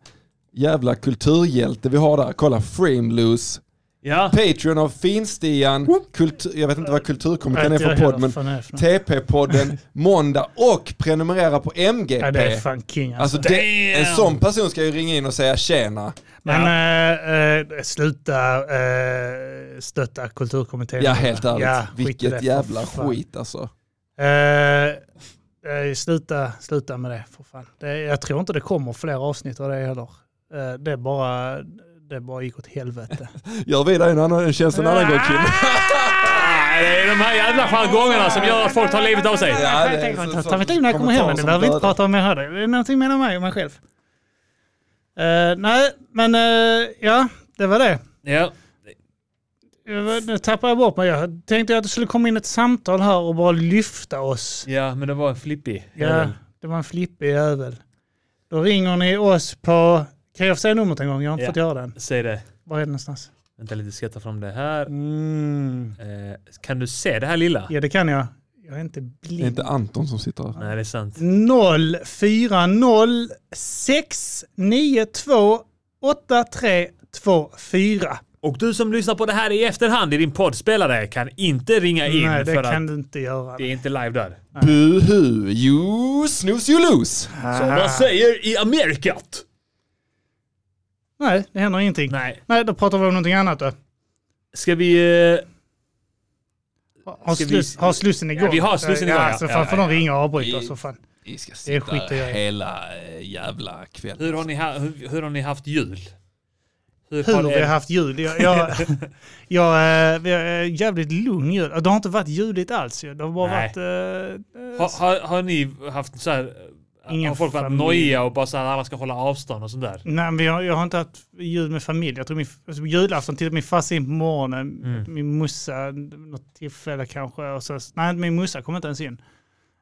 jävla kulturhjälte vi har där. Kolla, Frameloose.
Ja.
Patreon av Finstian, kultur, jag vet inte vad kulturkommittén är
Vet jag
för podd, men
vad fan det är för något.
TP-podden måndag och prenumerera på MGP.
Ja, det är fan king,
alltså.
alltså.
det, En
Damn!
sån person ska ju ringa in och säga tjena.
Men eh, eh, sluta eh, stötta kulturkommittén.
Ja helt ärligt,
Ja, skit i det,
vilket
för
jävla
fan.
skit alltså.
Eh, eh, sluta, sluta med det för fan. Det, jag tror inte det kommer fler avsnitt av det heller. Eh, det, är bara, det bara gick åt helvete.
Gör vi dig en annan en tjänst en annan gång Kim.
Nej, det är de här jävla jargongerna som gör att folk tar livet av sig.
Ja, det
Jag tar- tar mitt liv när jag kommer hem, men det behöver vi inte prata om jag hör det. Det är någonting mellan mig och mig själv. Eh, nej, men eh, ja, det var det.
Ja.
Jag var- Nu tappade jag bort mig. Jag tänkte att det skulle komma in ett samtal här och bara lyfta oss.
Ja, men det var en flippig.
Ja, det var en flippig jävel. Då ringer ni oss på... Kan jag få säga numret en gång? Jag har inte
Ja.
fått göra den.
Säg det.
Var är det någonstans? Mm.
Vänta lite, ska jag ta fram det här? Eh, kan du se det här lilla?
Ja, det kan jag. Jag är inte
Det är
blind.
inte Anton som sitter här.
Nej, det är sant.
040 692 8324.
Och du som lyssnar på det här i efterhand i din poddspelare kan inte ringa in
Nej, det
för
kan
att
du inte göra.
det är inte live där.
Buhu, you snooze you lose.
Som man säger i Amerikat.
Nej, det händer ingenting.
Nej.
Nej, då pratar vi om någonting annat då.
Ska vi... eh,
Har,
ska vi-
slus, har slussen igång?
Ja, vi har slussen igång, ja.
så
Ja,
fan
ja,
får
ja.
de ringa och avbryta oss. så fan.
Vi ska
Det är skit att göra.
hela eh, jävla kvällen.
Hur har ni, ha, hur, hur har ni haft jul?
Hur
har
har vi haft jul? Jag, jag, jag, eh, vi har, eh, jävligt lugn jul. Det har inte varit juligt alls. ju. Det har bara
Nej.
varit... eh,
Har, har, har ni haft så här... eh,
Ingen
har folk varit
familj.
nojiga och bara så här alla ska hålla avstånd och sånt där?
Nej, men jag, jag har inte haft jul med familj. Jag tror min, alltså, på julafton tittade min farsa in på morgonen,
Mm.
min mussa något tillfälle kanske. Och så, nej, min mussa kom inte ens in.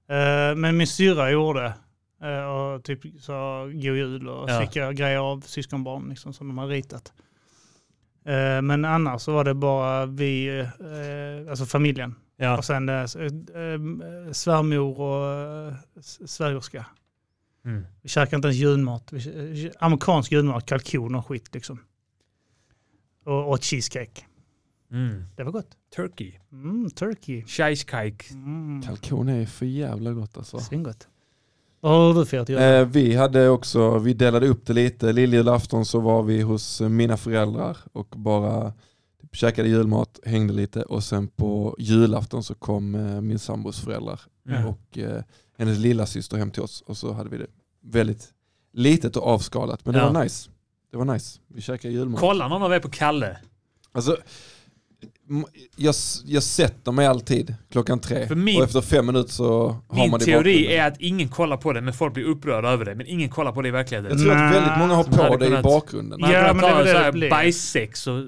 Eh, men min syrra gjorde. eh, och typ sa god jul och
Ja.
fick jag grejer av syskonbarn liksom, som de har ritat. Eh, men annars så var det bara vi, eh, alltså familjen.
Ja.
Och sen eh, s- eh, svärmor och eh, s- svägerska.
Mm.
Vi käkade inte ens julmat. Vi, eh, amerikansk julmat, kalkon och skit liksom. Och, och cheesecake.
Mm.
Det var gott.
Turkey.
Mm, turkey.
Scheisskike.
Mm.
Kalkon är för jävla gott alltså.
Svingott. Vad har du för att göra?
Eh, vi hade också, vi delade upp det lite. Lilljulafton så var vi hos eh, mina föräldrar och bara typ käkade julmat, hängde lite och sen på julafton så kom eh, min sambos föräldrar
Mm.
och eh, hennes lilla syster hem till oss och så hade vi det väldigt litet och avskalat men det
Ja.
var nice. Det var nice. Vi käkade julmat.
Kollar någon av er på Kalle?
Alltså, m- jag, s- jag sätter mig alltid klockan tre
För min-
och efter fem minuter så har
Min
man det i
teori
bakgrunden.
är att ingen kollar på det, men folk blir upprörda över det. Men ingen kollar på det i verkligheten.
Jag tror att väldigt många har
Man hade
på det i
kunnat-
bakgrunden.
Man
Ja,
hade
men
kunnat
det är väl
ta en
det det
sån här
blir.
bajssex och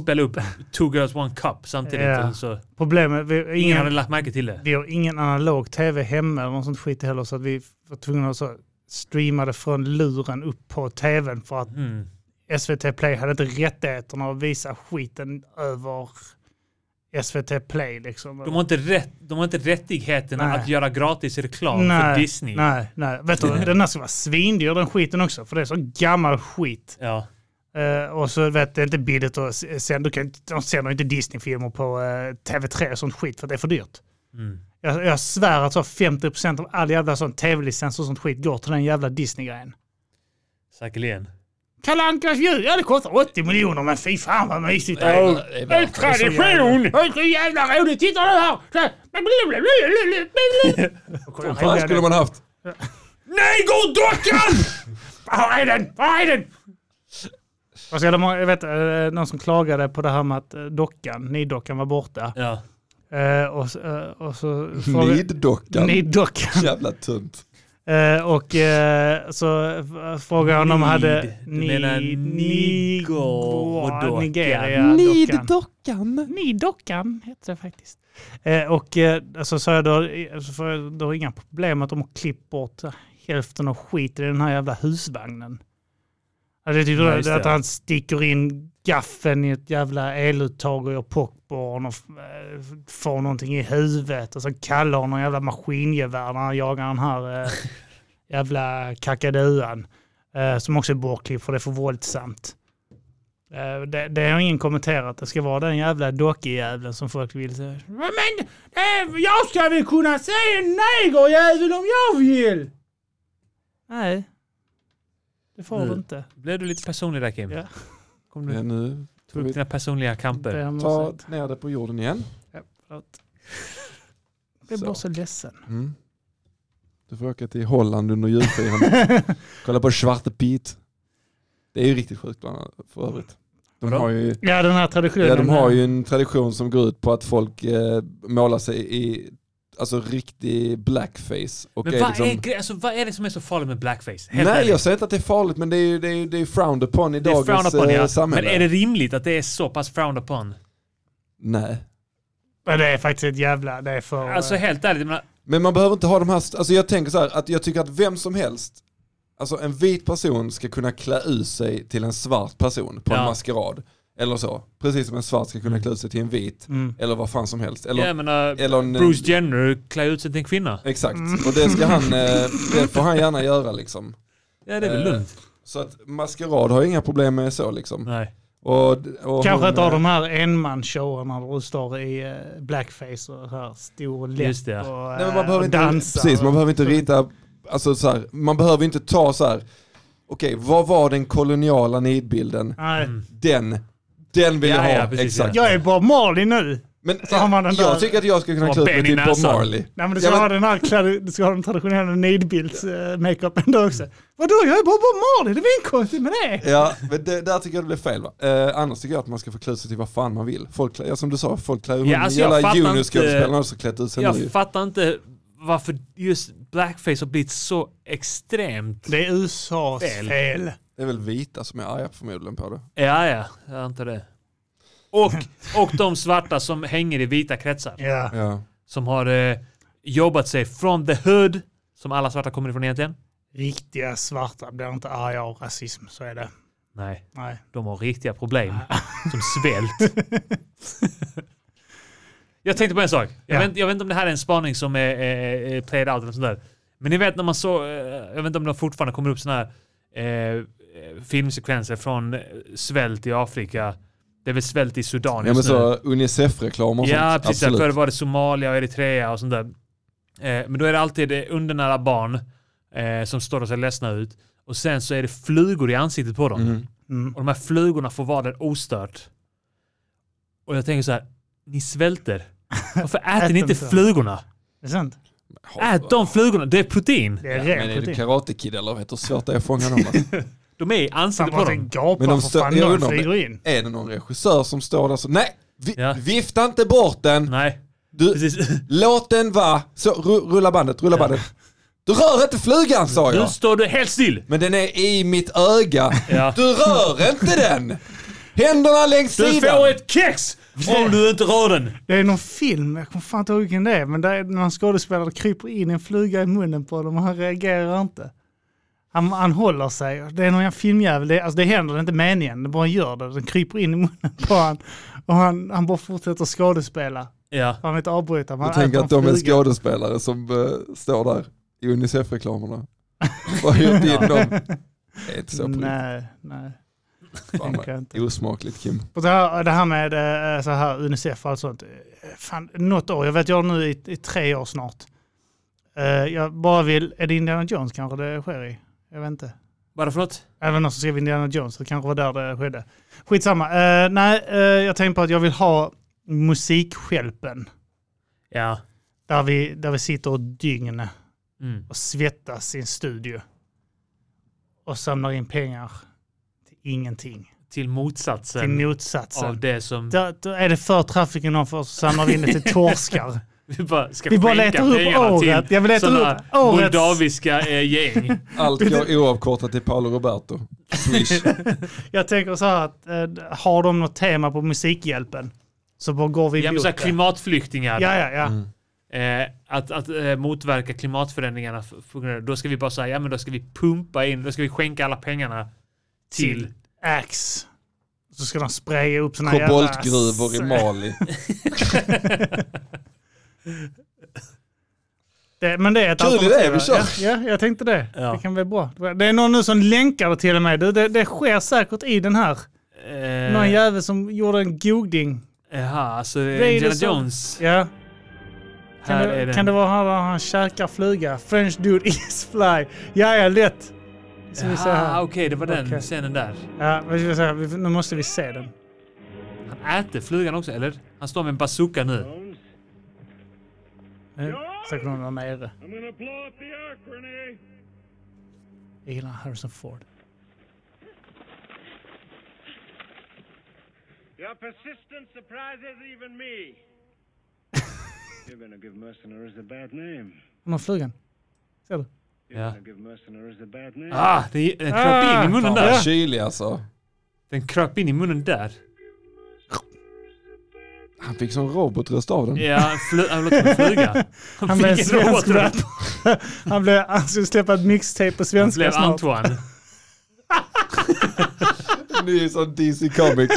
spela upp Two Girls One Cup samtidigt.
Ja.
Och så.
Problemet, vi,
Ingen hade lagt märke till det.
Vi har ingen analog tv hemma eller något sånt skit heller så att vi var tvungna att så streama det från luren upp på tvn för att
Mm.
SVT Play hade inte rättigheterna att visa skiten över SVT Play liksom.
De har inte, rätt, de har inte rättigheterna
Nej.
att göra gratis reklam för Disney. Mm.
Nej, nej. Vet du, den här ska vara svindyr den skiten också, för det är så gammal skit.
Ja.
Eh, och så vet du, det är inte billigt att s- sända, du kan inte- de sänder inte Disney-filmer på eh, TV3 och sånt skit för det är för dyrt.
Mm.
Jag, jag svär att så 50% av all jävla sån tv-licens och sånt skit går till den jävla Disney-grejen.
Säkerligen.
Kalle Ankas jul, ja det kostar 80 miljoner men fy fan vad mysigt det
Ja,
är.
det är bra. En tradition!
Det är så jävla roligt, titta nu här!
Vad fan skulle man haft?
Nej, gå dockan!
Var är den? Var är den? Och så är det många, jag vet, eh, någon som klagade på det här med att eh, dockan, niddockan var borta.
Ja.
Eh, och, så- eh, och så...
Niddockan.
Niddockan.
Jävla tunt.
Eh, och eh, så f- frågade hon om hon hade...
Du menar Nigodockan.
Nigeria.
Niddockan.
Niddockan heter det faktiskt. Eh, och eh, alltså, så jag då, eh, så får jag då inga problem att de har klippt bort hälften av skiten i den här jävla husvagnen. Alltså, det
Ja,
är
just
typ
det.
att han sticker in gaffeln i ett jävla eluttag och gör pockborn och eh, får någonting i huvudet och så kallar hon någon jävla maskingevär när han jagar den här eh, jävla kakaduan. Eh, som också är bortklippt för det är för våldsamt. Eh, det, det har ingen kommenterat. Det ska vara den jävla dockejäveln som folk vill se. Men eh, jag ska väl kunna se en negerjävel om jag vill! Nej. Det får
Nu
du inte.
Blev du lite personlig där Kim?
Ja.
Kom
Ja,
du
nu
tog upp dina personliga kamper.
om
ta
ursäkt.
ner det på jorden igen.
Ja, förlåt. Jag blir bara så ledsen.
Mm. Du får åka till Holland under julfirandet. Kolla på Svarte Piet. Det är ju riktigt sjukt bland annat, för övrigt. De
Vadå?
har ju,
Ja, den här traditionen.
ja, de har ju en tradition som går ut på att folk eh, målar sig i alltså, riktig blackface. Och
Men
är
vad,
liksom,
är, gre- alltså, vad är det som är så farligt med blackface? Helt
Nej,
ärligt.
jag säger inte att det är farligt, men det är ju det är, ju- det är ju frowned upon i
Det är frowned
dagens
upon,
eh,
ja.
samhälle.
Men är det rimligt att det är så pass frowned upon?
Nej.
Men det är faktiskt ett jävla... Det är för...
Alltså helt ärligt, jag menar,
Men man behöver inte ha de här, alltså jag tänker så här, att jag tycker att vem som helst, alltså en vit person ska kunna klä ut sig till en svart person på en
Ja.
maskerad. Eller så, precis som en svart ska kunna klä ut sig till en vit,
Mm.
eller vad fan som helst. Eller,
jag menar
eller en,
Bruce Jenner klär ut sig till en kvinna.
eh, Exakt, och det ska han, eh, det får han gärna göra liksom.
Ja, det är väl
Eh,
lugnt.
Så att maskerad har jag inga problem med så liksom.
Nej.
Och, och
Kanske
hon,
inte har
eh,
de här enmansshowerna där du står i eh, blackface och så här stor och lätt
Just det, ja.
och,
Nej, men man
eh,
behöver
och
inte,
dansar.
precis, man behöver inte rita, alltså så här, man behöver inte ta så här, okej vad var den koloniala nidbilden?
Nej.
Den, den vill
Ja,
jag ha,
ja, precis,
exakt.
Jag är Bob Marley nu.
Men
Så har man den där.
jag tycker att jag skulle kunna
Och
klä ut mig
ben i
till Bob
näsan.
Marley.
Nej, men du
Ja,
ska, ha den här kläder, du ska ha den traditionella nidbilds-makeupen då också. Vadå, jag är bara Bob Marley, det är väl inget konstigt med det?
Ja, men det, där tycker jag det blev fel va? Eh, annars tycker jag att man ska få klä sig till vad fan man vill. Folk klä, ja, som du sa, folk klär ju
Ja, alltså, jag
Hela
fattar
junior-skådespelarna
inte-
har också klätt ut sig nu.
Jag fattar inte varför just blackface har blivit så extremt.
Det är USAs
Fel.
fel.
Det är väl vita som är arga förmodligen på det.
Ja, ja, jag antar det. Och, och de svarta som hänger i vita kretsar.
Ja.
Ja.
Som har eh, jobbat sig från the hood, som alla svarta kommer ifrån egentligen.
Riktiga svarta blir inte arga av rasism, så är det.
Nej.
Nej.
De har riktiga problem. som svält. jag tänkte på en sak. Jag,
Ja.
vet, jag vet inte om det här är en spaning som är, är, är played out eller sånt där. Men ni vet när man såg, eh, jag vet inte om det fortfarande kommer upp sådana här eh, filmsekvenser från eh, svält i Afrika. Det är väl svält i Sudan
Ja men
just nu.
så Unicef-reklam och
Ja,
sånt.
precis.
Absolut.
Förr var det Somalia och Eritrea och sånt där. Eh, men då är det alltid eh, undernära barn eh, som står och ser ledsna ut. Och sen så är det flugor i ansiktet på dem.
Mm.
Och de här flugorna får vara där ostört. Och jag tänker så här, ni svälter. Varför äter ni
Ät
inte
inte.
flugorna?
Det är sant.
Ät de flugorna, det är protein.
Det är
Ja,
ren
men är det
protein.
Karate Kid eller vet du hur svårt det är att fånga dem? alltså?
De är i ansiktet på
Fan, vad
dem.
det gapar
Men de
för
stå-
fan,
jag
de
undrar om
flyger
det-
in.
Är det någon regissör som står där så, nej! Vi, Vifta inte bort den!
Nej.
Du, låt den vara! Så, ru- rulla bandet, rulla bandet. Du rör inte flugan sa
Nu
jag!
står du helt still!
Men den är i mitt öga.
Ja.
Du rör inte den! Händerna längs
Du
sidan!
får ett kex om du inte rör den.
Det är någon film, jag kommer fan inte ihåg vilken det är, men där är när en skådespelare kryper in en fluga i munnen på dem och han reagerar inte. Han, han håller sig. Det är någon jävla filmjävel, det, alltså det händer, det är inte meningen, det bara han gör det. Den kryper in i munnen på han och han, han bara fortsätter skådespela.
Ja.
Han vill inte avbryta, men
Jag
han äter
tänker
en
att de är
fluga.
skådespelare som eh, står där i Unicef-reklamerna. Och har gjort in dem. Det är inte så på riktigt.
Nej, nej.
Fan,
Det kan jag inte.
Osmakligt Kim.
Och det här, det här med eh, så här Unicef och allt sånt. eh, Fan, något år, jag vet jag har nu i, i tre år snart. Eh, jag bara vill, är det Indiana Jones kanske det sker i? Jag vet inte.
Vad är det för något?
Även någon som skrev Indiana Jones, det kanske var där det skedde. Skitsamma. Eh, nej, eh, jag tänkte på att jag vill ha Musikhjälpen.
Ja.
Där vi, där vi sitter ett dygn
Mm.
och svettas i en studio. Och samlar in pengar till ingenting.
Till motsatsen.
Till motsatsen.
Av det som...
Där, då är det för trafficking och för så samlar vi in det till torskar.
Vi bara, ska
Vi bara
skänka
letar upp
pengarna
året.
till
Jag vill leta
såna
upp årets-
moldaviska eh, gäng.
Allt går oavkortat till Paolo Roberto. Swish.
Jag tänker så här att eh, har de något tema på Musikhjälpen så bara går vi
Ja, men
emot
så här,
det.
klimatflyktingar.
Ja, ja, ja. Mm.
Eh, att att eh, motverka klimatförändringarna. f- på grund av- Då ska vi bara säga, ja men då ska vi pumpa in, då ska vi skänka alla pengarna till...
Axe. Så ska de spraya upp såna
Koboltgruvor i Mali.
Det, men det är ett
Kul
alternativ,
idé, vi kör.
Ja, ja, jag tänkte det.
Ja.
Det kan bli bra. Det är någon nu som länkar det till och med. Det, det, det sker säkert i den här.
Eh,
Någon jävel som gjorde en googling.
Jaha, alltså
är det
Indiana
som-
Jones.
Ja. Kan,
Här är
det,
den.
kan det vara här där han käkar fluga? French dude is fly. Ja, ja, lätt. Som vi ser
Jaha,
här.
okej, det var den
Okej.
scenen där.
Ja, men vi ska säga, vi- nu måste vi se den.
Han äter flugan också, eller? Han står med en bazooka nu.
Nu Säkert någon där nere.
I'm gonna blow up the acronym.
Jag gillar Harrison Ford.
Your persistence surprises even me. You're gonna give mercenaries a bad name.
Han har flugan. Ser du?
You're
Ja.
gonna give mercenaries a bad name.
Ah, den, den kröp in i munnen
Fan
där.
vad kylig alltså.
Den kröp in i munnen där.
Han fick sån robotröst av den.
Ja, han fly- han låter som en fluga. Han
Han
fick
blev
en
svensk
robotröst.
rappare. Han, blev, han skulle släppa ett mixtape på
Han
svenska
blev
snart.
Antoine.
Ny sån DC Comic.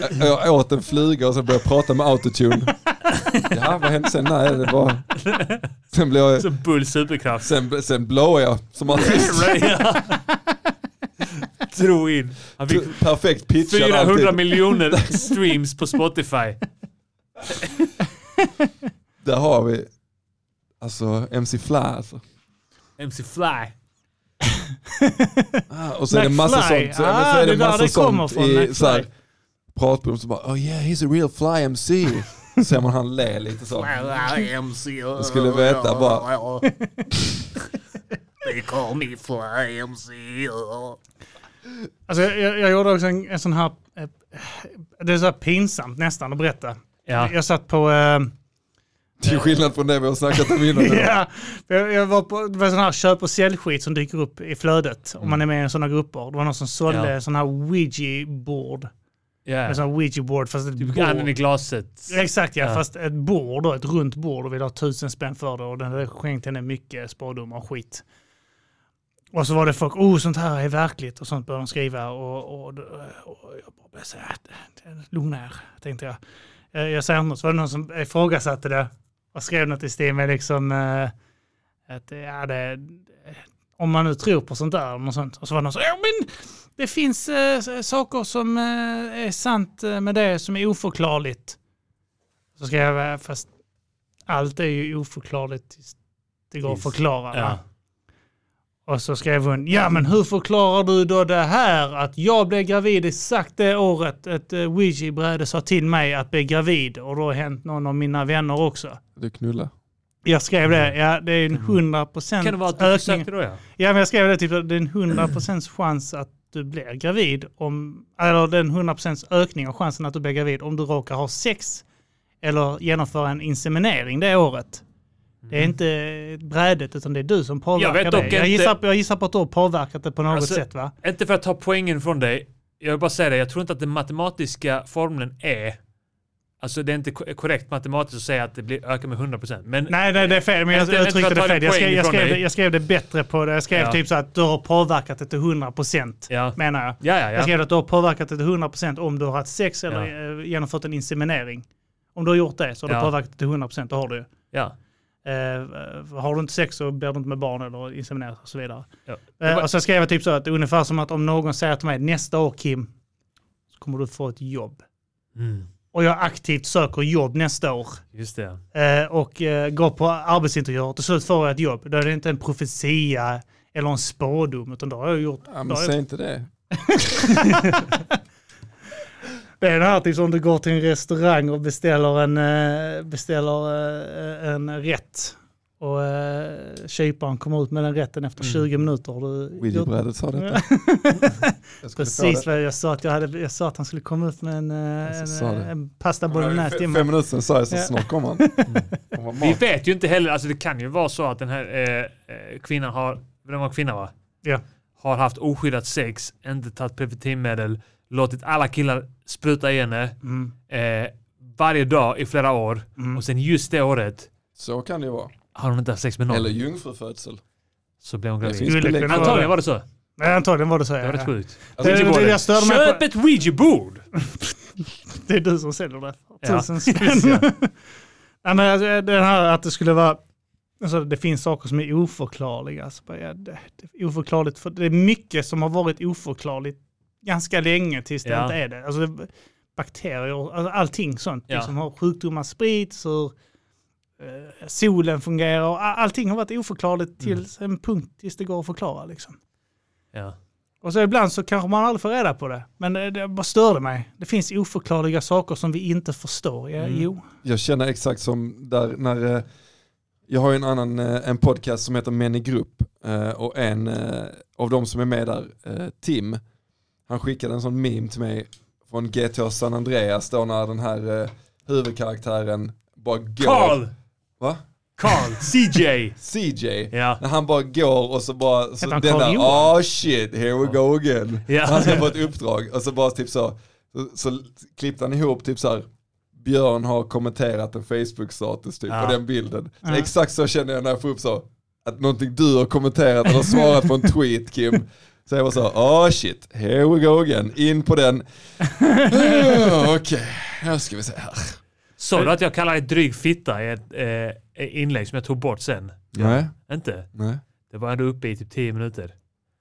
Jag- Jag åt en fluga och sen började jag prata med autotune. Ja, vad hände sen? Nej, det var... Sen blev jag...
Som Bull superkraft.
Sen, sen blowade jag som artist.
Ja. Drog in. Han fick
Perfekt pitchad
400
alltid.
miljoner streams på Spotify.
Där har vi... Alltså, MC Fly alltså.
MC Fly.
Ah, Och så är det massa
McFly.
sånt. Ah, men så
Ah,
är det,
det där
massa
det kommer
sånt
från,
i
McFly.
så här, pratprogram som bara oh yeah he's a real fly MC. Så ser man han le lite så.
MC.
Du skulle veta bara.
They call me Fly MC.
Alltså, jag, jag gjorde också en, en sån här... eh, Det är så här pinsamt nästan att berätta.
Ja.
Jag satt på... eh,
Till skillnad från det vi har snackat om innan.
ja, jag, jag var på det var sån här köp och säljskit som dyker
Mm.
upp i flödet om man är med i sådana grupper. Det var någon som sålde
Ja.
sån här ouija-bord.
Ja.
En sån här Ouija board fast ett
Typ
bord.
anden i glaset.
Exakt ja,
Ja.
fast ett bord då, ett runt bord och vill ha tusen spänn för det och den där skänkte henne mycket spådomar och skit. Och så var det folk, oh sånt här är verkligt och sånt började de skriva och, och, och jag bara började säga, "Äh, lugna er, tänkte jag. Eh, Jag säger något, så var det någon som ifrågasatte det och skrev något i stil med liksom eh, att ja, det, om man nu tror på sånt där och sånt. Och så var det någon som, ja men det finns eh, s- saker som eh, är sant eh, med det som är oförklarligt. Så ska jag, eh, fast allt är ju oförklarligt tills det går att
Tills-
förklara.
ja.
va? Och så skrev hon, ja men hur förklarar du då det här att jag blev gravid exakt det året ett eh, ouija-bräde sa till mig att bli gravid och då har hänt någon av mina vänner också.
Du knulla.
Jag skrev det, ja det är en 100 procent
Kan det vara att du försökte då, ja?
Ja men jag skrev det typ, att det är en 100 procents chans att du blir gravid om, eller det är en 100 procents ökning av chansen att du blir gravid om du råkar ha sex eller genomföra en inseminering det året. Det är inte brädet utan det är du som påverkar
vet dock
det.
inte-
Jag gissar, på- jag gissar på att du har påverkat det på något
Alltså,
sätt va?
Inte för att ta poängen från dig. Jag vill bara säga det, jag tror inte att den matematiska formeln är... Alltså det är inte ko- korrekt matematiskt att säga att det blir, ökar med 100%. Men
Nej, nej, det är fel. Men jag,
Inte-
jag
inte för
tryckte
att
det
ta
fel.
din
Jag skrev,
poäng
jag,
ifrån
skrev det,
dig.
jag skrev det bättre på det. Jag skrev
Ja.
typ så att du har påverkat det till 100 procent. Menar jag.
Ja, ja, ja.
Jag skrev att du har påverkat det till 100 procent om du har haft sex eller eh, genomfört en inseminering. Om du har gjort det så har
Ja.
du påverkat det till 100 procent. Det har du ju.
Ja.
Eh, har du inte sex så blir du inte med barn eller inseminerat och så vidare.
Ja.
Eh, och så skrev jag typ så att ungefär som att om någon säger till mig nästa år Kim så kommer du få ett jobb.
Mm.
Och jag aktivt söker jobb nästa år.
Just det.
Eh, och eh, går på arbetsintervjuer. Till slut får jag ett jobb. Då är det inte en profetia eller en spådom utan då har jag gjort...
Ja,
då
men
har
säg
jag,
inte det.
det är det här typ som om du går till en restaurang och beställer en, eh, beställer, eh, en rätt. Och eh, kyparen kommer ut med den rätten efter 20 minuter. Har du
Mm. Ouija-brädet sa detta. Jag skulle få
Precis
det.
vad jag sa. Att jag, hade, jag sa att han skulle komma ut med en, eh,
Jag
en,
sa det.
eh, en pasta
Men det var ju
bolognese.
fe-
till mig.
Fem minuter sedan sa jag så
Ja.
snart kommer han. Kommer
Vi
mat.
vet ju inte heller, alltså det kan ju vara så att den här eh, eh, kvinnan har, den var en kvinna va?
Ja.
Har haft oskyddat sex, inte tagit preventivmedel, låtit alla killar spruta i henne
Mm.
eh, varje dag i flera år och sen just det året
Så kan det ju vara.
har hon inte haft sex med någon.
Eller jungfrufödsel.
så blev hon
Det
gravid.
finns Skulle belägg kunna för
Antagligen
det.
var det så.
Nej, antagligen var det så.
Det var rätt sjukt.
Alltså, det- det-
Ouija-bordet.
jag störde mig
Köp
på-
ett Ouija-bord!
Det är du som säljer det.
Ja.
Tusen spänn. Nej, men alltså, den här att det skulle vara, alltså, det finns saker som är oförklarliga. Alltså, bara, ja, det, det, är oförklarligt för, det är mycket som har varit oförklarligt ganska länge tills det
Ja.
inte är det. Alltså, det bakterier, alltså, allting sånt.
Ja.
Liksom, hur sjukdomar sprids, hur eh, solen fungerar. och a- Allting har varit oförklarligt
Mm.
tills en punkt tills det går att förklara. Liksom.
Ja.
Och så ibland så kanske man aldrig får reda på det. Men eh, det, det bara störde mig. Det finns oförklarliga saker som vi inte förstår. Ja,
Mm.
Jo.
Jag känner exakt som där när eh, jag har ju en annan eh, en podcast som heter Män i grupp eh, och en eh, av de som är med där, eh, Tim, han skickade en sån meme till mig från GTA San Andreas då när den här eh, huvudkaraktären bara går.
Carl!
Va?
Carl, CJ!
CJ,
Ja.
när han bara går och så bara, så
Heter han
den där,
Carl Johan?
oh shit, here we go again.
Ja.
Han ska få ett uppdrag och så bara typ så, så, så klippte han ihop typ så här, Björn har kommenterat en Facebook-status typ
Ja.
på den bilden. Så
Ja.
Exakt så känner jag när jag får upp så, att någonting du har kommenterat eller svarat på en tweet Kim. Så jag var så, oh shit, here we go again, in på den. Ah, Okej, nu ska vi se här.
Såg du att jag kallade dig dryg fitta i ett eh, inlägg som jag tog bort sen?
Nej.
Inte?
Nej.
Det var ändå uppe i typ 10 minuter.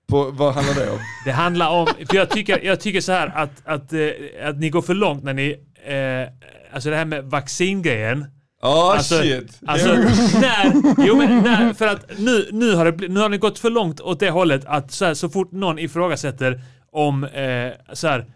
På, vad handlar det om?
Det handlar om, för jag tycker, jag tycker så här att, att, eh, att ni går för långt när ni, eh, alltså det här med vaccingrejen.
Ja,
alltså,
Ah, shit.
Alltså,
Here we go.
när, jo, men när, för att nu, nu, har det, bli- nu har ni gått för långt åt det hållet att så, här, så fort någon ifrågasätter om eh, så här,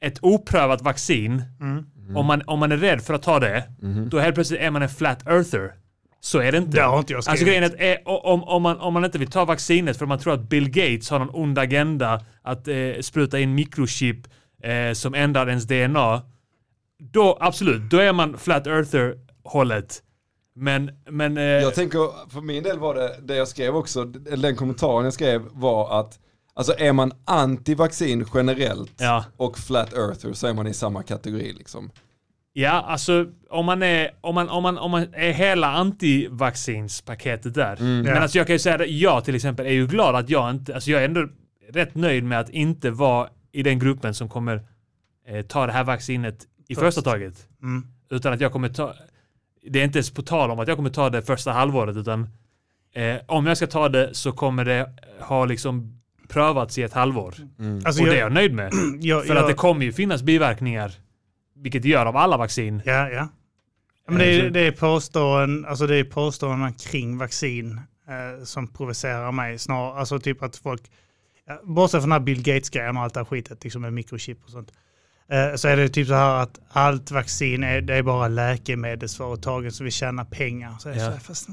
ett oprövat vaccin,
Mm.
Om, man, om man är rädd för att ta det, då helt plötsligt är man en flat earther. Så är det inte.
Det har inte jag skrivit.
Alltså grejen är att eh, om, om, man, om man inte vill ta vaccinet för man tror att Bill Gates har någon ond agenda att eh, spruta in mikrochip eh, som ändrar ens DNA. Då absolut, då är man flat earther hållet. Men, men... eh,
Jag tänker, för min del var det, det jag skrev också, eller den kommentaren jag skrev var att Alltså är man anti-vaccin generellt och flat earther så är man i samma kategori liksom.
Ja, alltså om man är, om man, om man, om man är hela antivaccinspaketet där.
Mm.
Men
Ja.
alltså jag kan ju säga att jag till exempel är ju glad att jag inte, alltså jag är ändå rätt nöjd med att inte vara i den gruppen som kommer eh, ta det här vaccinet i
Först.
första taget.
Mm.
Utan att jag kommer ta, det är inte ens på tal om att jag kommer ta det första halvåret utan eh, om jag ska ta det så kommer det ha liksom prövats i ett halvår.
Alltså,
och
jag-
det är jag nöjd med.
Jag-
För
jag-
att det kommer ju finnas biverkningar, vilket det gör av alla vaccin.
Ja, ja. Men det,
Eh,
är, det, är påståenden, alltså det är påståenden kring vaccin eh, som provocerar mig snarare. Alltså typ att folk, ja, bortsett från den här Bill Gates-grejen och allt det här skitet liksom med mikrochip och sånt, eh, så är det typ så här att allt vaccin är, det är bara läkemedelsföretagen som vill tjäna pengar. Så jag,
Ja.
ja. fast,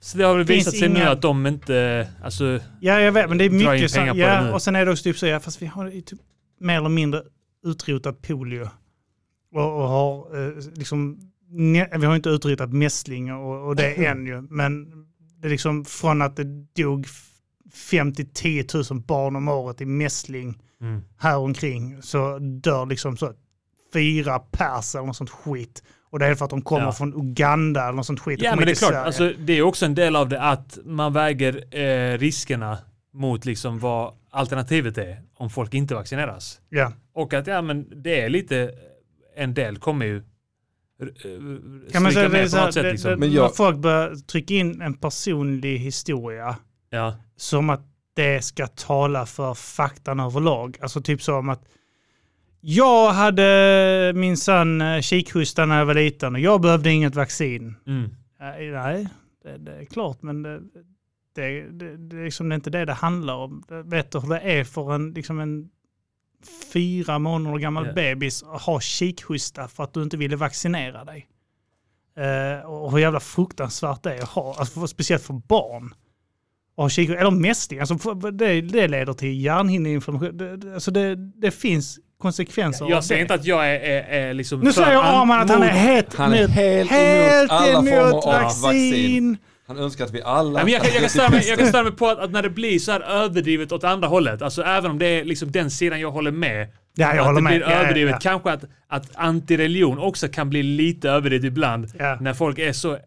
Så det har väl
Finns
visat sig nu
inga-
att de inte, alltså,
ja, jag vet, men det är
Dra in
mycket
pengar
så,
på det nu.
ja, och sen är det också typ så, ja, fast vi har ju typ mer eller mindre utrotat polio. Och, och har eh, liksom, ne- vi har inte utrotat mässling och, och det än ju, men det är liksom från att det dog 50-10 000 barn om året i mässling
Mm.
här omkring så dör liksom så fyra pers eller något sånt skit. Och det är för att de kommer
Ja.
från Uganda eller något sånt skit. De
ja
kommer
men det är
inte
klart,
till Sverige.
alltså, det är också en del av det att man väger eh, riskerna mot liksom vad alternativet är om folk inte vaccineras.
Ja.
Och att ja men det är lite, en del kommer ju eh,
Kan
stryka
man säga
med
det är
på
så här,
något sätt,
det,
liksom.
det, när folk börjar trycka in en personlig historia
Ja.
som att det ska tala för faktan överlag. Alltså typ som att jag hade min son eh, kikhosta när jag var liten och jag behövde inget vaccin.
Mm.
Nej, nej, det, det är klart men det, det, det, det, är liksom, det är inte det det handlar om. Det- Vet du hur det är för en, liksom en fyra månader gammal
Ja.
bebis att ha kikhosta för att du inte ville vaccinera dig? Eh, och hur jävla fruktansvärt det är att ha, alltså, för, speciellt för barn. Och ha kikhosta, eller mässling, alltså, för- det, det leder till hjärnhinneinflammation. Det, det, alltså, det, det finns konsekvenser
Jag
av det.
säger inte att jag är, är, är liksom
Nu
för
säger
an-
Arman att han är
mot-
helt emot,
emot alla former av
vaccin.
Han önskar att vi alla...
Nej, men jag, kan, jag, kan
hade
störa mig,
blivit
jag kan störa mig på att, att när det blir så här överdrivet åt andra hållet, alltså även om det är liksom den sidan jag håller med,
Ja, jag
att
håller
det
med.
blir
Ja, ja,
överdrivet,
ja.
kanske att, att antireligion också kan bli lite överdrivet ibland, när folk är så... Eh,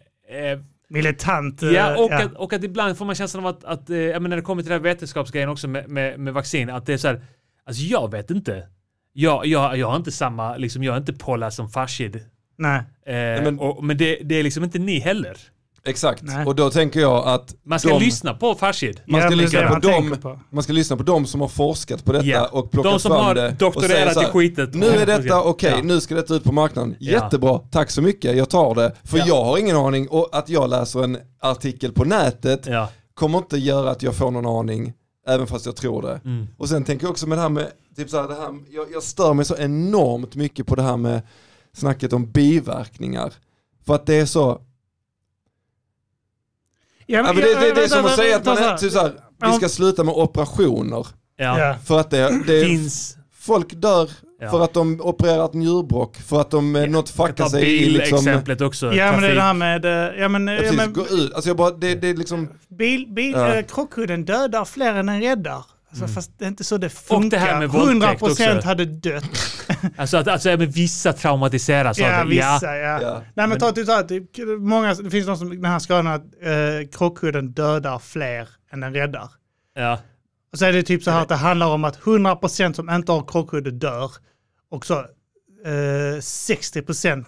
Militant. eh,
Ja, och,
ja.
Att, och att ibland får man känslan av att, att eh, ja, men när det kommer till den här vetenskapsgrejen också med, med, med vaccin, att det är så här, alltså jag vet inte. Jag, jag, jag har inte samma, liksom, jag är inte pollad som Farshid.
Nej.
Eh,
men-
men och, men det, det är liksom inte ni heller.
Exakt, och då tänker jag att...
Man ska
de-
lyssna på Farshid.
Man ska, lyssna på dem,
på.
man ska lyssna på dem som har forskat på detta
Ja.
och plockat
De som
fram
har
det. och
doktorerat
säger så här,
i skitet.
Nu är detta okej,
Ja.
nu ska detta ut på marknaden.
Ja.
Jättebra, tack så mycket, jag tar det. För jag har ingen aning och att jag läser en artikel på nätet kommer inte göra att jag får någon aning, även fast jag tror det.
Mm.
Och sen tänker jag också med det här med, typ så här, det här, jag, jag stör mig så enormt mycket på det här med snacket om biverkningar. För att det är så,
Ja,
Ja, men det, det, det är som att säga att man är, typ såhär, vi ska sluta med operationer.
Ja. Ja.
För att det, det
Finns.
Folk dör
Ja.
för att de opererar ett njurbråck, för att de ja. något fuckar
Ta
sig i liksom...
bilexemplet också.
Ja, men det är det
trafik.
här med... eh, Ja, men,
Ja,
ja,
precis,
men,
gå ut. Alltså jag bara, det, det är liksom...
bil, bil,
Ja.
eh, krockkudden dödar fler än den räddar. Alltså,
Mm.
Fast det är inte så det funkar.
Och det här med våldtäkt
100 procent
också.
hade dött.
Alltså att alltså, även vissa traumatiseras
ja,
av Alltså, det.
vissa ja. Nej, men ta typ så här, typ, många, det finns någon som, den här skadan att eh, krockkudden dödar fler än den räddar.
Ja.
Och så är det typ så här att det handlar om att 100% som inte har krockkudde dör och så eh, 60%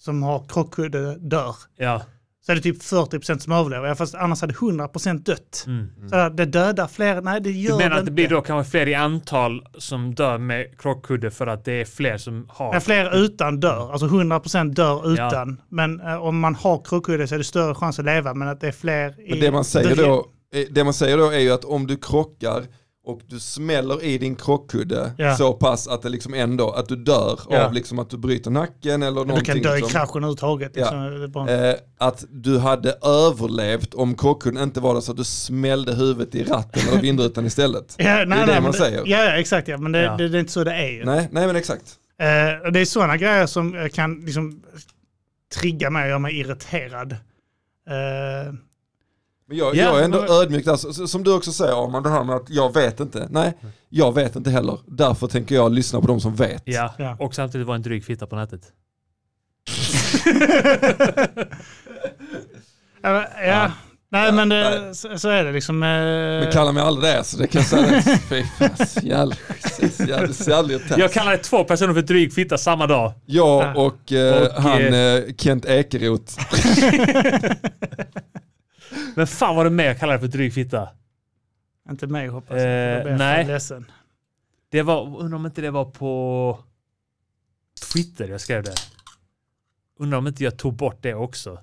som har krockkudde dör.
Ja.
Så är det typ 40% som överlever, Ja, fast annars hade 100% dött.
Mm.
Så här, det dödar fler, nej det
Du
gör
menar
det
att det
inte.
blir då kanske fler i antal som dör med krockkudde för att det är fler som har?
Ja, fler utan dör, alltså 100% dör
Ja.
utan. Men eh, om man har krockkudde så är det större chans att leva, men att det är fler
Men
i...
det man, säger
död-
då, eh, det man säger då är ju att om du krockar och du smäller i din krockkudde
Ja.
så pass att det liksom ändå, att du dör
Ja.
av liksom att du bryter nacken eller
Du
någonting.
kan dö i
liksom.
kraschen överhuvudtaget. Liksom. Det är bara-
Eh, att du hade överlevt om krockkudden inte var där så att du smällde huvudet i ratten eller vindrutan istället.
Ja, nej,
det är
nej,
det
men
man säger.
Ja, ja, exakt ja. Men det,
Ja.
Det, det är inte så det är ju.
Nej, nej men exakt.
Eh, och det är sådana grejer som eh, kan liksom trigga mig och göra mig irriterad. Eh,
Men jag,
Ja,
jag är ändå
men-
ödmjuk där, Så- så- som du också säger Arman, det här med att jag vet inte. Nej, jag vet inte heller. Därför tänker jag lyssna på de som vet.
Ja. och samtidigt var en dryg fitta på nätet.
Ja, men- ja. Nej, men det, Så, så är det liksom.
Eh,
Men kalla mig aldrig det, så det kan jag säga. Fy fan, jävla- jävla- jävla test.
Jag kallade två personer för dryg fitta samma dag.
Jag och, eh,
Och,
han
eh,
eh, Kent Ekeroth.
Men fan var det mer jag kallade för dryg fitta?
Inte mig hoppas
Eh,
jag. Uh,
nej.
Ledsen.
Det var, undrar om inte det var på Twitter jag skrev det. Undrar om inte jag tog bort det också.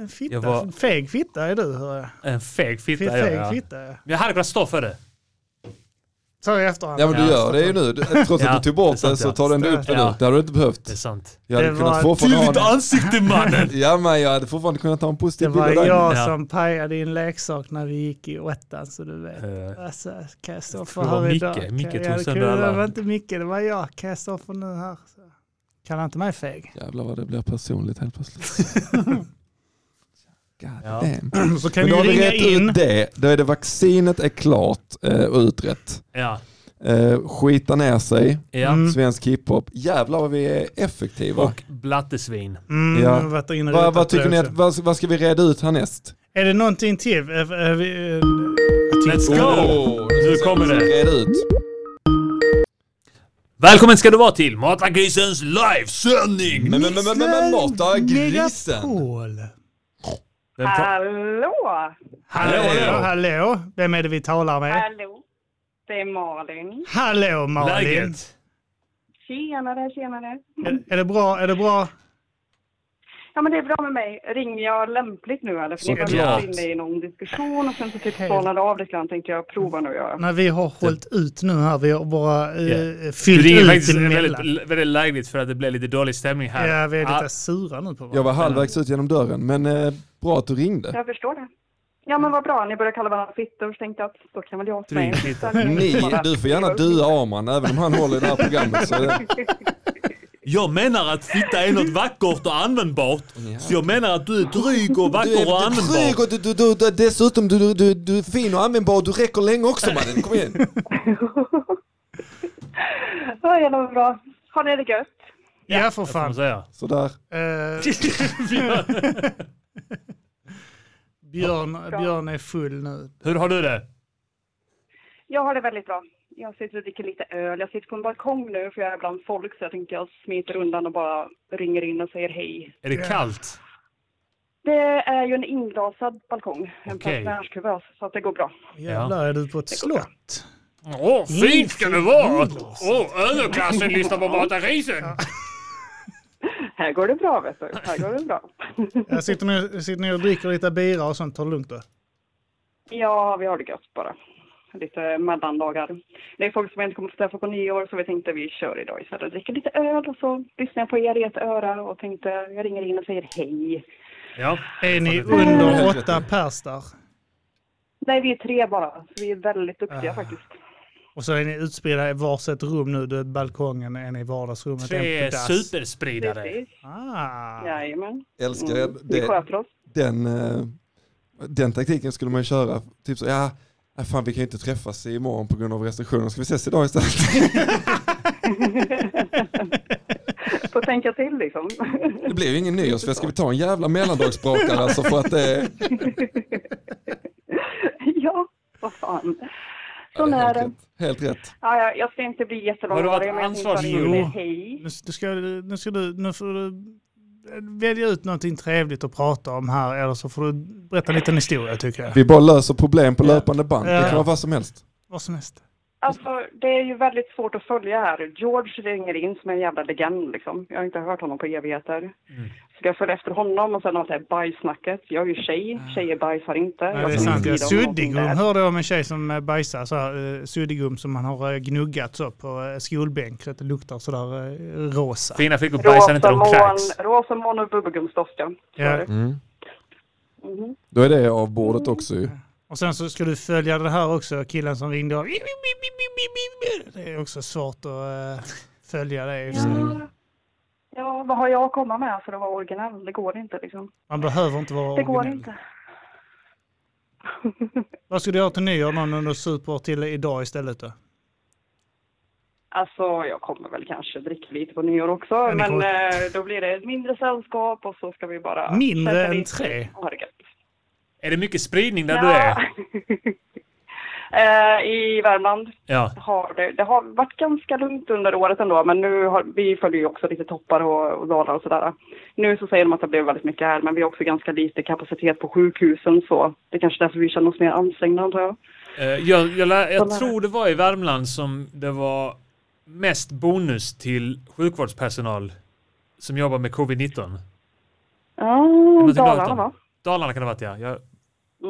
En fitta.
Jag var-
En feg fitta är du, hör jag.
En feg fitta
Feg
är jag,
fitta, ja.
Men jag hade kunnat stå för det.
Så i efterhand.
Ja men du gör det ju nu. Du- Trots att
Ja,
du tog bort det,
det är sant,
så
ja.
tar du ändå upp det nu.
Ja.
Det hade du inte behövt.
Det är sant.
Jag hade
Det
kunnat
var-
fortfarande
Till
ha
ditt
en-
ansikte, mannen!
ja men jag hade fortfarande kunnat ta en
Det
positiv bild
var
av dig.
jag som pajade din leksak när vi gick i åttan så du vet. alltså, kan jag stå för
Eh. det var
här
Micke.
idag? Kan-
Micke tog
ja, det
sönder
kunde-
alla.
Det var inte Micke, det var jag. Kan jag stå för nu här? Så. Kalla inte mig feg.
Jävlar vad det blir personligt helt plötsligt.
Ja.
Damn.
Så kan vi
Men då har
ringa
rett ut
in.
det. Då är det vaccinet är klart eh, och utrett.
Ja.
Eh, skita ner sig.
Ja. Mm.
Svensk hiphop. Jävlar vad vi är effektiva.
Och blattesvin.
mm,
Ja. vad, vad tycker ni att, vad, vad ska vi reda ut härnäst?
Är det någonting till? Eh, eh, vi, eh, Let's
Nu kommer
Reda ut.
Välkommen ska du vara till Matagrisens livesändning!
Men, men, men, men, men Matagrisen!
Megapol.
Hallå!
Hallå, hallå, hallå. Vem är det vi talar med?
Hallå! Det är Malin.
Hallå Malin.
Läget? Tjenare, tjenare.
Är det bra? Är det bra?
Ja men det är bra med mig. Ringer jag lämpligt nu eller? För ni var
Såklart.
mitt inne i någon diskussion och sen så typ
Helt.
svalnade av lite grann tänkte jag prova nu. Jag.
När vi har hållit ut nu här, vi har bara eh,
Yeah.
fyllt
Du ringer
ut
faktiskt
emellan.
väldigt, väldigt lägligt för att det blev lite dålig stämning här.
Ja, vi är lite
Ah,
sura nu på varandra.
Jag var halvvägs ut genom dörren, men eh, bra att du ringde.
Jag förstår det. Ja men vad bra, ni börjar kalla varandra fittor så tänkte jag att då kan väl jag med.
Ni, du får gärna dua Arman, även om han håller i det här programmet. Så är det,
Jag menar att fitta är något vackert och användbart. Så jag menar att du är dryg och
du
vacker och
är trygg
användbar.
och du, du, du, du, dessutom du, du, du, du är fin och användbar. Du räcker länge också mannen, kom igen.
Ja, jävlar vad bra. Har ni det gött?
Ja, för fan.
Sådär.
Eh, Björn, Björn är full nu.
Hur har du det?
Jag har det väldigt bra. Jag sitter och dricker lite öl. Jag sitter på en balkong nu för jag är bland folk så jag tänkte jag smiter undan och bara ringer in och säger hej.
Är det kallt?
Det är ju en inglasad balkong, en
Okej.
pensionärskuvös, så att det går bra.
Jävlar, är du på ett slott?
Åh, fint ska det vara! Åh, överklassen lyssnar på Matagrisen!
Här går det bra, vet du. Här går det bra.
Jag sitter ni, sitter ni och dricker lite bira och sånt, tar det lugnt då?
Ja, vi har det gött bara. Lite mellandagar. Det är folk som jag inte kommer få träffa på nyår så vi tänkte vi kör idag istället. Dricker lite öl och så lyssnar jag på er i ett öra och tänkte jag ringer in och säger hej.
Ja.
Är ni under åtta pers där?
Nej, vi är tre bara, så vi är väldigt duktiga
Ah.
faktiskt.
Och så är ni utspridda i varsitt rum nu. Du är på balkongen, en i vardagsrummet,
Tre
en på dass.
superspridare.
Ah.
Jajamän.
Älskar
Mm,
jag.
Vi sköter oss.
Den, eh, den taktiken skulle man ju köra. Typ så, ja, nej, fan vi kan ju inte träffas imorgon på grund av restriktioner. Ska vi ses idag istället?
Får tänka till liksom.
Det blev ju ingen nyårsfest. Ska vi ta en jävla mellandagsbrakare alltså för att det är...
ja, vad fan. Sån är det.
Helt rätt.
Ja, ja, jag ska inte bli jättelångvarig, men jag tänkte bara ringa och säga hej.
Nu, du ska, nu, ska du, nu får du välja ut någonting trevligt att prata om här eller så får du berätta en liten historia tycker jag.
Vi bara löser problem på löpande band. Det
Ja.
kan vara vad som helst.
Vad som helst.
Alltså, det är ju väldigt svårt att följa här. George ringer in som en jävla legend liksom. Jag har inte hört honom på evigheter. Så ska jag följa efter honom och sen har det här bajsnacket. Jag är ju tjej, tjejer bajsar inte.
Nej,
Jag
det är
får
sant.
inte
Ja.
skriva om någonting
Suddigum
där.
hörde jag om en tjej som eh, bajsar så här, eh, suddigum som man har eh, gnuggat så på eh, skolbänk så att det luktar sådär eh, rosa.
Fina flickor bajsar inte, de kräks.
Rosamon- Rosamon och bubbelgumsdoft ja. Så
Ja.
är det.
Mm.
Mhm.
Då är det av bordet också ju.
Mm.
Och sen så ska du följa det här också, killen som ringde. och- Det är också svårt att eh, följa det. just nu.
Mm.
Mm.
Ja, vad har jag att komma med för att vara originell? Det går inte liksom.
Man behöver inte vara
Det går
originell.
inte.
Vad ska du göra till nyår någon under super till idag istället
Mm,
då?
Alltså, jag kommer väl kanske dricka lite på nyår också, men eh, då blir det ett mindre sällskap och så ska vi bara...
Mindre
sätta
än
dit-
tre?
och ha det gött.
Är det mycket spridning där du
Ja.
är?
Eh, I Värmland
Ja.
har det, det har varit ganska lugnt under året ändå, men nu har, vi följer ju också lite toppar och, och dalar och sådär. Nu så säger de att det blev väldigt mycket här, men vi har också ganska lite kapacitet på sjukhusen så det är kanske därför vi känner oss mer ansträngda antar jag.
Eh, Jag, jag, lä-
Sån
jag
här.
tror det var i Värmland som det var mest bonus till sjukvårdspersonal som jobbar med covid-19.
Ja,
Någonting
Mm, Dalarna
datum.
va?
Dalarna kan det ha varit ja. Jag,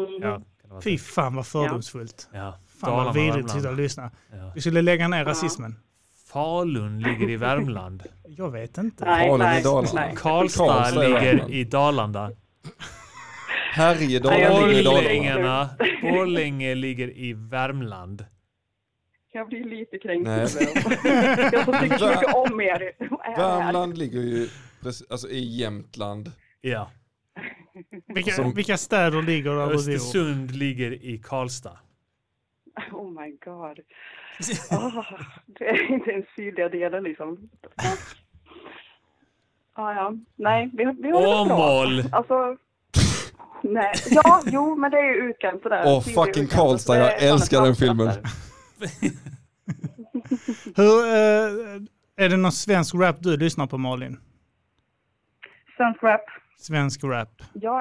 Mm.
ja.
Fy fan vad fördomsfullt.
Ja.
Fan vad
Dalarna,
vidrigt
Värmland.
sitta och lyssna.
Ja.
Vi skulle lägga ner rasismen.
Falun ligger i Värmland.
Jag vet inte.
Nej, Falun i nej, Dalarna. nej.
Karlstad
Karlstad i
ligger
Värmland.
i Dalarna.
Härjedalen ligger i Dalarna.
Borlängarna, Borlänge ligger i Värmland.
Jag blir lite kränkt.
Nej.
över dem. Jag som tycker så mycket om er.
Värmland ligger ju precis, alltså i Jämtland.
Ja.
Vilka,
Som-
vilka städer ligger där bredvid?
Östersund ligger i Karlstad.
Oh my god. Ah, det är inte ens sydliga delen liksom. Ah, ja. Nej, vi, vi har det
Åmål.
bra. Alltså, nej. Ja, jo, men det är ju utkanten där.
Åh
Sydlig
fucking
utkanten, så
Karlstad,
det
jag
är
älskar den filmen.
Hur, eh, är det någon svensk rap du lyssnar på Malin?
Svensk rap.
Svensk rap.
Jag,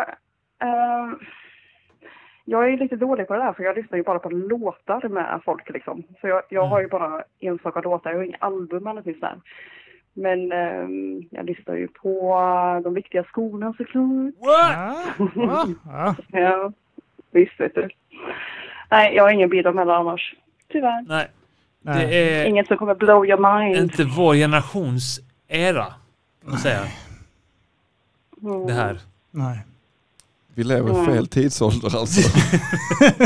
eh, jag är lite dålig på det där för jag lyssnar ju bara på låtar med folk liksom. Så jag, jag har ju bara enstaka låtar, jag har inga album eller något sånt där. Men eh, jag lyssnar ju på eh, de viktiga skorna såklart.
Ja, ja.
ja, visst vet du. Nej, jag har ingen bild om heller annars. Tyvärr.
Nej. Det är
Inget som kommer blow your mind.
inte vår generations era. kan man säga,
Mm.
Det här.
Nej.
Vi lever i fel tidsålder alltså.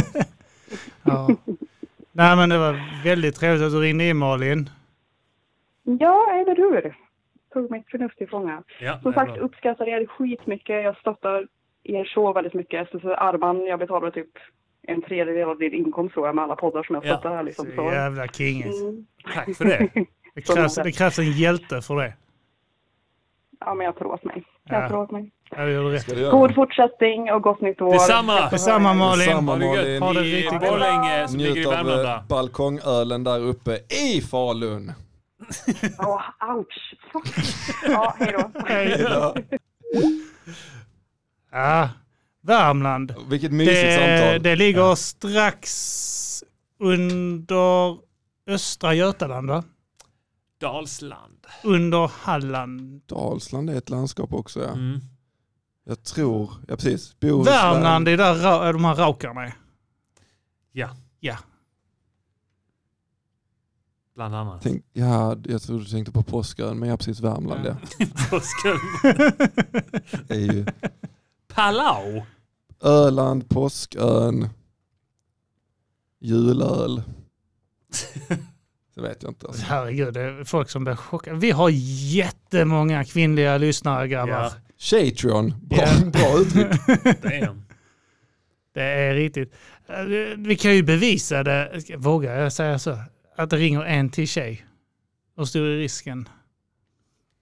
Ja. Nej men det var väldigt trevligt att du ringde in Malin.
Ja, eller hur? Tog mitt förnuft till fånga.
Ja,
Som
det är
sagt,
bra.
uppskattar er skitmycket. Jag stöttar er så väldigt mycket. Så, så Arman, jag betalar typ en tredjedel av din inkomst tror jag med alla poddar som jag
Ja,
stöttar här. Liksom, så.
Jävla kinget.
Mm.
Tack
för det. Det krävs, det krävs en hjälte för det.
Ja, men jag tror åt mig. Jag
Ja.
tror åt mig.
Ja, det gör du rätt.
God fortsättning och gott nytt år.
Detsamma Malin.
Detsamma,
Ha det gött.
Malin.
Ha det
I
riktigt gott.
Borlänge som ligger i
Njut av
Värmland.
eh,
där.
balkongölen där uppe i Falun.
Åh, ouch. Fuck. Ja, hej då.
Hej då. Ja, Värmland.
Vilket mysigt samtal.
Det ligger strax under östra Götaland va?
Dalsland.
Under Halland.
Dalsland är ett landskap också ja.
Mm.
Jag tror, ja precis. Bohuslän.
Värmland är där ra- är de här raukarna är.
Ja.
Ja.
Bland annat.
Tänk, ja, jag tror du tänkte på Påskön, men ja precis Värmland ja.
Påskön.
Är ju
Palau.
Öland, Påskön, julöl. Det vet jag inte. Alltså.
Herregud, det är folk som blir chockade. Vi har jättemånga kvinnliga lyssnare grabbar.
Ja. Patreon, bra, bra uttryck.
Damn.
Det är riktigt. Eh, Vi kan ju bevisa det, vågar jag säga så, att det ringer en till tjej. Hur stor är risken?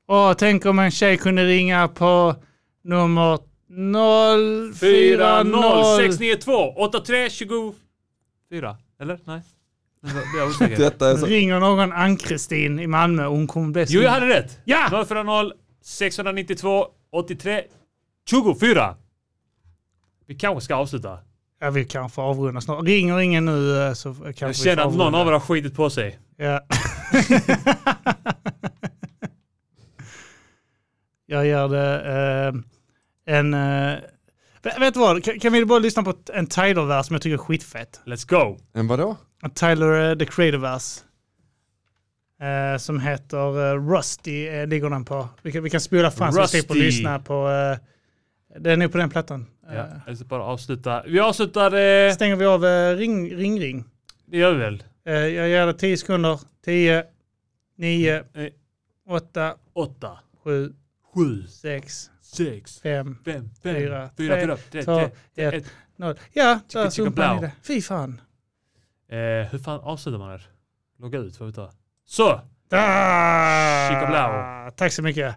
Åh, tänk om en tjej kunde ringa på nummer 040...
40692 8324. Eller? Nej. Nu var- blev jag osäker.
Ringer någon Ann-Kristin i Malmö och hon kommer bli så-
Jo, jag hade rätt.
Ja!
040 692 83 24. Vi kanske ska avsluta.
Jag vill kanske avrunda snart. Ringer ingen nu eh, så kanske
Jag känner att någon av er har skitit på sig.
Ja. jag gör det eh, en... eh, vet- vet du vad? Kan, kan vi bara lyssna på en Tyler-vers som jag tycker är skitfett?
Let's go!
En vadå?
En Tyler, eh, the creator-vers. Eh, som heter eh, Rusty, eh, ligger den på. Vi kan, vi kan spola fram så vi slipper
Rusty.
lyssna på... Eh, den är på den plattan. Eh,
Ja, jag ska bara avsluta. Vi avslutar... Eh,
Stänger vi av eh, ring, ring, ring?
det gör vi väl?
Eh, jag ger det 10 sekunder. 10,
Eh,
9, 8,
8,
7,
7,
6,
sex,
fem,
fem, fem,
fyra,
fyra,
tre,
fyra, tre,
två,
tre,
ett,
ett.
noll. Ja,
Chicka,
där
chicka,
sumpade ni
blau.
det. Fy fan.
Eh, hur fan avslutar man det? Logga ut, får vi ta. Så!
Ah,
Chicka blau.
Tack så mycket.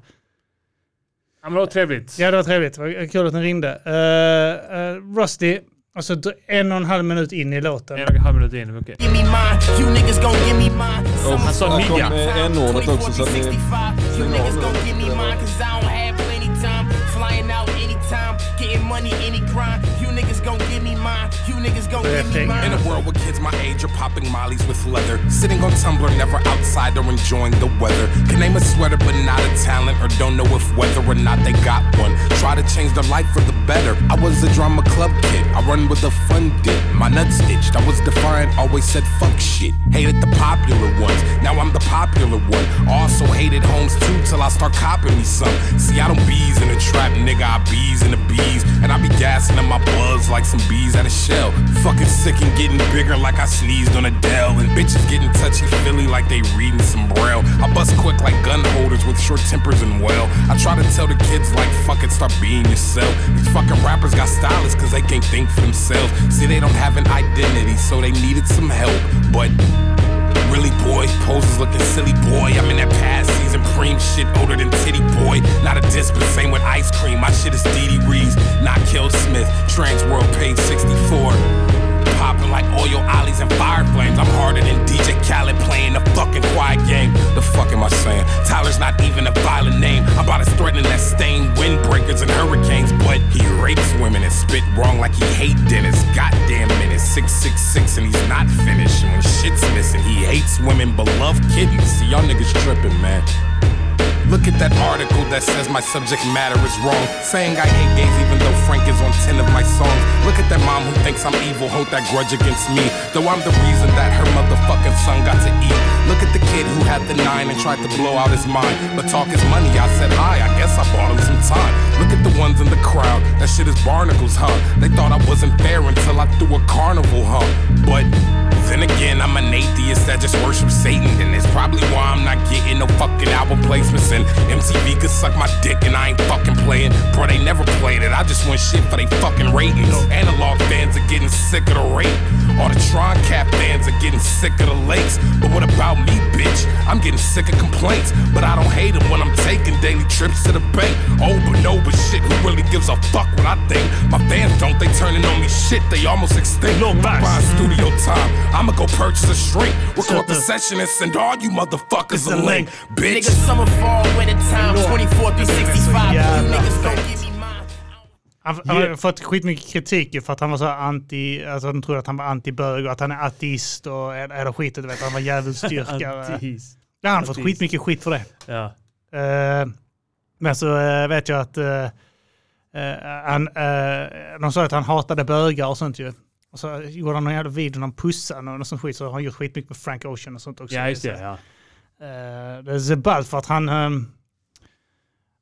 Ja, men det var trevligt.
Ja, det var trevligt. Vad Kul att ni ringde. Eh, eh, Rusty, alltså dr- en och en halv minut in i låten. En
och en halv minut in, okej.
Give me mine, you niggas gon' give me mine.
Och
Some
där
fuck up.
kom eh, n-ordet också så att ni
25, You
stänger
niggas
av
gon'
nu.
give me mine, cause I don't have plenty time. Flying out anytime, getting money any grind. You niggas gon' give me mine, you niggas gon' give me mine.
In a world where kids my age are popping mollies with leather, sitting on Tumblr, never outside or enjoying the weather. Can name a sweater but not a talent, or don't know if whether or not they got one. Try to change their life for the better. I was a drama club kid, I run with a fun dip. My nuts itched, I was defiant, always said fuck shit. Hated the popular ones, now I'm the popular one. Also hated homes too till I start copping me some. See, I don't bees in a trap, nigga, I bees in the bees, and I be gassing up my buds like some bees out of shell. Fucking sick and getting bigger like I sneezed on a Dell. And bitches getting touchy feely like they reading some braille. I bust quick like gun holders with short tempers and well. I try to tell the kids like fuck it, start being yourself. These fucking rappers got stylists cause they can't think for themselves. See, they don't have an identity, so they needed some help. But Really boy, poses looking silly boy. I'm in that past season preem shit older than titty boy. Not a diss, but same with ice cream. My shit is Dee Dee Reeves, not Kill Smith. Trans World page 64. Popping like oil ollies and fire flames. I'm harder than DJ Khaled playing the fucking quiet game. The fuck am I saying? Tyler's not even a violent name. I'm about to threatening that stain windbreakers and hurricanes. But he rapes women and spit wrong like he hate Dennis. Goddamn minutes, 666 and he's not finished. And when shit's missing, he hates women but love kittens. See, y'all niggas tripping, man. Look at that article that says my subject matter is wrong. Saying I hate gays even though Frank is on 10 of my songs. Look at that mom who thinks I'm evil, hold that grudge against me. Though I'm the reason that her motherfucking son got to eat. Look at the kid who had the nine and tried to blow out his mind. But talk is money, I said hi, I guess I bought him some time. Look at the ones in the crowd, that shit is barnacles, huh? They thought I wasn't fair until I threw a carnival, huh? But then again, I'm an atheist that just worships Satan, and that's probably why I'm not getting no fucking album placements. And MTV could suck my dick, and I ain't fucking playing. Bro, they never played it. I just want shit for they fucking ratings. Analog fans are getting sick of the rape. All the Tron Cap fans are getting sick of the lakes. But what about me, bitch? I'm getting sick of complaints, but I don't hate them when I'm taking daily trips to the bank. Oh, but no, but shit, who really gives a fuck what I think? My fans don't, they turning on me shit, they almost extinct. No, buying studio time. I'ma go purchase a shrink, record the session and send all you motherfuckers a link, bitch.
Niggas summer, fall, winter time, 24 through 65. You niggas gon' give me
Han, han har fått skitmycket kritik ju för att han var så anti, alltså de trodde att han var antibög och att han är ateist och eller skitet, du vet, han var djävulsdyrkare.
Ateist.
ja, han har fått
Ateist.
skitmycket skit för det.
Ja.
Eh, men så eh, vet jag att eh, eh, han, eh, de sa att han hatade bögar och sånt ju. Och så gjorde han någon jävla video när han pussade någon och sån skit, så har han gjort skitmycket med Frank Ocean och sånt också.
Ja, just det.
Så,
Ja.
eh, det är så ballt för att han... ehm,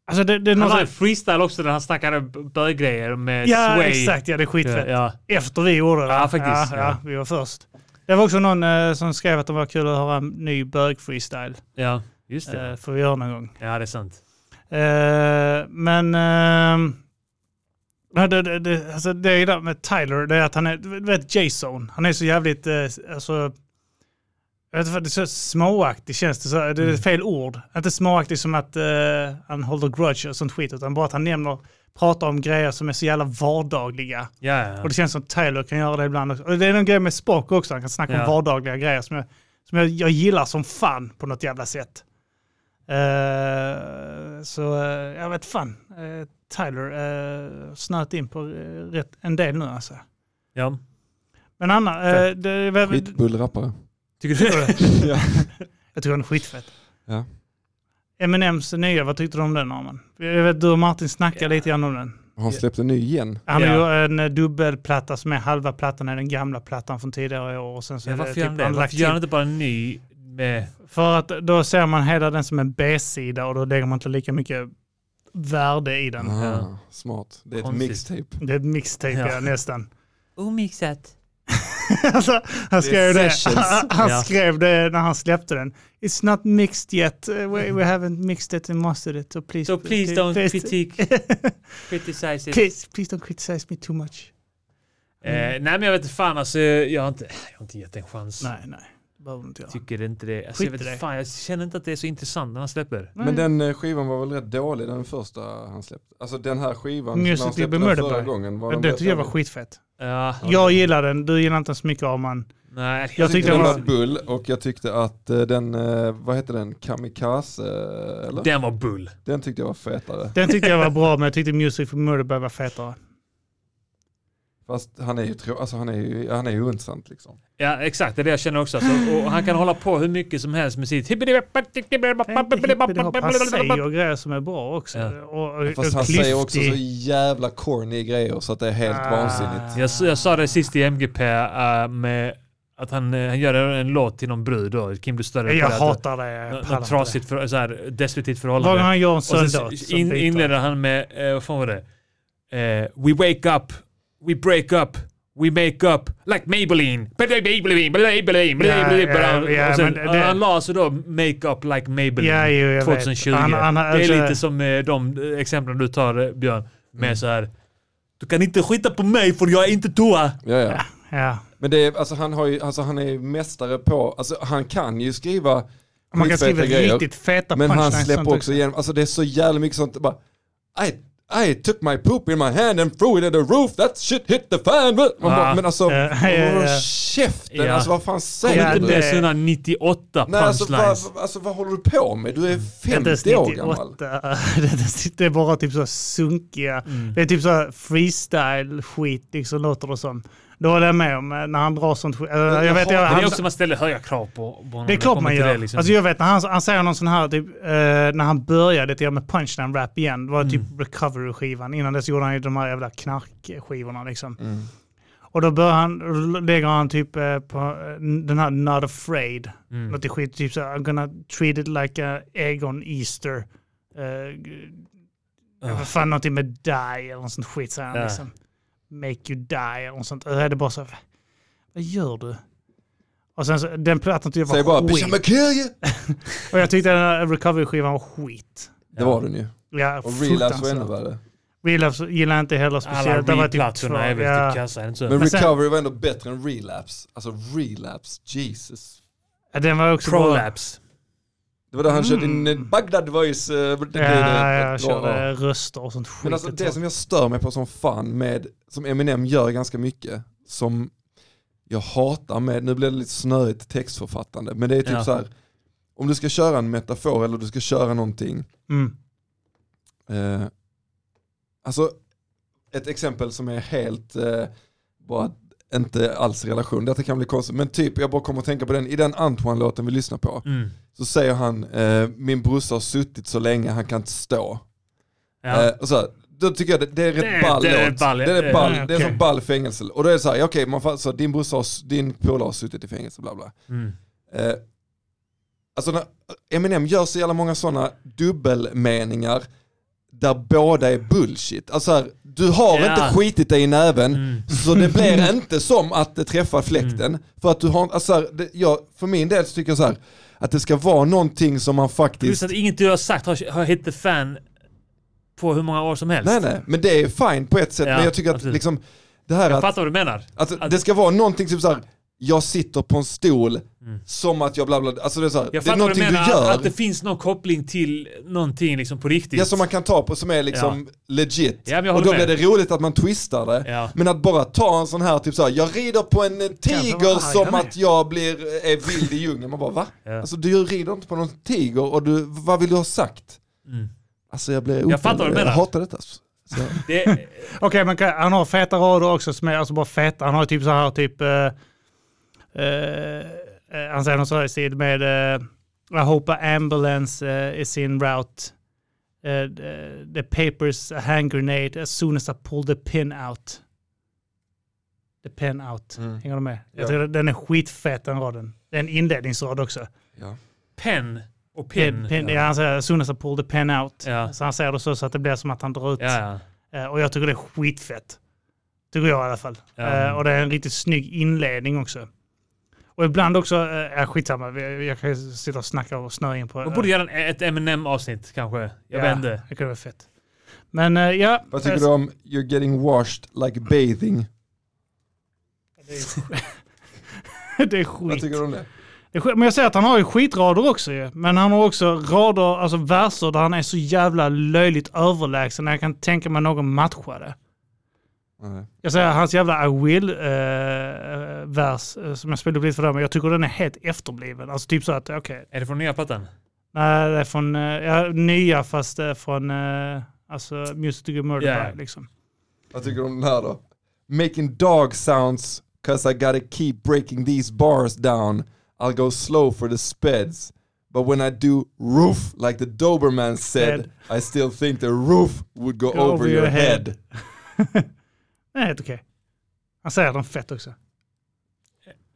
alltså det, det är
han
någon-
har en freestyle också där han snackade b- böggrejer med
Ja,
Sway.
exakt. Ja, det är skitfett.
Ja.
Efter vi gjorde det.
Ja, faktiskt.
Ja,
Ja.
ja, vi var först. Det var också någon eh, som skrev att det var kul att höra en ny bög-freestyle.
Ja, just det.
Eh, får vi göra någon gång.
Ja, det är sant.
Eh, men... ehm, ja, det, det, det, alltså det är ju där med Tyler, det är att han är, du vet J-Zone, han är så jävligt, eh, alltså, jag vet inte, vad, det är så småaktig känns det, så, det är
Mm.
fel ord. Inte småaktig som att eh, han håller grudge och sånt skit, utan bara att han nämner, pratar om grejer som är så jävla vardagliga.
Ja, ja, ja.
Och det känns som att Tyler kan göra det ibland också. Och det är någon grej med Spock också, han kan snacka
Ja.
om vardagliga grejer som, jag, som jag, jag gillar som fan på något jävla sätt. Eh, så eh, jag vet fan, Eh, Tyler uh, snöt in på eh, rätt, en del nu alltså.
Ja.
Men Anna, eh,
Fett.
det, det,
Skitbullrappare.
Tycker du det?
ja.
jag tycker han är skitfett.
Ja.
Eminems nya, vad tyckte du om den Arman? Jag vet du och Martin snackade lite grann om den.
Han släppte en ny igen.
Han har gjorde en eh, dubbelplatta som är halva plattan är den gamla plattan från tidigare år. Och sen så
Ja,
är det
varför gör han det?
han lagt
Varför gör han
till-
inte bara en ny med...
För att då ser man hela den som en B-sida och då lägger man inte lika mycket värde i den.
Ah, Ja. smart. Det är ett Konstigt. mixtape.
Det är ett mixtape, ja,
Ja.
nästan.
Omixat.
alltså, han skrev
Det är
det,
sessions.
han
Ja.
skrev det när han släppte den. It's not mixed yet. Uh, We, we haven't mixed it and mastered it. So please,
So please don't critique- criticize it.
please, please don't criticize me too much.
Eh, nej men jag vet inte fan alltså, jag har inte, jag har inte gett en chans.
Nej, nej. Behöver inte jag.
Tycker inte det. Alltså, jag vet
Skit i
inte
det.
fan, jag känner inte att det är så intressant när han släpper.
Men den eh, skivan var väl rätt dålig, den första han släppte. Alltså den här skivan, när han
Music
släppte
Baby
den
Murder
förra
Boy.
gången. Var
Ja,
den
den
rätt
tyckte jag var
dålig.
skitfett.
Ja.
Jag gillar den, du gillar inte den så mycket Arman.
Nej, jag
jag tyckte den var...
bull och jag tyckte att eh, den, eh, vad heter den, Kamikaze? eh, Eller?
Den var bull.
Den tyckte jag var fetare.
Den tyckte jag var bra, men jag tyckte Music for Murderberg var fetare.
Fast han är ju, trå- alltså, han är ju, han är ju ointressant liksom.
Ja exakt, det är det jag känner också. Alltså, och han kan hålla på hur mycket som helst med sitt...
Han säger grejer som är bra också. Och, och,
Fast
och
han
klyftig.
säger också så jävla corny grejer så att det är helt
Ah.
vansinnigt.
Jag, s- jag sa det sist i MGP eh, med att han, eh, han gör en låt till någon brud då. Kim du större
Jag
på det,
hatar det, jag
Nå-
pallar
Något
inte
trasigt, för, så här, destruktivt
Vad
förhållande.
han gör en
Och sen
söndag
s-
som
in,
bitar.
inleder han med, eh, vad fan var det? Eh, we wake up, we break up, we make up, like Maybelline. Maybelline, Maybelline, Maybelline, Maybelline.
Ja, ja, ja,
Och sen,
men det-
Han la alltså då make up like Maybelline
Ja, jo, jag vet.
2020.
Han- han har-
det är
alltså-
lite som eh, de eh, exemplen du tar eh, Björn, med
Mm.
så här. Du kan inte skita på mig för jag är inte toa.
Ja, ja.
Ja.
Men det är, alltså, han, har ju, alltså, han är ju mästare på, alltså, han kan ju skriva
Man kan
skitfeta
skriva
grejer,
riktigt feta
Men han
punchlines
släpper
sånt
också igenom, alltså det är så jävla mycket sånt, bara I, I took my poop in my hand and threw it at the roof, that shit hit the fan. Man bara, men alltså, håll käften,
Ja.
alltså vad fan säger
Kom
du?
inte med sådana 98
Nej, alltså, vad,
punchlines.
alltså vad håller du på med? Du är
Inte ens
50 år
98.
gammal.
det är bara typ så sunkiga,
Mm.
det är typ så här freestyle-skit liksom låter det som. Det håller jag med om eh, när han drar sånt skit. Eh, Jag vet, jag,
men det är
han,
också man ställer höga krav på, på honom.
det är klart man gör.
Det, liksom.
alltså jag vet när han, han säger någon sån här, typ, eh, när han började till med punchline-rap igen, det var typ
Mm.
recovery-skivan. Innan dess gjorde han ju de här jävla knarkskivorna liksom.
Mm.
Och då börjar han, då lägger han typ eh, på eh, den här Not Afraid.
Mm.
Något i skit, typ så här, I'm gonna treat it like a egg on Easter. Eh, g- Vad fan, någonting med die eller något sånt skit säger han
Ja.
liksom. Make you die eller något sånt. Och då är det bara så här, vad gör du? Och sen så, den plattan tyckte jag var
Säg bara, "Bitch,
skit.
I'ma kill you!
och jag tyckte den här recovery-skivan var skit.
Det var den ju.
Ja,
och Real Life var
fruktansvärt.
ännu värre.
Real Life gillar jag inte heller
Alla
speciellt. Det var typ
replattorna
två,
är väl
ja.
typ kassa, är det inte så?
Men
Men sen-
recovery var ändå bättre än relapse. Alltså relapse, Jesus.
Ja, den var också bra.
Prolapse.
Det var där han körde
Mm.
in eh, Bagdad voice. eh, det- det-
Ja,
det-
jag
det- bra.
körde röster och sånt skit.
Men alltså
ett
det
tag.
som jag stör mig på som fan med, som Eminem gör ganska mycket, som jag hatar med, nu blir det lite snöigt textförfattande, men det är typ
Ja.
så här, om du ska köra en metafor eller du ska köra någonting,
Mm.
eh, alltså ett exempel som är helt, eh, bara inte alls i relation, detta kan bli konstigt, men typ jag bara kommer att tänka på den, i den Antoine-låten vi lyssnar på,
Mm.
så säger han, eh, min brorsa har suttit så länge han kan inte stå.
Ja.
Eh, och så här, då tycker jag det, det är rätt
Det är-
ball
det är
låt.
ball,
det är,
eh,
ball,
ja,
det är
okej.
som ball fängelse. Och då är det så här, ja, okej, man får- så din brorsa, har s- din polare har suttit i fängelse, bla bla.
Mm.
Eh, alltså när Eminem gör så jävla många sådana dubbelmeningar där båda är bullshit. Alltså här, du har
Ja.
inte skitit dig i näven
Mm.
så det blir inte som att det träffar fläkten. För att du har, alltså här, det, jag, för min del så tycker jag så här, att det ska vara någonting som man faktiskt
Plus att inget du har sagt har, har hit the fan på hur många år som helst.
Nej, nej, men det är fine på ett sätt.
Ja,
men jag tycker att
absolut.
liksom, det här
Jag
att,
fattar vad du menar.
Att, det ska vara någonting typ såhär, jag sitter på en stol som att jag bla bla, alltså det är, så här,
Mm. Jag
det är
fattar vad du
någonting du,
menar,
gör.
att det finns någon koppling till någonting liksom på riktigt.
Ja, som man kan ta på som är liksom legit.
Ja, men jag
och då
håller med.
blir det roligt att man twistar det. Men att bara ta en sån här, typ såhär, jag rider på en eh, tiger
vara arg,
som
jag med.
att jag blir, eh, är vild i djungeln. Man bara va? Alltså du rider inte på någon tiger och du, vad vill du ha sagt?
Mm.
Alltså jag blir
Jag fattar vad du
jag
menar.
hatar detta. alltså. Så.
Okej,
men kan- han har feta rader också som är alltså bara feta. Han har typ så här typ... eh, eh, eh, han säger något sådär i stil med eh, I hope a ambulance eh, is in route. Eh, the, the papers a hand grenade as soon as I pull the pin out. The pin out. Hänger du med?
Ja.
Jag tycker den är skitfet den raden. Det är en inledningsrad också.
Pen och pin.
Pin, pin, ja. han säger as soon as I pull the pen out. Så han säger det så, så att det blir som att han drar ut.
Ja,
Eh, Och jag tycker det är skitfett. Tycker jag i alla fall.
Ja.
Eh, och det är en riktigt snygg inledning också. Och ibland också, uh, ja skitsamma, Vi- jag kan sitta och snacka och snöa in på...
Man borde göra en, ett Eminem-avsnitt kanske. Jag
Ja,
vet inte.
Det kunde vara fett. Men eh, ja...
Vad tycker du om You're getting washed like bathing?
det är skit.
Vad tycker du om det?
Det är skit- Men jag säger att han har ju skitrader också ju. Men han har också rader, alltså verser där han är så jävla löjligt överlägsen. Jag kan tänka mig någon matcha det.
Nej.
Jag säger hans jävla I will-vers eh, som jag spelade upp lite för dig, men jag tycker den är helt efterbliven. Alltså typ så att, okej.
Är det från nya plattan?
Nej, det är från, eh, ja, nya fast eh, från, eh, alltså Music to Get Murdered
Ja.
by, liksom.
Vad tycker du om den här då? uh, Making dog sounds cause I gotta keep breaking these bars down. I'll go slow for the speds. But when I do roof like the Doberman said, I still think the roof would go, over, your head.
Nej, helt okej. Han säger den fett också.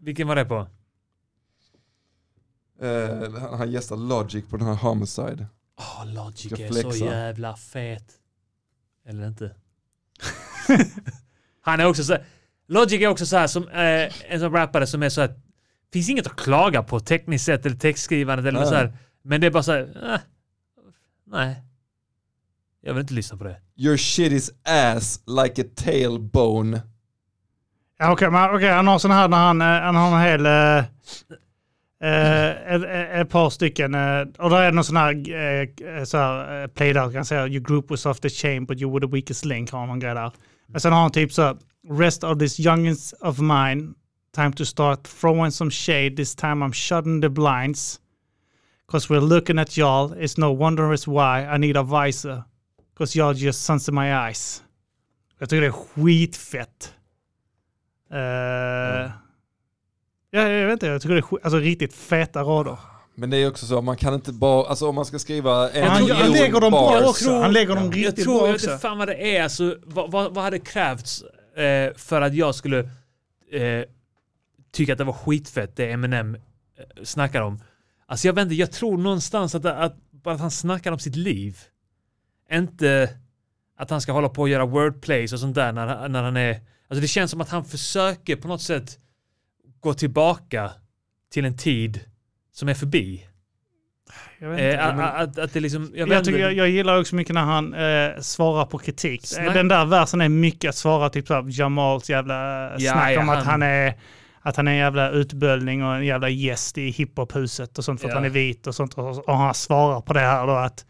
Vilken var det på?
Eh, han, han gästar Logic på den här Homicide.
Oh, Logic
Ska
är så
flexa.
jävla fet. Eller inte. Han är också så Logic är också så här som eh, en sån rappare som är så här. Finns inget att klaga på tekniskt sett eller textskrivandet eller
Nej.
så här. Men det är bara så här. Eh, nej. Jag vill inte lyssna på det.
Your shit is ass like a tailbone.
Ja, okej, men okej, han har sån här när han, eh, han har en hel... eh, eh, ett- ett- ett par stycken, eh, och där är det någon sån här, uh, så här eh, play där, kan säga your group was off the chain but you were the weakest link, har han någon grej där. Men sen har han typ så här, rest of this youngins of mine, time to start throwing some shade, this time I'm shutting the blinds, cause we're looking at y'all, it's no wonder it's why I need a visor, cause y'all just suns in my eyes. Jag tycker det är skitfett. Eh, ja, jag vet inte, jag tycker det är skit- alltså, riktigt feta rader.
Men det är också så, man kan inte bara, alltså om man ska skriva en
han- han
miljon
lägger dem bra
bars-
också. Han lägger dem
Jag
riktigt
tror,
bra
jag vet
också.
inte fan vad det är. Alltså, vad, vad, vad hade krävts eh, för att jag skulle eh, tycka att det var skitfett det Eminem eh, snackar om? Alltså jag vet inte, jag tror någonstans att, att, att han snackar om sitt liv. Inte att han ska hålla på och göra wordplays och sånt där när, när han är... Alltså det känns som att han försöker på något sätt gå tillbaka till en tid som är förbi.
Jag vet inte,
Eh,
men-
att, att, att det liksom, jag
Jag,
vet
tycker,
inte.
jag, jag gillar också mycket när han eh, svarar på kritik. Eh,
Snack-
Den där versen är mycket att svara typ såhär Jamals jävla eh,
Ja,
snack
ja,
om att
han-
han är att han är en jävla utböldning och en jävla gäst i hiphophuset och sånt för att
Ja.
han är vit och sånt. Och, och han svarar på det här då att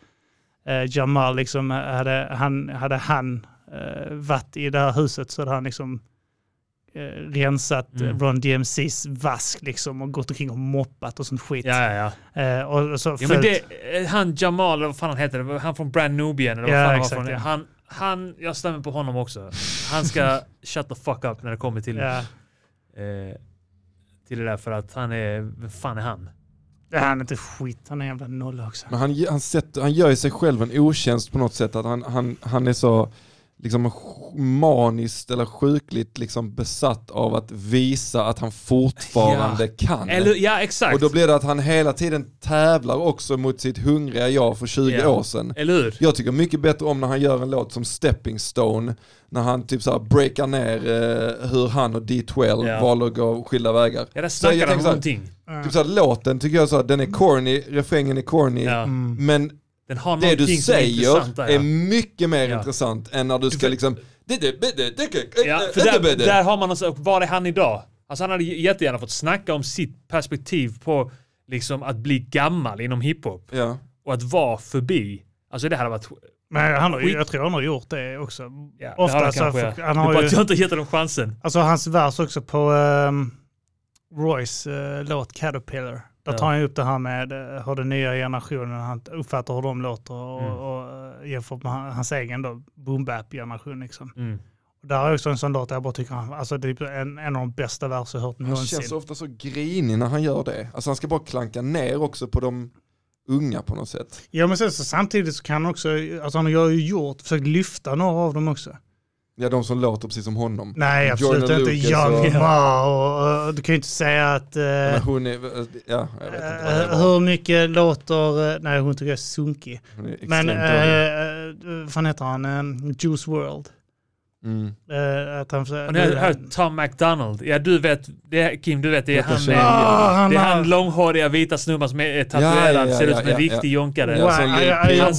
eh, Jamal liksom hade han, hade han eh, varit i det här huset så hade han liksom eh, rensat
Mm.
mm. Ron DMCs vask liksom och gått omkring och moppat och sånt skit.
Ja, ja,
Eh, och, och så
Ja, men
följt-
det, eh, han Jamal, eller vad fan han heter, han från Brand Nubian, eller vad
Ja,
fan han
exakt,
var från.
ja.
Han, han, jag stämmer på honom också. Han ska shut the fuck up när det kommer till,
Ja.
eh, till det där för att han är, vem fan är han?
Ja, Han är inte skit, han är en jävla nolla också.
Men han, han, sätter, han gör ju sig själv en otjänst på något sätt. Att han, han, han är så liksom, sj- maniskt eller sjukligt liksom, besatt av att visa att han fortfarande kan.
Eller, ja, exakt.
Och då blir det att han hela tiden tävlar också mot sitt hungriga jag för 20
Ja.
år sedan.
Eller hur?
Jag tycker mycket bättre om när han gör en låt som Stepping Stone, när han typ så här breakar ner eh, hur han och D12
Ja.
valde att gå skilda vägar.
Ja, där
Så jag
snackar han
tänker
om
så här,
någonting.
Typ så här, låten tycker jag så här, den är corny, refrängen är corny, men
Den har
det du
någonting som är
säger
intressant där, ja.
är mycket mer intressant än när du ska liksom...
Ja, för där, där har man alltså, var är han idag? Alltså han hade j- jättegärna fått snacka om sitt perspektiv på liksom att bli gammal inom hiphop.
Ja.
Och att vara förbi. Alltså det hade varit
Men han har, ju-
skit-
jag tror han har gjort det också.
Ja,
Ofta
det har han
så
kanske.
för-
ja.
han
Det är
har
bara
ju-
att jag inte gett honom chansen.
Alltså hans vers också på ehm, Roys eh, låt Caterpillar. Där
Ja.
tar han ju upp det här med eh, hur den nya generationen, han uppfattar hur de låter och,
Mm.
och eh, jämfört med han- hans egen då, boom bap generation liksom.
Mm.
Och där är också en sån låt där jag bara tycker han, alltså det är typ en, en av de bästa verser jag hört
Han
någonsin.
känns ofta så grinig när han gör det. Alltså han ska bara klanka ner också på de unga på något sätt.
Ja men sen så samtidigt så kan han också, alltså han har ju gjort, försökt lyfta några av dem också.
Ja, de som låter precis som honom.
Nej absolut
Jordan
inte.
Lucas
Young
och-
Ma och, och du kan ju inte säga att... eh,
Men hon är... Ja, jag vet inte vad det
Eh,
var.
hur mycket låter, eh, nej hon tycker jag är sunkig.
Hon är
Men
extremt dålig. Mm.
eh, eh, vad fan heter han, Eh, Juice World. Eh, att han,
Har ni hört Tom McDonald? Ja du vet, det är, Kim du vet det är
Detta
han,
känner
med,
jag.
det är
Ah, han
han långhåriga vita snubben som är tatuerad,
Ja, ja, ja,
ser ut
ja,
som en
ja,
riktig Alltså,
ja.
jonkare.
Alltså,
Wow, jag, Alltså, jag gör
Han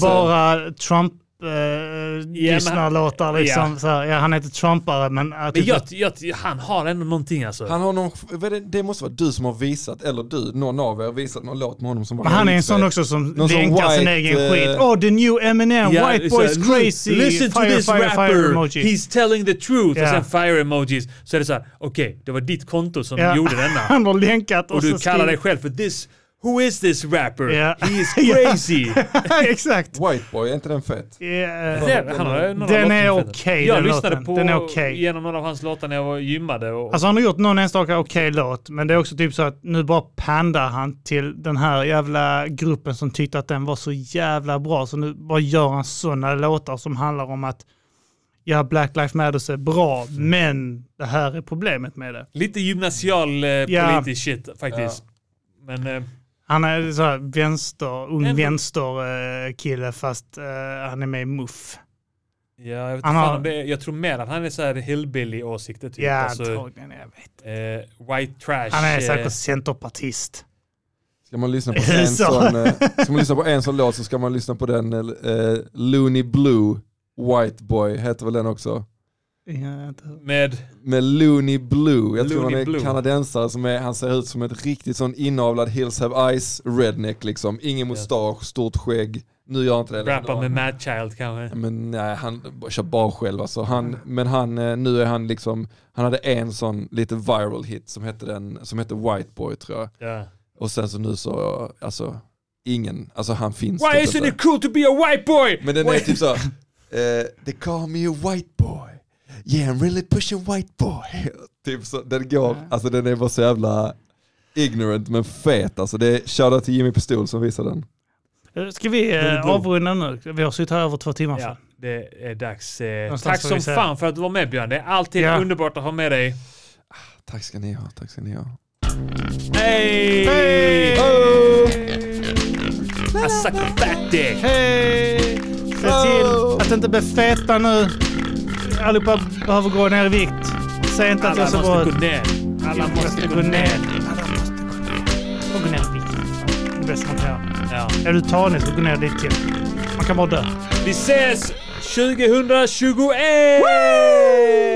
ser-
bara
men-
Trump-lyssnarlåtar liksom.
Ja.
Så här, ja, han är inte trumpare men... Uh,
Men jag, jag, han har ändå någonting alltså.
Han har någon, vad är det, det måste vara du som har visat, eller du, någon av er har visat någon låt med honom som var
men han är en
skitsvett.
sån också som
Någon sån
länkar sin
white,
egen
eh,
skit. Oh, the new Eminem,
Ja,
white
så
boys
här,
crazy,
Listen to
fire,
this
fire,
rapper,
fire emoji.
he's telling the truth.
Ja.
Och sen fire emojis. Så är det så här, okej, det var ditt konto som
Ja.
gjorde denna.
Han har länkat och
Och du
så
kallar dig
skriver-
själv för this, who is this rapper?
Ja.
He is
Ja.
crazy.
Exakt.
Whiteboy, är inte den fet?
Yeah.
Det- han har några låtar
den är
som
okej
fett. Jag
den
lyssnade
låten.
på
Den är okej.
genom några av hans låtar när jag var gymmade. Och,
Alltså han har gjort någon enstaka okej låt, men det är också typ så att nu bara pandar han till den här jävla gruppen som tyckte att den var så jävla bra. Så nu bara gör han sådana låtar som handlar om att ja, Black Lives Matters är bra,
Mm.
men det här är problemet med det.
Lite gymnasial eh,
Ja.
politisk shit faktiskt. Men eh,
Han är så här vänster, ung
Ändå-
vänster eh, kille fast eh, han är med i MUF.
ja, jag, vet
Han
fan
har-
om det, är- jag tror mer att han är så här hillbilly-åsikter typ.
Ja,
antagligen.
Jag vet.
Eh, white trash.
Han är
eh,
säkert centerpartist.
Ska man lyssna på en
Så.
sån, eh, ska man lyssna på en sån låt så ska man lyssna på den eh, Looney Blue, White Boy heter väl den också?
Med?
Med Looney Blue, jag tror
Looney
han är
Blue.
kanadensare som är, han ser ut som ett riktigt sån inavlad Hills Have Eyes redneck liksom. Ingen mustasch, stort skägg. Nu gör jag inte det längre.
Rappar med Mad Child kanske.
Men nej, han b- kör bara själv alltså.
Mm.
han, Men han, eh, nu är han liksom, han hade en sån lite viral hit som hette, den, som hette White Boy tror jag.
Ja.
Och sen så nu så, alltså, ingen, alltså han finns
Why
typ
isn't
inte.
it cool to be a white boy?
Men den är
Why-
typ så, eh, they call me a white boy, yeah I'm really pushing white boy. Typ så, den går, alltså den är bara så jävla ignorant men fet alltså. Det är shoutout till Jimmy Pistol som visar den.
Eh, Ska vi
Looney
eh,
Blue.
avrunda nu? Vi har suttit här över två timmar.
Ja, det är dags. Eh,
Någonstans
tack
får
som
vi säga.
fan för att du var med Björn. Det är alltid
Ja.
underbart att ha med dig.
Tack ska ni ha, tack ska ni ha.
Hey!
Hey!
I suck a fat dick.
Hej! Se till att inte bli feta nu. Allihopa behöver gå ner i vikt. Säg inte att
Alla
jag är så
måste
bra.
gå ner. Alla måste gå ner.
Alla måste gå ner. Och gå ner i vikt. Det är bäst man kan göra.
Ja.
Är du tanig så gå ner dit till. Man kan bara dö.
Vi ses 2021!